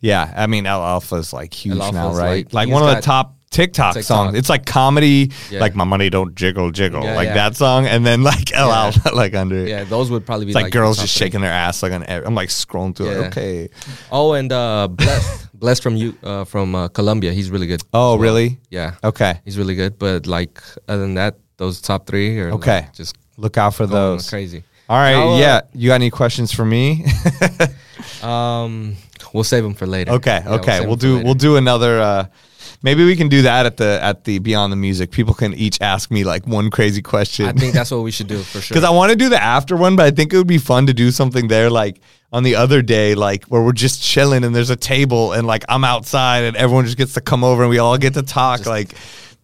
[SPEAKER 2] Yeah, I mean, El Alfa's like huge
[SPEAKER 3] El
[SPEAKER 2] now,
[SPEAKER 3] Alfa's,
[SPEAKER 2] right? Like,
[SPEAKER 3] like, he's
[SPEAKER 2] one of the
[SPEAKER 3] got
[SPEAKER 2] top TikTok,
[SPEAKER 3] TikTok.
[SPEAKER 2] songs. It's like comedy,
[SPEAKER 3] Yeah.
[SPEAKER 2] like "My Money Don't Jiggle Jiggle,"
[SPEAKER 3] Yeah,
[SPEAKER 2] like
[SPEAKER 3] yeah.
[SPEAKER 2] that song, and then like El
[SPEAKER 3] Yeah.
[SPEAKER 2] Alfa, like under it.
[SPEAKER 3] Yeah, those would probably be
[SPEAKER 2] It's like,
[SPEAKER 3] like the
[SPEAKER 2] girls
[SPEAKER 3] top
[SPEAKER 2] just
[SPEAKER 3] three.
[SPEAKER 2] shaking their ass. Like on, every, I'm like scrolling through.
[SPEAKER 3] Yeah.
[SPEAKER 2] Like, okay.
[SPEAKER 3] Oh, and uh, Blessed, Blessed from you uh, from uh, Colombia. He's really good.
[SPEAKER 2] Oh, really?
[SPEAKER 3] Yeah.
[SPEAKER 2] Okay.
[SPEAKER 3] He's really good, but like other than that, those top three are like,
[SPEAKER 2] Okay.
[SPEAKER 3] just
[SPEAKER 2] Look out for
[SPEAKER 3] going
[SPEAKER 2] those.
[SPEAKER 3] crazy.
[SPEAKER 2] All right.
[SPEAKER 3] Now, uh,
[SPEAKER 2] yeah. You got any questions for me?
[SPEAKER 3] Um, we'll save them for later.
[SPEAKER 2] okay.
[SPEAKER 3] Yeah, we'll
[SPEAKER 2] okay.
[SPEAKER 3] save
[SPEAKER 2] We'll,
[SPEAKER 3] 'em for
[SPEAKER 2] do.
[SPEAKER 3] later.
[SPEAKER 2] We'll do another. uh Maybe we can do that at the at the Beyond the Music. People can each ask me like one crazy question.
[SPEAKER 3] I think that's what we should do for sure.
[SPEAKER 2] because I want to do the after one, but I think it would be fun to do something there, like on the other day, like where we're just chilling and there's a table and like I'm outside and everyone just gets to come over and we all get to talk. like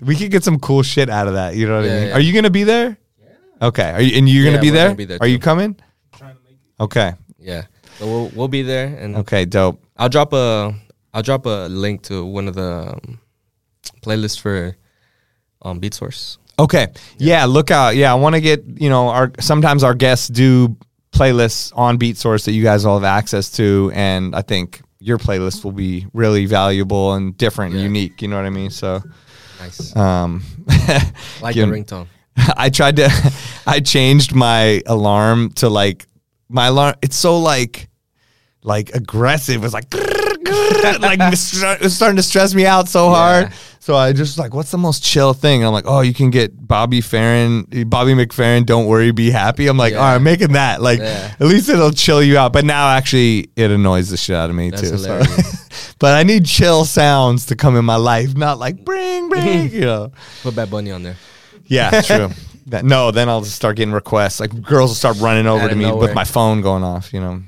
[SPEAKER 2] we could get some cool shit out of that. You know what I
[SPEAKER 3] Yeah,
[SPEAKER 2] mean?
[SPEAKER 3] yeah.
[SPEAKER 2] Are you gonna be there? Okay. Are you and you're gonna
[SPEAKER 3] Yeah,
[SPEAKER 2] be
[SPEAKER 3] we're
[SPEAKER 2] there?
[SPEAKER 3] gonna be there
[SPEAKER 2] Are you
[SPEAKER 3] too.
[SPEAKER 2] coming? Okay.
[SPEAKER 3] yeah, so we'll we'll be there, and
[SPEAKER 2] Okay. Dope.
[SPEAKER 3] I'll drop a I'll drop a link to one of the um, playlists for um Beat Source.
[SPEAKER 2] Okay. Yeah. look out. Yeah, I want to get you know our sometimes our guests do playlists on Beat Source that you guys all have access to, and I think your playlist will be really valuable and different and unique. You know what I mean? So,
[SPEAKER 3] Nice.
[SPEAKER 2] um,
[SPEAKER 3] like
[SPEAKER 2] give-
[SPEAKER 3] the ringtone.
[SPEAKER 2] I tried to, I changed my alarm to like my alarm. It's so like, like aggressive. It's like, like it was starting to stress me out so hard. So I just like, what's the most chill thing? I'm like, oh, you can get Bobby Farron, Bobby McFerrin. Don't worry, be happy. I'm like,
[SPEAKER 3] Yeah.
[SPEAKER 2] all right, I'm making that. Like,
[SPEAKER 3] Yeah.
[SPEAKER 2] at least it'll chill you out. But now actually, it annoys the shit out of me
[SPEAKER 3] That's
[SPEAKER 2] too. so.
[SPEAKER 3] hilarious.
[SPEAKER 2] but I need chill sounds to come in my life, not like bring, bring, you know.
[SPEAKER 3] Put Bad Bunny on there.
[SPEAKER 2] Yeah, true. That- no, then I'll just start getting requests. Like girls will start running over
[SPEAKER 3] Outta
[SPEAKER 2] to me with
[SPEAKER 3] nowhere.
[SPEAKER 2] my phone going off. You know.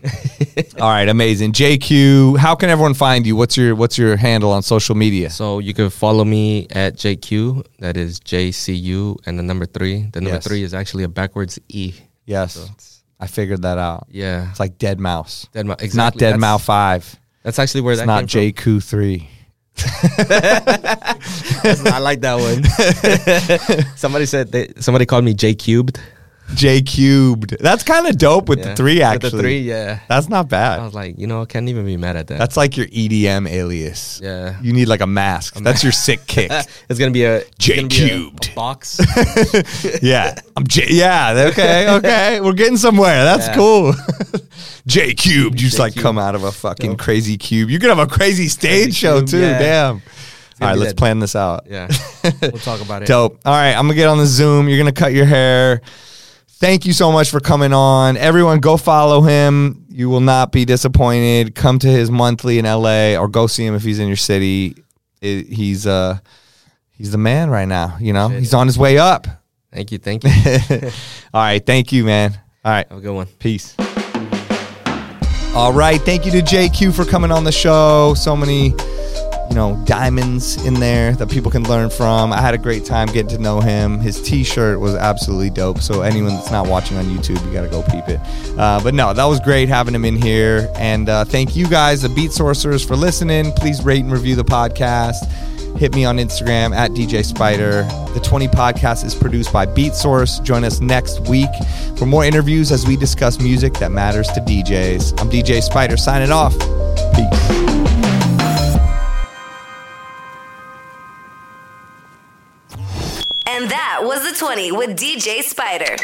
[SPEAKER 2] All right, amazing. JQ, how can everyone find you? What's your What's your handle on social media?
[SPEAKER 3] So you can follow me at JQ. That is J C U and the number three. The number
[SPEAKER 2] Yes.
[SPEAKER 3] three is actually a backwards E.
[SPEAKER 2] Yes, I figured that out.
[SPEAKER 3] Yeah.
[SPEAKER 2] It's like Dead Mouse,
[SPEAKER 3] Dead Mou-
[SPEAKER 2] It's not
[SPEAKER 3] exactly.
[SPEAKER 2] Dead
[SPEAKER 3] That's-
[SPEAKER 2] Mouse Five.
[SPEAKER 3] That's actually where
[SPEAKER 2] It's
[SPEAKER 3] that
[SPEAKER 2] not
[SPEAKER 3] came
[SPEAKER 2] JQ Three.
[SPEAKER 3] from. I like that one. somebody said they, somebody called me J cubed.
[SPEAKER 2] J cubed. That's kind of dope with
[SPEAKER 3] Yeah.
[SPEAKER 2] the three.
[SPEAKER 3] With
[SPEAKER 2] Actually,
[SPEAKER 3] the three, yeah.
[SPEAKER 2] That's not
[SPEAKER 3] I
[SPEAKER 2] bad.
[SPEAKER 3] was like, you know, I can't even be mad at that.
[SPEAKER 2] That's like your EDM alias.
[SPEAKER 3] Yeah.
[SPEAKER 2] You need like a mask. That's your sick kick.
[SPEAKER 3] it's gonna be a it's gonna be a-
[SPEAKER 2] J-cubed.
[SPEAKER 3] a box.
[SPEAKER 2] Yeah. I'm J. Yeah. Okay. Okay. We're getting somewhere. That's
[SPEAKER 3] Yeah.
[SPEAKER 2] cool. J cubed. You just like come out of a fucking crazy cube. You could have a crazy stage show
[SPEAKER 3] cube,
[SPEAKER 2] too.
[SPEAKER 3] yeah.
[SPEAKER 2] Damn. All right.
[SPEAKER 3] be
[SPEAKER 2] Let's
[SPEAKER 3] that-
[SPEAKER 2] plan this out.
[SPEAKER 3] yeah, we'll talk about it.
[SPEAKER 2] Dope. All right. I'm gonna get on the Zoom. You're gonna cut your hair. Thank you so much for coming on. Everyone, go follow him. You will not be disappointed. Come to his monthly in LA or go see him if he's in your city. It- he's uh he's the man right now. You know he's on his way up.
[SPEAKER 3] Thank you, thank you.
[SPEAKER 2] All right. Thank you, man. All right.
[SPEAKER 3] Have a good one.
[SPEAKER 2] Peace. All right. Thank you to JQ for coming on the show. So many, you know, diamonds in there that people can learn from. I had a great time getting to know him. His t shirt was absolutely dope. So, anyone that's not watching on YouTube, you got to go peep it. Uh, but no, that was great having him in here. And uh, thank you guys, the Beat Sorcerers, for listening. Please rate and review the podcast hit me on Instagram at DJ Spider. The 20 podcast is produced by Beat Source. Join us next week for more interviews as we discuss music that matters to DJs. I'm DJ Spider signing off. Peace.
[SPEAKER 1] And that was the 20 with DJ Spider.